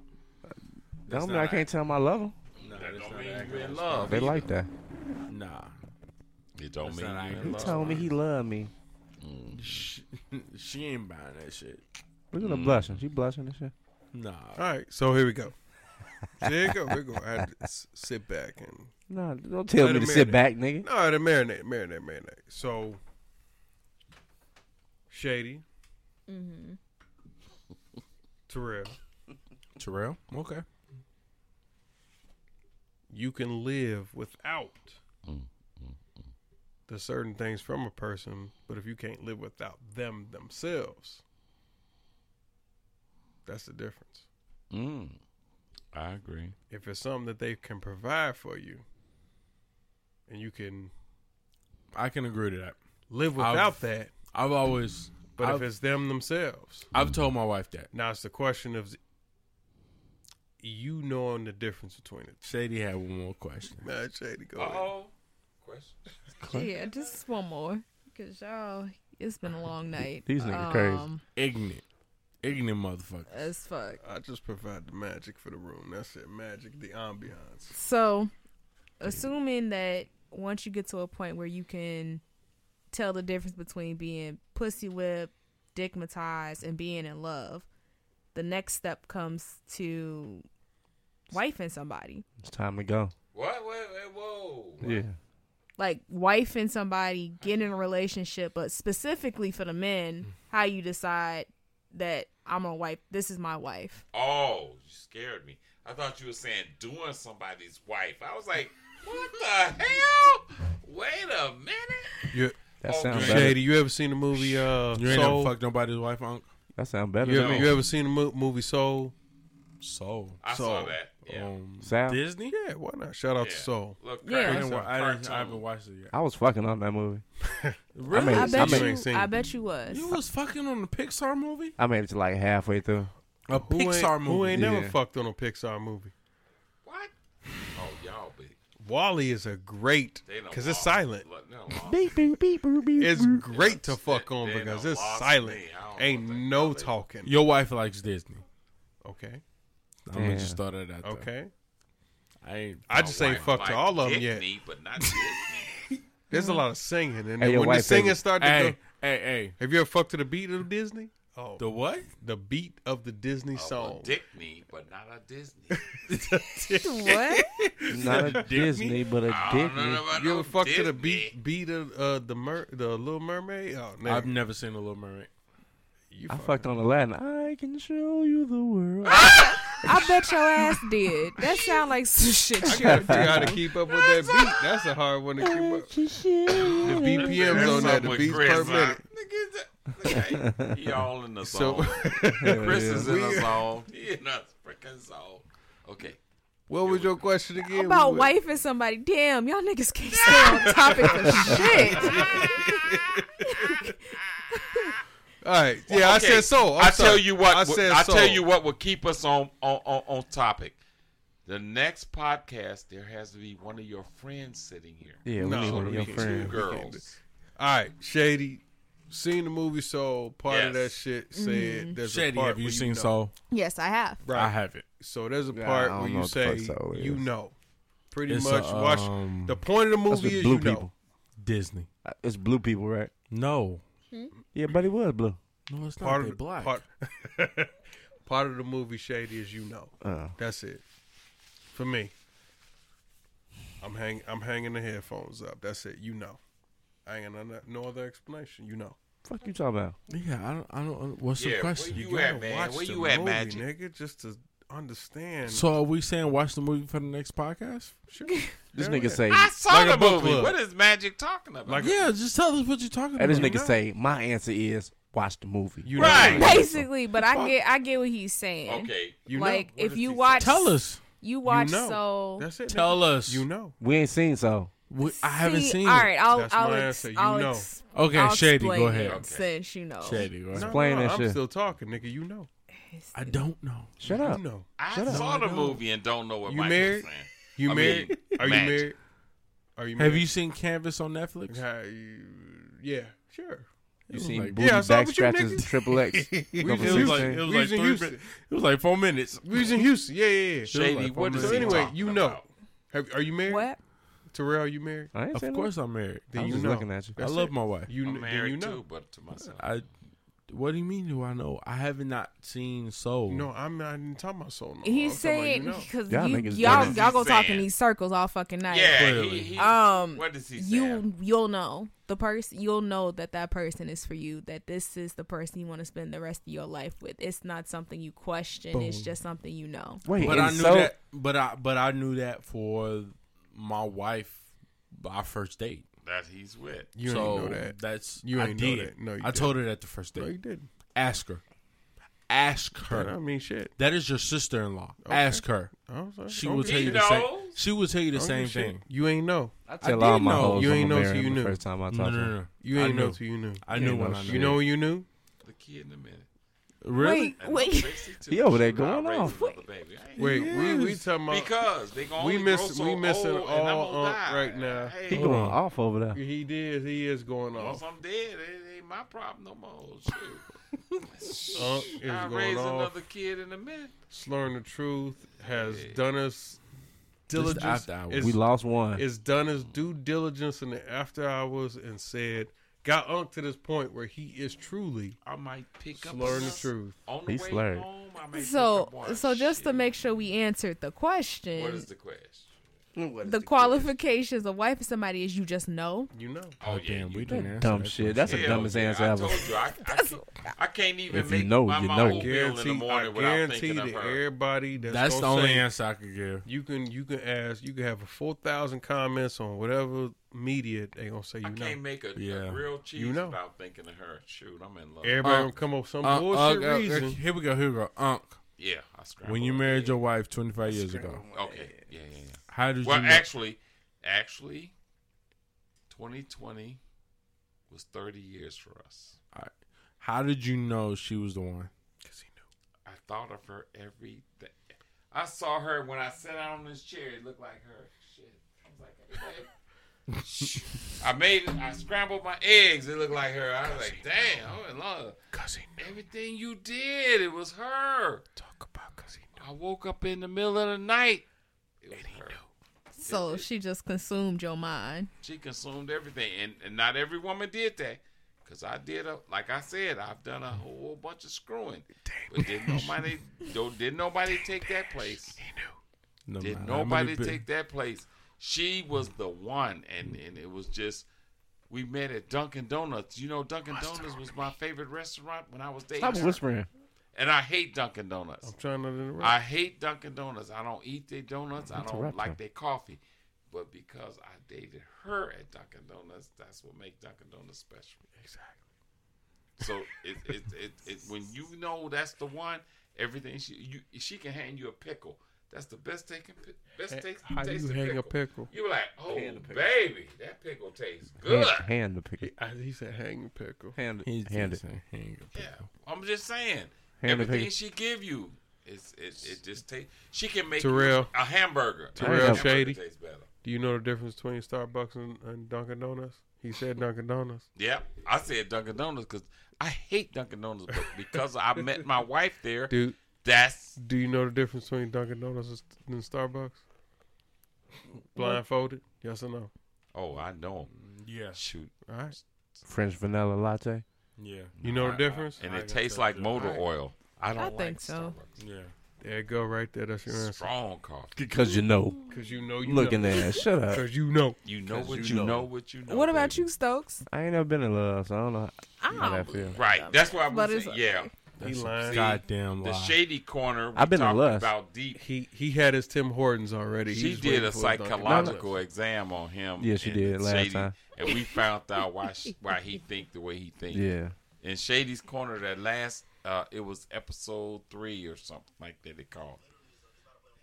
Speaker 8: Don't mean
Speaker 3: not
Speaker 8: I can't tell them I love them.
Speaker 3: No,
Speaker 5: That
Speaker 3: that's
Speaker 5: don't
Speaker 3: not
Speaker 5: mean you
Speaker 3: accurate
Speaker 5: in
Speaker 3: response.
Speaker 5: love.
Speaker 8: They like that.
Speaker 3: Nah.
Speaker 5: It don't
Speaker 3: That's
Speaker 5: mean
Speaker 3: not
Speaker 5: you
Speaker 3: accurate.
Speaker 8: He
Speaker 5: in love.
Speaker 8: told me he loved me.
Speaker 3: She, she ain't buying that shit.
Speaker 8: Look at her blushing. She blushing and shit.
Speaker 3: Nah.
Speaker 4: All right, so here we go. There you go. We're going to have to s- sit back and
Speaker 8: Nah, don't tell
Speaker 4: Let
Speaker 8: me
Speaker 4: it
Speaker 8: to sit
Speaker 4: marinate.
Speaker 8: back, nigga.
Speaker 4: No, the marinate, marinate, marinate. So, Shady,
Speaker 6: Mhm.
Speaker 4: Terrell,
Speaker 3: Terrell. Okay.
Speaker 4: you can live without the certain things from a person, but if you can't live without them themselves, that's the difference.
Speaker 5: Mm. I agree.
Speaker 4: If it's something that they can provide for you, and you can
Speaker 3: I can agree to that.
Speaker 4: live
Speaker 3: I've-
Speaker 4: without that,
Speaker 3: I've always
Speaker 4: but
Speaker 3: I've,
Speaker 4: if it's them themselves,
Speaker 3: I've told my wife that.
Speaker 4: now it's the question of you knowing the difference between it.
Speaker 3: Shady had one more question.
Speaker 4: Man, Shady, go. ahead.
Speaker 5: Oh, question.
Speaker 6: Yeah, just one more. Because y'all, it's been a long night. Um,
Speaker 8: These niggas crazy.
Speaker 3: Ignorant. Ignorant motherfucker.
Speaker 6: As fuck.
Speaker 4: I just provide the magic for the room. That's it. Magic, the ambiance.
Speaker 6: So, assuming that once you get to a point where you can tell the difference between being pussy whipped, digmatized, and being in love, the next step comes to wifing somebody.
Speaker 8: It's time to go.
Speaker 5: What? Wait, wait, whoa.
Speaker 8: Yeah.
Speaker 6: Like, wifing somebody, get in a relationship, but specifically for the
Speaker 8: Mm.
Speaker 6: men, how you decide that I'm going to wife, this is my wife.
Speaker 5: Oh, you scared me. I thought you were saying doing somebody's wife. I was like, what the hell? Wait a minute.
Speaker 4: You,
Speaker 8: That
Speaker 5: Oh,
Speaker 8: sounds
Speaker 5: great.
Speaker 8: better.
Speaker 4: Shady, you ever seen the movie uh,
Speaker 3: You ain't
Speaker 4: Soul?
Speaker 3: never fucked nobody's wife, Unc.
Speaker 8: That sounds better.
Speaker 4: you,
Speaker 8: than
Speaker 4: ever,
Speaker 8: me.
Speaker 4: you ever seen the mo- movie Soul?
Speaker 3: Soul.
Speaker 5: I
Speaker 4: So, uh,
Speaker 5: saw that. Yeah.
Speaker 3: Um,
Speaker 8: Sal?
Speaker 3: Disney.
Speaker 4: Yeah, why not? Shout out
Speaker 5: yeah.
Speaker 4: to Soul.
Speaker 5: Look,
Speaker 6: Yeah.
Speaker 5: yeah.
Speaker 3: I,
Speaker 6: I
Speaker 3: didn't,
Speaker 5: Cartoon.
Speaker 3: wa- I, didn't, I haven't
Speaker 5: Cartoon.
Speaker 3: watched it yet.
Speaker 8: I was fucking on that movie.
Speaker 3: Really?
Speaker 8: made-
Speaker 6: I bet
Speaker 4: you ain't
Speaker 6: you,
Speaker 4: seen
Speaker 6: I
Speaker 4: it.
Speaker 6: bet you was.
Speaker 3: you was fucking on the Pixar movie?
Speaker 8: I made it to like halfway through.
Speaker 3: A
Speaker 4: Who
Speaker 3: Pixar
Speaker 4: ain't,
Speaker 3: movie.
Speaker 4: Who ain't never
Speaker 8: Yeah.
Speaker 4: fucked on a Pixar movie?
Speaker 5: What? Oh, y'all big.
Speaker 4: Wally is a great
Speaker 5: They done
Speaker 4: because it's
Speaker 5: lost-
Speaker 4: silent.
Speaker 5: Look, they done lost-
Speaker 8: Beep boop beep boop beep.
Speaker 4: It's
Speaker 8: boop.
Speaker 4: great to
Speaker 5: they-
Speaker 4: fuck on
Speaker 5: they
Speaker 4: because
Speaker 5: done
Speaker 4: it's
Speaker 5: lost
Speaker 4: silent.
Speaker 5: me. I don't know
Speaker 4: Ain't
Speaker 5: what they
Speaker 4: no
Speaker 5: call it.
Speaker 4: talking.
Speaker 3: Your wife likes Disney.
Speaker 4: Okay,
Speaker 3: I'm gonna
Speaker 8: Damn.
Speaker 3: just throw that out there.
Speaker 4: okay.
Speaker 3: I ain't.
Speaker 4: I just ain't
Speaker 5: Wife
Speaker 4: fucked to
Speaker 5: like
Speaker 4: all of them yet.
Speaker 5: Disney, But not Disney.
Speaker 4: There's a lot of singing, and
Speaker 8: Hey,
Speaker 4: then
Speaker 8: your
Speaker 4: when the
Speaker 8: wife
Speaker 4: singing
Speaker 8: favorite-
Speaker 4: started to
Speaker 3: Hey,
Speaker 4: go,
Speaker 3: hey, hey.
Speaker 4: have you ever fucked to the beat of Disney? Oh,
Speaker 3: The what?
Speaker 4: the beat of the Disney
Speaker 5: so
Speaker 4: song.
Speaker 5: Disney, but not a Disney.
Speaker 6: What?
Speaker 8: Not a Disney, but a
Speaker 5: I don't know
Speaker 8: Disney.
Speaker 5: about
Speaker 4: You
Speaker 5: no
Speaker 4: ever fucked to the
Speaker 5: Disney.
Speaker 4: beat beat of uh, the mer- the Little Mermaid? Oh, no.
Speaker 3: I've never seen The Little Mermaid.
Speaker 4: you
Speaker 8: I
Speaker 4: fuck-
Speaker 8: fucked on Aladdin. I can show you the world.
Speaker 6: I bet your ass did. That sound like some shit.
Speaker 4: I
Speaker 6: you
Speaker 4: gotta figure out how to keep up with that beat. That's a hard one to keep up. The
Speaker 5: That's
Speaker 4: BPMs on that,
Speaker 5: something
Speaker 4: the
Speaker 5: with
Speaker 4: beats
Speaker 5: Chris,
Speaker 4: per
Speaker 5: huh?
Speaker 4: minute.
Speaker 5: Nigga, is that- okay, he all in the
Speaker 4: So-
Speaker 5: song. Chris is in
Speaker 4: We-
Speaker 5: the song. He in the freaking song. Okay.
Speaker 4: What was your question again?
Speaker 6: about
Speaker 4: We-
Speaker 6: wifing somebody. Damn, y'all niggas can't stay on topic for shit.
Speaker 4: All right, yeah, I
Speaker 5: Okay,
Speaker 4: said so. I'm
Speaker 5: I
Speaker 4: sorry.
Speaker 5: tell you what.
Speaker 4: I
Speaker 5: I,
Speaker 4: said so.
Speaker 5: tell you what would keep us on, on on on topic. The next podcast, there has to be one of your friends sitting here.
Speaker 8: Yeah, we
Speaker 4: No,
Speaker 8: need one of
Speaker 4: we
Speaker 8: your
Speaker 4: can't.
Speaker 8: friends.
Speaker 5: Girls.
Speaker 4: All right, Shady, seen the movie Soul? Part of that
Speaker 5: Yes.
Speaker 4: shit said. There's
Speaker 3: Shady,
Speaker 4: a part
Speaker 3: have you
Speaker 4: where
Speaker 3: seen
Speaker 4: know.
Speaker 3: Soul?
Speaker 6: Yes, I have.
Speaker 3: I
Speaker 4: Right.
Speaker 3: haven't.
Speaker 4: So there's a
Speaker 8: Yeah,
Speaker 4: part
Speaker 8: I don't
Speaker 4: where
Speaker 8: know
Speaker 4: you
Speaker 8: what the
Speaker 4: say
Speaker 8: fuck Soul
Speaker 4: you
Speaker 8: is.
Speaker 4: know. Pretty
Speaker 3: It's a,
Speaker 4: much.
Speaker 3: um,
Speaker 4: watch the point of the
Speaker 8: That's
Speaker 4: movie
Speaker 8: with
Speaker 4: is
Speaker 8: blue
Speaker 4: you know.
Speaker 8: people.
Speaker 3: Disney.
Speaker 8: Uh, It's blue people, right?
Speaker 3: No.
Speaker 8: Yeah, but it was blue.
Speaker 3: No, it's not.
Speaker 4: part
Speaker 3: they
Speaker 4: of the,
Speaker 3: black.
Speaker 4: Part, part of the movie shady is you know.
Speaker 8: Uh,
Speaker 4: That's it. For me. I'm hang I'm hanging the headphones up. That's it. You know. I ain't got no, no other explanation. You know.
Speaker 8: fuck you talking about?
Speaker 3: yeah, I don't. I don't. uh, What's
Speaker 5: Yeah,
Speaker 3: the
Speaker 5: where
Speaker 3: question?
Speaker 5: You at, man? Where
Speaker 4: the
Speaker 5: you at,
Speaker 4: movie,
Speaker 5: Magic?
Speaker 4: nigga, just to understand.
Speaker 3: So are we saying watch the movie for the next podcast?
Speaker 8: This
Speaker 4: Hell yeah.
Speaker 8: nigga say,
Speaker 5: I saw
Speaker 4: Like a
Speaker 5: the
Speaker 4: book
Speaker 5: movie.
Speaker 4: club.
Speaker 5: What is Magic talking about?
Speaker 4: Like a-
Speaker 3: Yeah, just tell us what you're talking
Speaker 8: and this
Speaker 3: about.
Speaker 8: nigga say, my answer is watch the movie.
Speaker 4: You
Speaker 5: Right.
Speaker 4: know.
Speaker 6: Basically, but I get I get what he's saying.
Speaker 5: okay.
Speaker 4: You know.
Speaker 6: like
Speaker 4: What
Speaker 6: if
Speaker 4: is
Speaker 6: you
Speaker 4: he
Speaker 6: watch
Speaker 3: Tell us.
Speaker 6: you
Speaker 4: saying?
Speaker 6: watch
Speaker 4: you know.
Speaker 6: so
Speaker 4: That's it.
Speaker 3: Tell
Speaker 4: nigga.
Speaker 3: us.
Speaker 4: You know.
Speaker 8: we ain't seen so.
Speaker 3: We- I haven't
Speaker 6: See,
Speaker 3: seen
Speaker 6: All
Speaker 3: it.
Speaker 6: right, I'll
Speaker 4: That's
Speaker 6: I'll
Speaker 4: my
Speaker 6: ex-
Speaker 4: answer. You
Speaker 6: I'll
Speaker 4: know.
Speaker 6: ex-
Speaker 3: Okay,
Speaker 6: I'll
Speaker 3: Shady, go
Speaker 6: explain
Speaker 3: ahead.
Speaker 6: it
Speaker 5: Okay.
Speaker 6: Since you know.
Speaker 3: Shady, go
Speaker 4: No,
Speaker 3: ahead.
Speaker 4: no,
Speaker 8: Explain that
Speaker 4: I'm
Speaker 8: shit.
Speaker 4: still talking, nigga. You know.
Speaker 3: I don't know.
Speaker 8: Shut
Speaker 4: You
Speaker 8: up.
Speaker 4: know.
Speaker 5: I saw the movie and don't know what
Speaker 4: You
Speaker 5: Mike
Speaker 4: married?
Speaker 5: was saying.
Speaker 4: You
Speaker 5: I mean,
Speaker 4: married? Are you
Speaker 5: Magic.
Speaker 4: married? Are you married?
Speaker 3: Have you seen Canvas on Netflix?
Speaker 4: Uh, you- yeah, sure.
Speaker 8: You seen
Speaker 3: like-
Speaker 8: booty
Speaker 4: Yeah, I saw
Speaker 8: back
Speaker 4: what you
Speaker 8: scratches
Speaker 4: niggas-
Speaker 8: and triple X?
Speaker 4: was
Speaker 8: Number
Speaker 4: in Houston.
Speaker 8: 16?
Speaker 4: We was in Houston.
Speaker 3: min- It was like four minutes.
Speaker 4: We was in Houston. Yeah, yeah, yeah.
Speaker 5: Shady, what is
Speaker 4: So
Speaker 5: he
Speaker 4: anyway,
Speaker 5: talking
Speaker 4: you know.
Speaker 5: about?
Speaker 4: Have, are you married?
Speaker 6: What?
Speaker 4: Terrell, you married?
Speaker 8: I ain't
Speaker 3: Of
Speaker 8: saying
Speaker 3: course, I'm married.
Speaker 4: Then
Speaker 8: I'm
Speaker 4: you
Speaker 8: just
Speaker 4: know.
Speaker 8: looking at you.
Speaker 3: I
Speaker 4: That's
Speaker 3: love
Speaker 4: it.
Speaker 3: my wife.
Speaker 4: You,
Speaker 5: I'm
Speaker 4: kn- then
Speaker 5: married
Speaker 4: you know.
Speaker 5: too, but to myself.
Speaker 3: I What do you mean? Do I know? I haven't not seen Soul.
Speaker 4: No, I'm not even talking about soul. No more.
Speaker 6: He's
Speaker 4: I'm talking
Speaker 6: saying
Speaker 4: about you
Speaker 6: because
Speaker 8: Y'all
Speaker 6: you,
Speaker 8: niggas
Speaker 6: you all
Speaker 8: dirty.
Speaker 6: y'all go talk in
Speaker 5: Saying.
Speaker 6: these circles all fucking night.
Speaker 5: Yeah.
Speaker 3: Clearly.
Speaker 5: He, he,
Speaker 6: Um,
Speaker 5: what does he say?
Speaker 6: you you'll know the person you'll know that that person is for you that this is the person you want to spend the rest of your life with it's not something you question it's just something you know
Speaker 8: Wait,
Speaker 3: But
Speaker 8: and
Speaker 3: I knew
Speaker 8: so-
Speaker 3: that. But I but I knew that for my wife, our first date.
Speaker 5: that he's with.
Speaker 4: You ain't
Speaker 3: so
Speaker 4: know that.
Speaker 3: That's
Speaker 4: You
Speaker 3: I
Speaker 4: ain't know
Speaker 3: did.
Speaker 4: that. No, you
Speaker 3: I told her that the first date.
Speaker 4: No, you didn't.
Speaker 3: Ask her. Ask
Speaker 4: But I
Speaker 3: her.
Speaker 4: mean, shit.
Speaker 3: That is your sister in law. Ask her.
Speaker 4: I was like,
Speaker 3: She
Speaker 4: okay.
Speaker 3: will tell you
Speaker 5: He
Speaker 3: the same.
Speaker 5: knows.
Speaker 3: She will tell you the
Speaker 4: Okay,
Speaker 3: same
Speaker 4: shit.
Speaker 3: thing.
Speaker 4: You ain't know.
Speaker 8: I tell
Speaker 3: I
Speaker 8: all
Speaker 3: did
Speaker 8: my
Speaker 3: know.
Speaker 8: hoes
Speaker 4: You
Speaker 8: I'm
Speaker 4: ain't
Speaker 8: gonna
Speaker 4: know
Speaker 8: marry
Speaker 4: till
Speaker 8: him
Speaker 4: you
Speaker 8: the
Speaker 4: knew.
Speaker 8: First time
Speaker 3: No,
Speaker 8: I talk
Speaker 3: no, no,
Speaker 8: to
Speaker 3: no.
Speaker 4: You
Speaker 3: I
Speaker 4: ain't know
Speaker 3: knew.
Speaker 4: till you knew.
Speaker 3: I
Speaker 8: You
Speaker 3: knew
Speaker 8: ain't
Speaker 3: when
Speaker 8: know
Speaker 3: I knew.
Speaker 8: shit.
Speaker 4: You know when you knew?
Speaker 5: The kid in a minute.
Speaker 3: really?
Speaker 5: And
Speaker 6: Wait,
Speaker 5: I'm
Speaker 6: wait.
Speaker 5: raising two
Speaker 8: He over there
Speaker 5: children.
Speaker 8: going
Speaker 5: I'm
Speaker 8: off.
Speaker 5: raising another baby. I ain't
Speaker 4: Wait, we we talking about
Speaker 5: Because they gonna
Speaker 4: We
Speaker 5: only
Speaker 4: miss-
Speaker 5: grow so
Speaker 4: we missing
Speaker 5: old, and I'm
Speaker 4: all
Speaker 5: gonna
Speaker 4: up
Speaker 5: die.
Speaker 4: right now.
Speaker 5: Hey,
Speaker 8: He
Speaker 3: Hold
Speaker 8: going
Speaker 3: on.
Speaker 8: off over there.
Speaker 4: he did he is going
Speaker 5: once
Speaker 4: off.
Speaker 5: I'm dead, it ain't my problem no more. Shoot.
Speaker 4: Unk Uh, is
Speaker 5: I
Speaker 4: going
Speaker 5: raise
Speaker 4: off.
Speaker 5: another kid in a minute.
Speaker 4: Slurring the truth has
Speaker 5: Yeah.
Speaker 4: done us diligence.
Speaker 3: after hours.
Speaker 4: It's,
Speaker 8: We lost one.
Speaker 4: it's done us due diligence in the after hours and said got Unk to this point where he is truly
Speaker 5: I might pick up
Speaker 4: slurring the
Speaker 5: another-
Speaker 4: truth.
Speaker 5: on the
Speaker 8: He
Speaker 5: way
Speaker 8: slurred.
Speaker 5: home. I may pick
Speaker 6: so
Speaker 5: up one.
Speaker 6: so just to
Speaker 5: Shit.
Speaker 6: make sure we answered the question
Speaker 5: What is the
Speaker 6: the,
Speaker 5: question?
Speaker 6: qualifications of wife of somebody is you just know
Speaker 4: You know.
Speaker 5: Oh,
Speaker 3: Damn,
Speaker 5: you
Speaker 3: we
Speaker 5: do.
Speaker 3: didn't answer
Speaker 8: dumb
Speaker 3: that
Speaker 8: shit. That's
Speaker 3: question.
Speaker 8: the dumbest
Speaker 5: yeah,
Speaker 8: answer
Speaker 5: I
Speaker 8: ever.
Speaker 5: told you, I, I, can't, I can't even
Speaker 8: If you
Speaker 5: make
Speaker 8: know,
Speaker 5: my,
Speaker 8: you
Speaker 5: my
Speaker 8: know.
Speaker 5: oatmeal in
Speaker 4: Guarantee,
Speaker 5: the
Speaker 4: I
Speaker 5: morning without
Speaker 4: guarantee
Speaker 5: thinking
Speaker 4: that
Speaker 5: of her.
Speaker 4: everybody that's,
Speaker 3: That's the
Speaker 4: gonna
Speaker 3: only
Speaker 4: say,
Speaker 3: answer I could give.
Speaker 4: You can you can ask. You can have a four thousand comments on whatever media they gonna say. You
Speaker 5: I
Speaker 4: know,
Speaker 5: can't make a,
Speaker 3: Yeah.
Speaker 5: a real cheese
Speaker 4: You know.
Speaker 5: without thinking of her. Shoot, I'm in love.
Speaker 4: everybody
Speaker 3: Uh,
Speaker 4: gonna come up with some
Speaker 3: Uh,
Speaker 4: bullshit
Speaker 3: uh, uh,
Speaker 4: reason.
Speaker 3: here we go. Here we go. Unc,
Speaker 5: yeah, I scrambled.
Speaker 3: when you married your wife 25 years ago,
Speaker 5: Okay. Yeah, yeah, yeah.
Speaker 3: how did
Speaker 5: Well,
Speaker 3: you? know-
Speaker 5: actually, actually, 2020 was 30 years for us.
Speaker 3: How did you know she was the one?
Speaker 5: I thought of her every day. I saw her when I sat down on this chair. It looked like her. Shit. I was like, "Hey, babe." I made it. I scrambled my eggs. It looked like her. I was like, damn, I'm in love.
Speaker 4: Cause he
Speaker 5: Everything you did, it was her.
Speaker 4: talk about cause he
Speaker 5: I woke up in the middle of the night. It was her.
Speaker 6: so she just consumed your mind
Speaker 5: She consumed everything, and, and not every woman did that. Cause I did a, like I said, I've done a whole bunch of screwing, but didn't nobody, don't, didn't nobody take that place.
Speaker 3: No
Speaker 5: Did
Speaker 3: matter how
Speaker 5: nobody
Speaker 3: many bi-
Speaker 5: take that place? She was the one, and and it was just. We met at Dunkin' Donuts. You know, Dunkin' Donuts was my favorite restaurant when I was dating.
Speaker 8: Stop
Speaker 5: her.
Speaker 8: whispering.
Speaker 5: And I hate Dunkin' Donuts.
Speaker 4: I'm trying not to interrupt.
Speaker 5: I hate Dunkin' Donuts. I don't eat their donuts. I don't
Speaker 8: Interrupt
Speaker 5: like
Speaker 8: her.
Speaker 5: their coffee. But because I dated her at Dunkin' Donuts, that's what makes Dunkin' Donuts special. Exactly. So it, it, it, it when you know that's the one, everything she you she can hand you a pickle. That's the best taking pi- best taste.
Speaker 4: How do
Speaker 5: taste
Speaker 4: you hang a pickle?
Speaker 5: You were like, oh baby, that pickle tastes good.
Speaker 8: Hand, hand the pickle.
Speaker 4: He, I, he said, "Hang a pickle."
Speaker 8: Hand,
Speaker 3: He's
Speaker 8: hand it.
Speaker 3: he's saying, hand it.
Speaker 5: Yeah, I'm just saying.
Speaker 8: Hand the
Speaker 5: everything
Speaker 8: pickle.
Speaker 5: she give you, it's it, it just tastes. She can make
Speaker 4: Terrell.
Speaker 5: you a hamburger. A
Speaker 4: Terrell
Speaker 5: hamburger
Speaker 4: Shady.
Speaker 5: tastes better.
Speaker 4: Do you know the difference between Starbucks and, and Dunkin' Donuts? He said Dunkin' Donuts.
Speaker 5: Yeah, I said Dunkin' Donuts because I hate Dunkin' Donuts, but because I met my wife there,
Speaker 4: Do
Speaker 5: that's
Speaker 4: Do you know the difference between Dunkin' Donuts and St- and Starbucks? Blindfolded? Yes or no?
Speaker 5: oh, I know.
Speaker 3: Yeah,
Speaker 5: Shoot,
Speaker 4: All right.
Speaker 8: French vanilla latte.
Speaker 3: yeah,
Speaker 4: You know
Speaker 5: I-
Speaker 4: the difference?
Speaker 5: and
Speaker 3: I got
Speaker 5: it tastes
Speaker 3: that
Speaker 5: like
Speaker 3: too.
Speaker 5: motor
Speaker 4: Alright.
Speaker 5: oil. I don't
Speaker 6: I
Speaker 5: like
Speaker 6: think so.
Speaker 3: yeah.
Speaker 4: There you go, right there. That's your
Speaker 5: Starbucks.
Speaker 4: answer.
Speaker 5: Strong coffee.
Speaker 8: Because you know.
Speaker 4: Because you know you
Speaker 8: Looking
Speaker 4: know.
Speaker 8: at it. Shut up.
Speaker 4: Because you know.
Speaker 5: You know
Speaker 8: 'Cause
Speaker 5: what
Speaker 8: you
Speaker 5: you, know.
Speaker 8: know.
Speaker 5: What you know.
Speaker 6: what about
Speaker 5: baby.
Speaker 6: you stokes Ah,
Speaker 8: I ain't never been in love, so I don't know how
Speaker 6: I
Speaker 8: that
Speaker 6: don't
Speaker 8: feel.
Speaker 5: Right. That's why I'm
Speaker 6: But
Speaker 5: saying.
Speaker 6: it's
Speaker 5: Yeah.
Speaker 4: He lying.
Speaker 3: Goddamn
Speaker 5: The
Speaker 3: lie.
Speaker 5: shady corner. We
Speaker 8: I've been in
Speaker 5: talked
Speaker 8: lust.
Speaker 5: about deep.
Speaker 4: He he had his Tim Hortons already.
Speaker 5: She
Speaker 4: He's
Speaker 5: did
Speaker 4: waiting
Speaker 5: a
Speaker 4: for his Dunkin'
Speaker 5: psychological
Speaker 4: Donuts.
Speaker 5: exam on him.
Speaker 8: Yeah, she
Speaker 5: and
Speaker 8: did last
Speaker 5: Shady,
Speaker 8: time.
Speaker 5: and we found out why she, why he think the way he think.
Speaker 8: Yeah.
Speaker 5: in Shady's Corner that last uh it was episode three or something like that they called.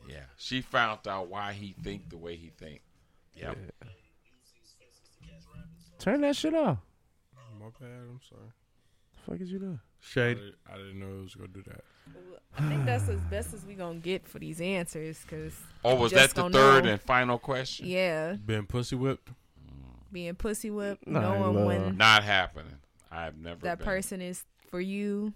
Speaker 5: it. Yeah. She found out why he think the way he think. Yep.
Speaker 8: Turn that shit off.
Speaker 3: My bad. I'm sorry.
Speaker 8: The fuck is you doing?
Speaker 3: I
Speaker 4: Shady.
Speaker 3: didn't, I didn't know it was gonna do that.
Speaker 6: i think that's as best as we gonna get for these answers because
Speaker 5: Oh, was
Speaker 6: Just
Speaker 5: that the
Speaker 6: don't
Speaker 5: third
Speaker 6: know.
Speaker 5: and final question?
Speaker 6: yeah
Speaker 3: Been pussy whipped.
Speaker 6: being pussy whipped
Speaker 8: Nah, I
Speaker 6: knowing
Speaker 8: love-
Speaker 6: when
Speaker 5: Not happening. I've never
Speaker 6: that
Speaker 5: been.
Speaker 6: person is for you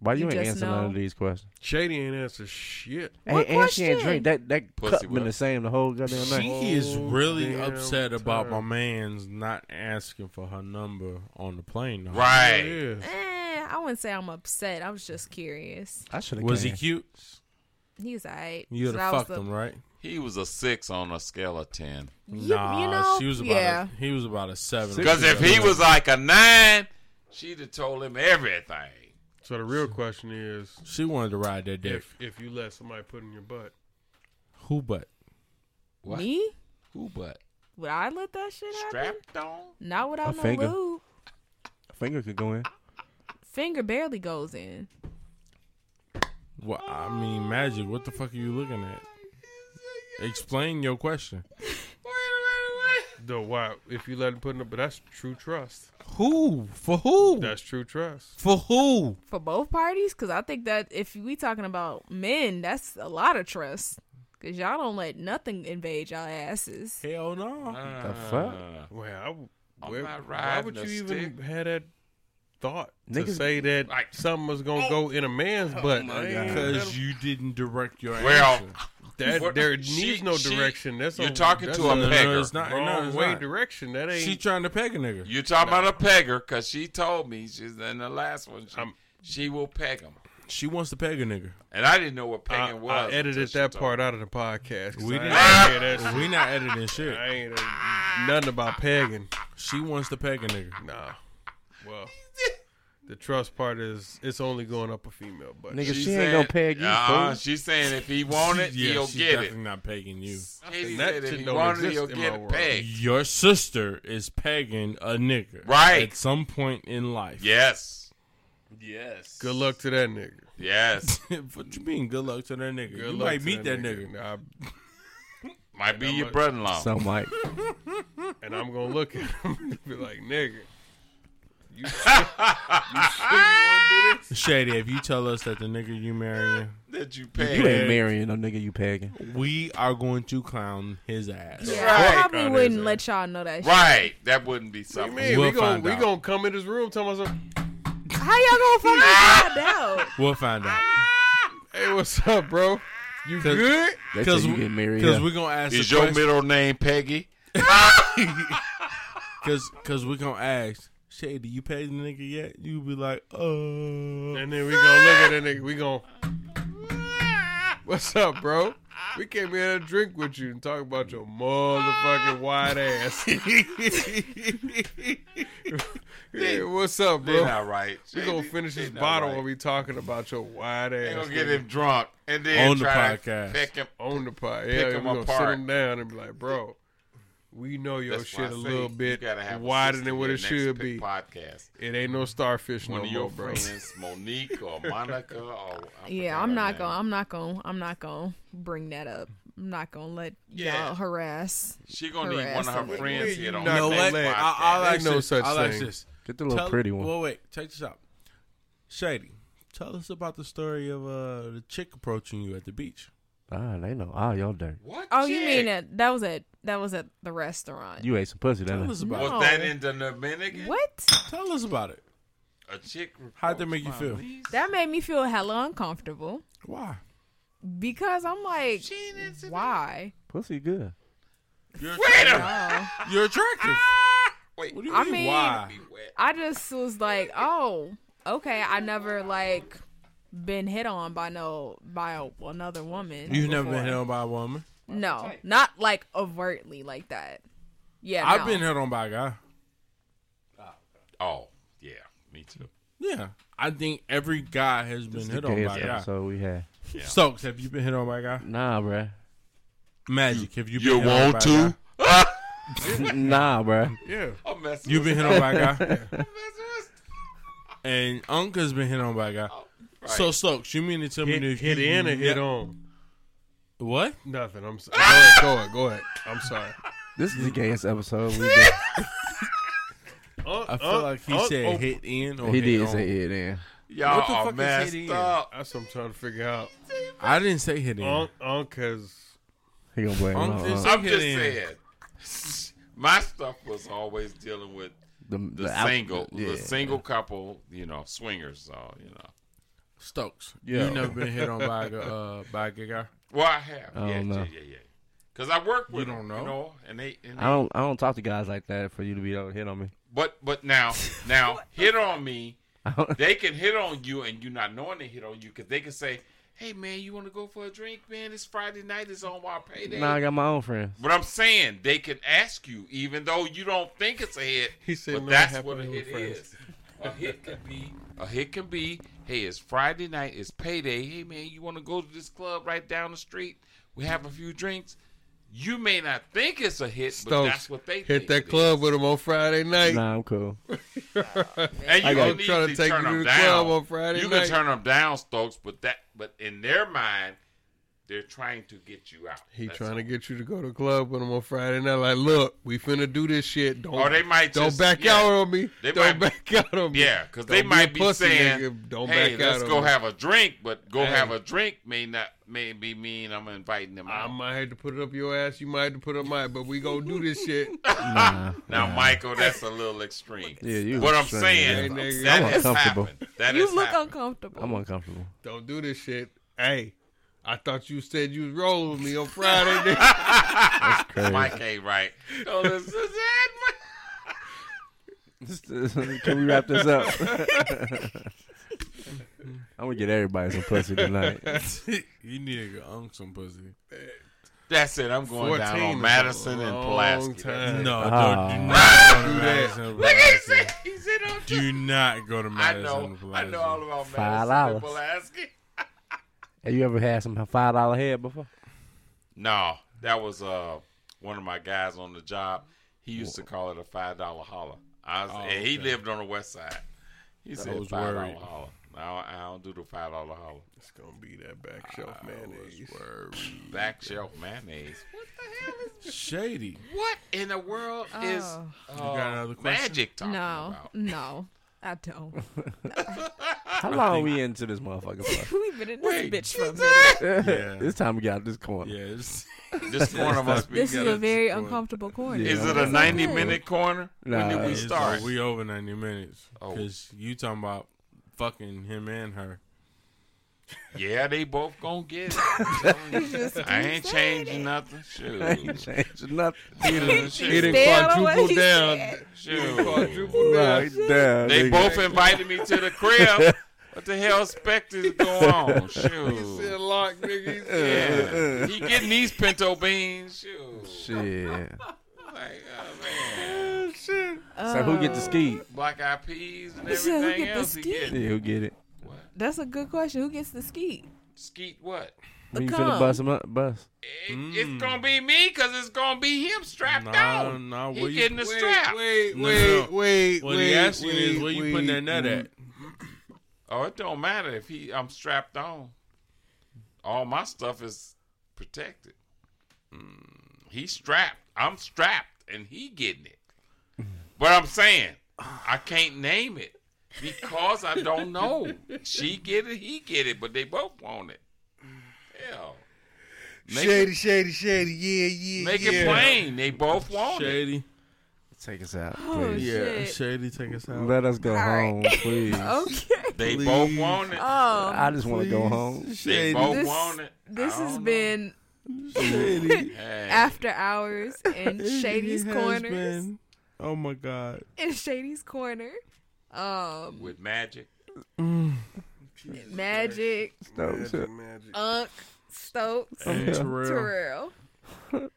Speaker 8: Why
Speaker 6: You
Speaker 8: you, ain't
Speaker 6: just
Speaker 8: answer none
Speaker 6: know.
Speaker 8: of these questions?
Speaker 4: Shady ain't answer shit.
Speaker 6: What
Speaker 8: and she ain't
Speaker 6: question?
Speaker 8: drink. That that
Speaker 5: Pussy
Speaker 8: cup been
Speaker 5: whip.
Speaker 8: the same the whole goddamn
Speaker 3: She
Speaker 8: night.
Speaker 3: is
Speaker 4: Oh,
Speaker 3: really
Speaker 4: damn
Speaker 3: upset about my
Speaker 4: time.
Speaker 3: man's not asking for her number on the plane. though.
Speaker 5: Right.
Speaker 4: Yeah.
Speaker 6: eh, yeah, I wouldn't say I'm upset. I was just curious.
Speaker 8: I should have.
Speaker 3: Was he cute?
Speaker 6: He was alright.
Speaker 3: You would
Speaker 6: So that
Speaker 3: have
Speaker 6: was
Speaker 3: fucked
Speaker 6: the-
Speaker 3: him, right?
Speaker 5: He was a six on a scale of ten.
Speaker 6: You, you know,
Speaker 3: she was about
Speaker 6: yeah.
Speaker 3: a, he was about a seven.
Speaker 5: Because if he was like a nine, she'd have told him everything.
Speaker 4: So the real question is,
Speaker 3: she wanted to ride that dick.
Speaker 4: if if you let somebody put in your butt,
Speaker 3: Who but?
Speaker 5: What?
Speaker 6: Me?
Speaker 5: Who but
Speaker 6: Would I let that shit happen?
Speaker 5: strapped on?
Speaker 6: Not without
Speaker 8: A
Speaker 6: no
Speaker 8: finger.
Speaker 6: lube.
Speaker 8: Finger could go in.
Speaker 6: Finger barely goes in.
Speaker 3: Well, I mean, magic. What the fuck are you looking at? Explain your question.
Speaker 4: though, why? If you let him put in, but that's true trust.
Speaker 3: Who for who
Speaker 4: That's true trust.
Speaker 3: for who?
Speaker 6: For both parties? Because I think that if we talking about men, that's a lot of trust. Because y'all don't let nothing invade y'all asses.
Speaker 3: Hell no.
Speaker 8: The fuck?
Speaker 4: Well, I w-
Speaker 5: I'm
Speaker 4: where-
Speaker 5: not
Speaker 4: why
Speaker 5: riding
Speaker 4: would
Speaker 5: a
Speaker 4: you even
Speaker 5: stick.
Speaker 4: have that thought to
Speaker 8: Niggas-
Speaker 4: say that
Speaker 5: Like- oh.
Speaker 4: something was gonna go in a man's butt?
Speaker 3: Because you didn't direct your
Speaker 5: Well,
Speaker 3: answer.
Speaker 4: That
Speaker 5: What-
Speaker 4: there
Speaker 5: she-
Speaker 4: needs no
Speaker 5: she-
Speaker 4: direction. that's
Speaker 5: you're
Speaker 4: a-
Speaker 5: talking
Speaker 4: that's
Speaker 5: to a
Speaker 4: a
Speaker 3: no,
Speaker 5: pegger.
Speaker 3: no, it's not.
Speaker 4: wrong
Speaker 3: No, it's
Speaker 4: way
Speaker 3: not.
Speaker 4: direction. That ain't.
Speaker 3: She trying to peg a nigga.
Speaker 5: You talking about a pegger? Because she told me she's in the last one. She,
Speaker 4: I'm-
Speaker 5: she will peg him,
Speaker 3: She wants to peg a nigga.
Speaker 5: and I didn't know what
Speaker 4: I,
Speaker 5: pegging
Speaker 4: I
Speaker 5: was. until
Speaker 4: edited
Speaker 5: she
Speaker 4: that
Speaker 5: told
Speaker 4: part
Speaker 5: me.
Speaker 4: out of the podcast. 'cause
Speaker 3: We
Speaker 4: I
Speaker 3: didn't.
Speaker 4: ain't hear that
Speaker 3: We not editing shit.
Speaker 4: shit. I ain't uh, nothing about pegging.
Speaker 3: She wants to peg a nigga.
Speaker 4: Nah. Well, the trust part is it's only going up a female, but
Speaker 8: Nigga, she, ain't gonna peg you.
Speaker 5: Uh,
Speaker 8: fool.
Speaker 5: she's saying if he want it,
Speaker 3: yeah,
Speaker 5: he'll
Speaker 3: she's
Speaker 5: get it.
Speaker 3: definitely not pegging you.
Speaker 5: Katie
Speaker 4: That
Speaker 5: said if
Speaker 4: shit
Speaker 5: he
Speaker 4: don't
Speaker 5: want it,
Speaker 4: exist
Speaker 5: he'll
Speaker 4: in
Speaker 5: get
Speaker 4: my
Speaker 5: it
Speaker 4: world.
Speaker 5: pegged.
Speaker 3: Your sister is pegging a nigga.
Speaker 5: Right.
Speaker 3: At some point in life.
Speaker 5: Yes,
Speaker 8: Yes.
Speaker 4: good luck to that nigga.
Speaker 5: yes,
Speaker 3: what you mean? Good luck to that nigga.
Speaker 4: Good
Speaker 3: you
Speaker 4: luck
Speaker 3: might
Speaker 4: to
Speaker 3: meet that nigga.
Speaker 4: Nah,
Speaker 5: might be
Speaker 4: I'm
Speaker 5: your
Speaker 4: a-
Speaker 5: brother-in-law.
Speaker 8: So Mike,
Speaker 4: and I'm gonna look at him and be like, nigga.
Speaker 3: Shady, if you tell us that the nigga you marrying,
Speaker 5: that you
Speaker 8: you
Speaker 5: peg.
Speaker 8: ain't marrying no nigga. You pegging.
Speaker 3: we are going to clown his ass.
Speaker 6: Yeah,
Speaker 5: Right.
Speaker 6: I probably
Speaker 4: God,
Speaker 6: wouldn't
Speaker 4: is it?
Speaker 6: let y'all know that
Speaker 5: Right, that wouldn't be
Speaker 4: What do you
Speaker 5: something.
Speaker 4: mean?
Speaker 3: We'll
Speaker 4: we gonna
Speaker 3: find
Speaker 4: we
Speaker 3: out.
Speaker 4: gonna come in this room telling myself,
Speaker 6: shit. How y'all gonna fucking find out?
Speaker 3: We'll find out.
Speaker 4: hey, what's up, bro? You good?
Speaker 8: That's how
Speaker 3: Because
Speaker 8: you
Speaker 3: we,
Speaker 8: get married.
Speaker 3: are
Speaker 8: yeah.
Speaker 3: going to ask
Speaker 5: Is
Speaker 3: the
Speaker 5: your
Speaker 3: question-
Speaker 5: middle name Peggy?
Speaker 3: Cause, cause we gonna ask, Shady, you paid the nigga yet? You be like, uh,
Speaker 4: And then we gonna look at that nigga. We gonna What's up, bro? We came here to drink with you and talk about your motherfucking wide ass. hey, what's up,
Speaker 5: They're
Speaker 4: bro?
Speaker 5: not right.
Speaker 4: We
Speaker 5: They-
Speaker 4: gonna finish
Speaker 5: they
Speaker 4: this
Speaker 5: not
Speaker 4: bottle
Speaker 5: right.
Speaker 4: while we talking about your wide
Speaker 5: They
Speaker 4: ass.
Speaker 5: gonna get
Speaker 4: nigga.
Speaker 5: him drunk and then
Speaker 3: On the
Speaker 5: try to
Speaker 3: podcast.
Speaker 5: pick him.
Speaker 4: on the pot. Yeah, we
Speaker 5: him
Speaker 4: gonna sit
Speaker 5: apart.
Speaker 4: him down and be like, bro, we know your
Speaker 5: That's why I
Speaker 4: shit a
Speaker 5: say
Speaker 4: little
Speaker 5: you
Speaker 4: bit
Speaker 5: gotta have a
Speaker 4: wider
Speaker 5: sister
Speaker 4: than what
Speaker 5: here
Speaker 4: it
Speaker 5: next
Speaker 4: should
Speaker 5: pick
Speaker 4: be.
Speaker 5: Podcast.
Speaker 4: It ain't no starfish
Speaker 5: One
Speaker 4: no
Speaker 5: of your
Speaker 4: more, bro.
Speaker 5: friends, Monique or Monica or I
Speaker 6: Yeah,
Speaker 5: forgot
Speaker 6: I'm
Speaker 5: her
Speaker 6: not
Speaker 5: name.
Speaker 6: gonna. I'm not gonna. I'm not gonna bring that up. I'm not gonna let
Speaker 5: Yeah.
Speaker 6: y'all harass.
Speaker 5: She gonna need one of
Speaker 6: harassing
Speaker 5: her
Speaker 6: me.
Speaker 5: friends
Speaker 4: You
Speaker 5: here on
Speaker 4: know
Speaker 5: the
Speaker 4: what?
Speaker 5: next
Speaker 4: Let-
Speaker 5: podcast.
Speaker 3: I, I'll
Speaker 4: Ain't
Speaker 3: ask
Speaker 4: no
Speaker 3: this.
Speaker 4: such
Speaker 3: I'll ask
Speaker 4: thing.
Speaker 3: this.
Speaker 8: Get the little
Speaker 3: Tell-
Speaker 8: pretty one.
Speaker 3: Well, wait, check this out. Shady, tell us about the story of uh, the chick approaching you at the beach.
Speaker 8: Ah, they know all y'all dirt.
Speaker 5: what?
Speaker 6: Oh, you
Speaker 5: chick?
Speaker 6: mean that? That was at. That was at the restaurant.
Speaker 8: You ate some pussy,
Speaker 3: Tell
Speaker 8: didn't
Speaker 3: us
Speaker 8: you?
Speaker 3: about
Speaker 5: Was
Speaker 6: No.
Speaker 5: that in the Dominican?
Speaker 6: what?
Speaker 3: it. Tell us about it.
Speaker 5: A chick.
Speaker 3: How'd that
Speaker 5: approached
Speaker 3: make you
Speaker 5: my
Speaker 3: feel?
Speaker 5: niece?
Speaker 6: That made me feel hella uncomfortable
Speaker 3: Why?
Speaker 6: because I'm like,
Speaker 5: She ain't into that.
Speaker 6: why?
Speaker 8: Pussy good.
Speaker 5: Wait a
Speaker 6: No.
Speaker 3: You're attractive.
Speaker 5: Wait,
Speaker 3: What do you
Speaker 6: I
Speaker 3: mean,
Speaker 6: mean-
Speaker 3: why?
Speaker 6: I just was like, oh, okay. I never like been hit on by no by a, another woman.
Speaker 3: You've never been
Speaker 6: before.
Speaker 3: hit on by a woman.
Speaker 6: No, not like overtly like that. Yeah,
Speaker 3: I've
Speaker 6: no.
Speaker 3: been hit on by a guy.
Speaker 5: Oh, yeah, me too.
Speaker 3: Yeah. I think every guy has been hit on by
Speaker 8: Gayest
Speaker 3: a guy.
Speaker 8: episode we had.
Speaker 3: Stokes, have you been hit on by a guy?
Speaker 8: Nah, bruh.
Speaker 3: Magic, have you been
Speaker 5: You
Speaker 3: hit on
Speaker 5: want
Speaker 3: by a guy?
Speaker 5: to?
Speaker 8: nah, bruh.
Speaker 4: Yeah.
Speaker 5: I'm messing.
Speaker 3: You've
Speaker 5: with
Speaker 3: been hit on by a guy?
Speaker 5: I'm messing with-
Speaker 3: and Uncle's been hit on by a guy.
Speaker 5: right.
Speaker 3: So Stokes, you mean to tell me
Speaker 4: Hit,
Speaker 3: that if
Speaker 4: hit
Speaker 3: you,
Speaker 4: in
Speaker 3: you
Speaker 4: and hit
Speaker 3: ne-
Speaker 4: on.
Speaker 3: What?
Speaker 4: Nothing. I'm sorry. Go ahead, go ahead. Go ahead. I'm sorry.
Speaker 8: This is the gayest episode we did.
Speaker 4: Uh,
Speaker 3: I feel
Speaker 4: uh,
Speaker 3: like he
Speaker 4: uh,
Speaker 3: said
Speaker 4: oh.
Speaker 3: hit in or
Speaker 8: he
Speaker 3: hit
Speaker 8: did
Speaker 3: on.
Speaker 8: say it in.
Speaker 5: Y'all
Speaker 3: What the
Speaker 5: are
Speaker 3: fuck is
Speaker 5: messed
Speaker 3: it in?
Speaker 5: up.
Speaker 4: That's what I'm trying to figure out.
Speaker 3: I didn't say hit in.
Speaker 4: Unk, unk has.
Speaker 8: He gonna blame it
Speaker 3: Unk
Speaker 8: on
Speaker 3: is-
Speaker 8: Unk.
Speaker 5: I'm just
Speaker 3: Hit in.
Speaker 5: saying. My stuff was always dealing with
Speaker 8: the,
Speaker 5: the,
Speaker 8: the out-
Speaker 5: single,
Speaker 8: yeah.
Speaker 5: the single couple, you know, swingers. So you know,
Speaker 3: Stokes,
Speaker 8: Yeah.
Speaker 3: you never been hit on by a g- uh, by a gay guy.
Speaker 5: well, I have,
Speaker 8: I
Speaker 5: yeah,
Speaker 8: don't know.
Speaker 5: yeah, yeah, yeah, because I work with
Speaker 3: don't
Speaker 5: them,
Speaker 3: know?
Speaker 5: you know, and they, and
Speaker 8: I
Speaker 5: they
Speaker 8: don't. I don't talk to guys like that for you to be able to hit on me.
Speaker 5: but but now now hit on me they can hit on you and you not knowing they hit on you because they can say, "Hey man, you want to go for a drink, man? It's Friday night. It's on our payday."
Speaker 8: Nah, I got my own friends.
Speaker 5: but I'm saying they can ask you, even though you don't think it's a hit.
Speaker 4: He said,
Speaker 5: but
Speaker 4: "Let it
Speaker 5: that's
Speaker 4: happen
Speaker 5: what a
Speaker 4: to
Speaker 5: hit
Speaker 4: your friends."
Speaker 5: is. A hit can be. A hit can be. Hey, it's Friday night. It's payday. Hey man, you want to go to this club right down the street? We have a few drinks. You may not think it's a hit, but that's
Speaker 4: Stokes,
Speaker 5: what they think
Speaker 4: Hit
Speaker 5: it
Speaker 4: that
Speaker 5: is.
Speaker 4: club with him on Friday night.
Speaker 8: Nah, I'm cool.
Speaker 5: And you
Speaker 4: I
Speaker 5: don't
Speaker 4: gotta
Speaker 5: need
Speaker 4: try to
Speaker 5: to
Speaker 4: take
Speaker 5: turn
Speaker 4: you to
Speaker 5: them
Speaker 4: the
Speaker 5: down.
Speaker 4: club on Friday
Speaker 5: you
Speaker 4: night.
Speaker 5: can turn them down, Stokes, but that but in their mind, they're trying to get you out.
Speaker 4: He
Speaker 5: That's
Speaker 4: trying
Speaker 5: all.
Speaker 4: to get you to go to the club with him on Friday night. Like, look, we finna do this shit. Don't,
Speaker 5: Or they might
Speaker 4: don't
Speaker 5: just-
Speaker 4: back
Speaker 5: yeah.
Speaker 4: out on me.
Speaker 5: They
Speaker 4: don't
Speaker 5: might-
Speaker 4: back out on me.
Speaker 5: Yeah, because they
Speaker 4: Don't a
Speaker 5: might be,
Speaker 4: pussy,
Speaker 5: saying,
Speaker 4: nigga. "Don't
Speaker 5: "Hey,
Speaker 4: back
Speaker 5: let's
Speaker 4: out
Speaker 5: go
Speaker 4: on me."
Speaker 5: have a drink," but go
Speaker 4: Hey.
Speaker 5: have a drink may not may be mean I'm inviting them
Speaker 4: I
Speaker 5: out.
Speaker 4: might have to put it up your ass. You might have to put it up mine, but we gonna do this shit.
Speaker 8: Nah.
Speaker 5: now, Michael, that's a little extreme.
Speaker 8: Yeah, you
Speaker 5: But I'm
Speaker 8: extreme,
Speaker 5: saying
Speaker 4: yeah. Hey, nigga.
Speaker 5: that
Speaker 8: I'm
Speaker 5: has
Speaker 8: uncomfortable.
Speaker 5: happened. That
Speaker 6: you
Speaker 5: has
Speaker 6: look
Speaker 5: happened.
Speaker 6: uncomfortable.
Speaker 8: I'm uncomfortable.
Speaker 4: Don't do this shit. Hey, I thought you said you was rolling with me on Friday. nigga.
Speaker 8: Crazy.
Speaker 5: Mike ain't right. Oh, this is it.
Speaker 8: uh, Can we wrap this up? I'm gonna get everybody some pussy tonight.
Speaker 3: you need to go unk some pussy.
Speaker 5: That's it. I'm going down
Speaker 4: 14
Speaker 5: on
Speaker 4: is a
Speaker 5: Madison and
Speaker 4: long
Speaker 5: Pulaski.
Speaker 4: time.
Speaker 3: Uh, No,
Speaker 8: Ah.
Speaker 3: don't, do not go to
Speaker 4: Do that.
Speaker 3: Madison.
Speaker 5: Look, he
Speaker 3: Pulaski.
Speaker 5: said, he said on
Speaker 3: Do not go to
Speaker 5: I
Speaker 3: Madison.
Speaker 5: know, I
Speaker 3: Pulaski.
Speaker 5: know all about
Speaker 8: Five
Speaker 5: Madison and
Speaker 8: dollars.
Speaker 5: Pulaski.
Speaker 8: Have you ever had some five dollar head before?
Speaker 5: No, that was uh one of my guys on the job. He used to call it a five dollar holler. I was,
Speaker 3: Oh,
Speaker 5: and he
Speaker 3: okay.
Speaker 5: lived on the west side. He said
Speaker 3: was
Speaker 5: five dollar
Speaker 3: worried.
Speaker 5: holler. No, I don't do the five dollar holler.
Speaker 4: It's gonna be that back shelf mayonnaise.
Speaker 5: Back shelf mayonnaise. What the hell is?
Speaker 3: Shady.
Speaker 5: What in the world is
Speaker 6: Oh.
Speaker 3: got
Speaker 5: uh,
Speaker 3: another question?
Speaker 5: magic talking
Speaker 6: no,
Speaker 5: about?
Speaker 6: no, I don't.
Speaker 8: How long are we into this motherfucker? For?
Speaker 6: We've been in this
Speaker 5: Wait,
Speaker 6: bitch for a minute.
Speaker 3: Yeah.
Speaker 8: it's time to get out of this corner.
Speaker 3: Yes.
Speaker 5: This corner must be.
Speaker 6: This is
Speaker 5: good.
Speaker 6: a very uncomfortable corner.
Speaker 5: Is
Speaker 8: Yeah.
Speaker 5: it a
Speaker 8: It's
Speaker 5: ninety minute corner? when
Speaker 8: Nah,
Speaker 5: did we
Speaker 8: it's
Speaker 3: It's
Speaker 5: start?
Speaker 3: like we over 90 minutes.
Speaker 5: Oh.
Speaker 3: Because you talking about fucking him and her.
Speaker 5: Yeah, they both gonna get it. I'm telling you. I ain't changing nothing. Shoot.
Speaker 8: Change nothing.
Speaker 4: He
Speaker 5: Shoot.
Speaker 4: done
Speaker 6: Stand on what
Speaker 4: quadruple
Speaker 6: he
Speaker 4: down.
Speaker 6: said.
Speaker 5: Shoot.
Speaker 4: Quadruple down.
Speaker 8: Right there,
Speaker 5: They
Speaker 8: nigga.
Speaker 5: both invited me to the crib. What the hell specters going on?
Speaker 4: Said
Speaker 5: Shoot.
Speaker 4: lock, nigga. He said-
Speaker 5: Yeah. He getting these pinto beans. Shoot.
Speaker 8: Shit.
Speaker 5: Like, oh, man.
Speaker 8: So who
Speaker 6: Uh,
Speaker 8: get the ski?
Speaker 5: Black eyed peas and
Speaker 6: Shoot, look
Speaker 5: everything
Speaker 6: at the
Speaker 5: else he
Speaker 6: skeet.
Speaker 8: Yeah,
Speaker 5: getting.
Speaker 8: who get it?
Speaker 5: What?
Speaker 6: That's a good question. Who gets the skeet?
Speaker 5: Skeet what?
Speaker 8: When you
Speaker 6: The
Speaker 8: finna
Speaker 6: cum.
Speaker 8: bust him up, bust.
Speaker 5: It, It's gonna be me because it's gonna be him strapped
Speaker 3: Nah,
Speaker 5: down.
Speaker 3: nah.
Speaker 5: He
Speaker 3: where you-
Speaker 5: getting the strap.
Speaker 4: Wait,
Speaker 3: No,
Speaker 4: wait,
Speaker 3: no, no.
Speaker 4: wait,
Speaker 3: What
Speaker 4: wait.
Speaker 3: he asking
Speaker 4: wait,
Speaker 3: is where you putting
Speaker 4: wait,
Speaker 3: that nut
Speaker 4: wait.
Speaker 3: at?
Speaker 5: Oh, it don't matter if he I'm strapped on. All my stuff is protected. Mm, He's strapped. I'm strapped, and he getting it. But I'm saying I can't name it because I don't know. She get it, he get it, but they both want it. Hell, make
Speaker 4: Shady, shady, shady. Yeah, yeah,
Speaker 5: it, make
Speaker 4: yeah.
Speaker 5: it plain. They both want it.
Speaker 3: Shady.
Speaker 8: Take us out,
Speaker 6: Oh
Speaker 8: please.
Speaker 6: shit.
Speaker 3: Shady, take us out.
Speaker 8: Let us go
Speaker 6: right.
Speaker 8: home, please.
Speaker 6: Okay.
Speaker 5: They both want it.
Speaker 6: Um,
Speaker 8: I just want to go home.
Speaker 5: They both
Speaker 6: This-
Speaker 5: want it.
Speaker 6: this
Speaker 5: I
Speaker 6: has
Speaker 5: don't know.
Speaker 6: been
Speaker 5: Hey.
Speaker 6: after hours in Shady's
Speaker 3: It has
Speaker 6: corners.
Speaker 3: been- Oh my God.
Speaker 6: In Shady's corner. Um,
Speaker 5: with magic.
Speaker 6: Magic,
Speaker 8: Stokes.
Speaker 6: Unk, Stokes,
Speaker 3: And Terrell.
Speaker 6: Terrell.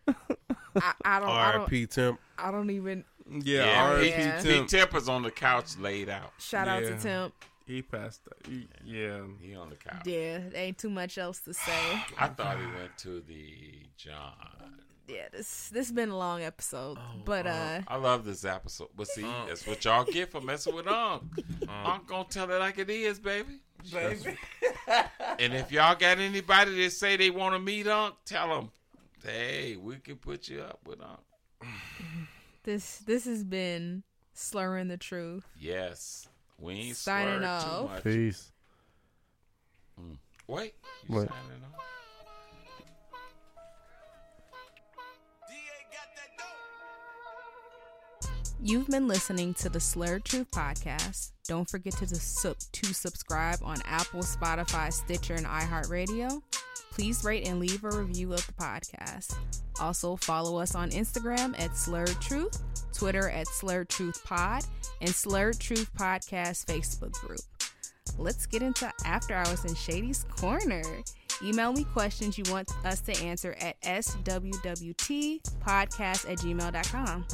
Speaker 6: I, I don't. I don't.
Speaker 4: R.I.P. Temp.
Speaker 6: I don't even.
Speaker 3: Yeah, RIP
Speaker 6: Yeah.
Speaker 5: P.
Speaker 3: Temp.
Speaker 5: Temper's on the couch laid out.
Speaker 6: Shout out to
Speaker 3: Yeah.
Speaker 6: Temp.
Speaker 3: He passed. out. He- Yeah.
Speaker 5: He on the couch.
Speaker 6: Yeah, there ain't too much else to say.
Speaker 5: I thought he went to the John.
Speaker 6: Yeah, this this been a long episode, but uh,
Speaker 5: I love this episode. But see, that's what y'all get for messing with Unc. Unc gonna tell it like it is, baby. Baby. and if y'all got anybody that say they want to meet Unc, tell them, hey, we can put you up with Unc.
Speaker 6: this this has been slurring the truth.
Speaker 5: Yes. We ain't
Speaker 6: Signing
Speaker 5: slurred
Speaker 6: off.
Speaker 5: too much.
Speaker 8: Peace.
Speaker 5: Wait. You
Speaker 8: What?
Speaker 5: signing off?
Speaker 6: You've been listening to the Slur Truth Podcast. Don't forget to, to, sub- to subscribe on Apple, Spotify, Stitcher, and iHeartRadio. Please rate and leave a review of the podcast. Also, follow us on Instagram at Slurred Truth, Twitter at Slurred Truth Pod, and Slurred Truth Podcast Facebook group. Let's get into After Hours in Shady's Corner. Email me questions you want us to answer at swwtpodcast at gmail.com.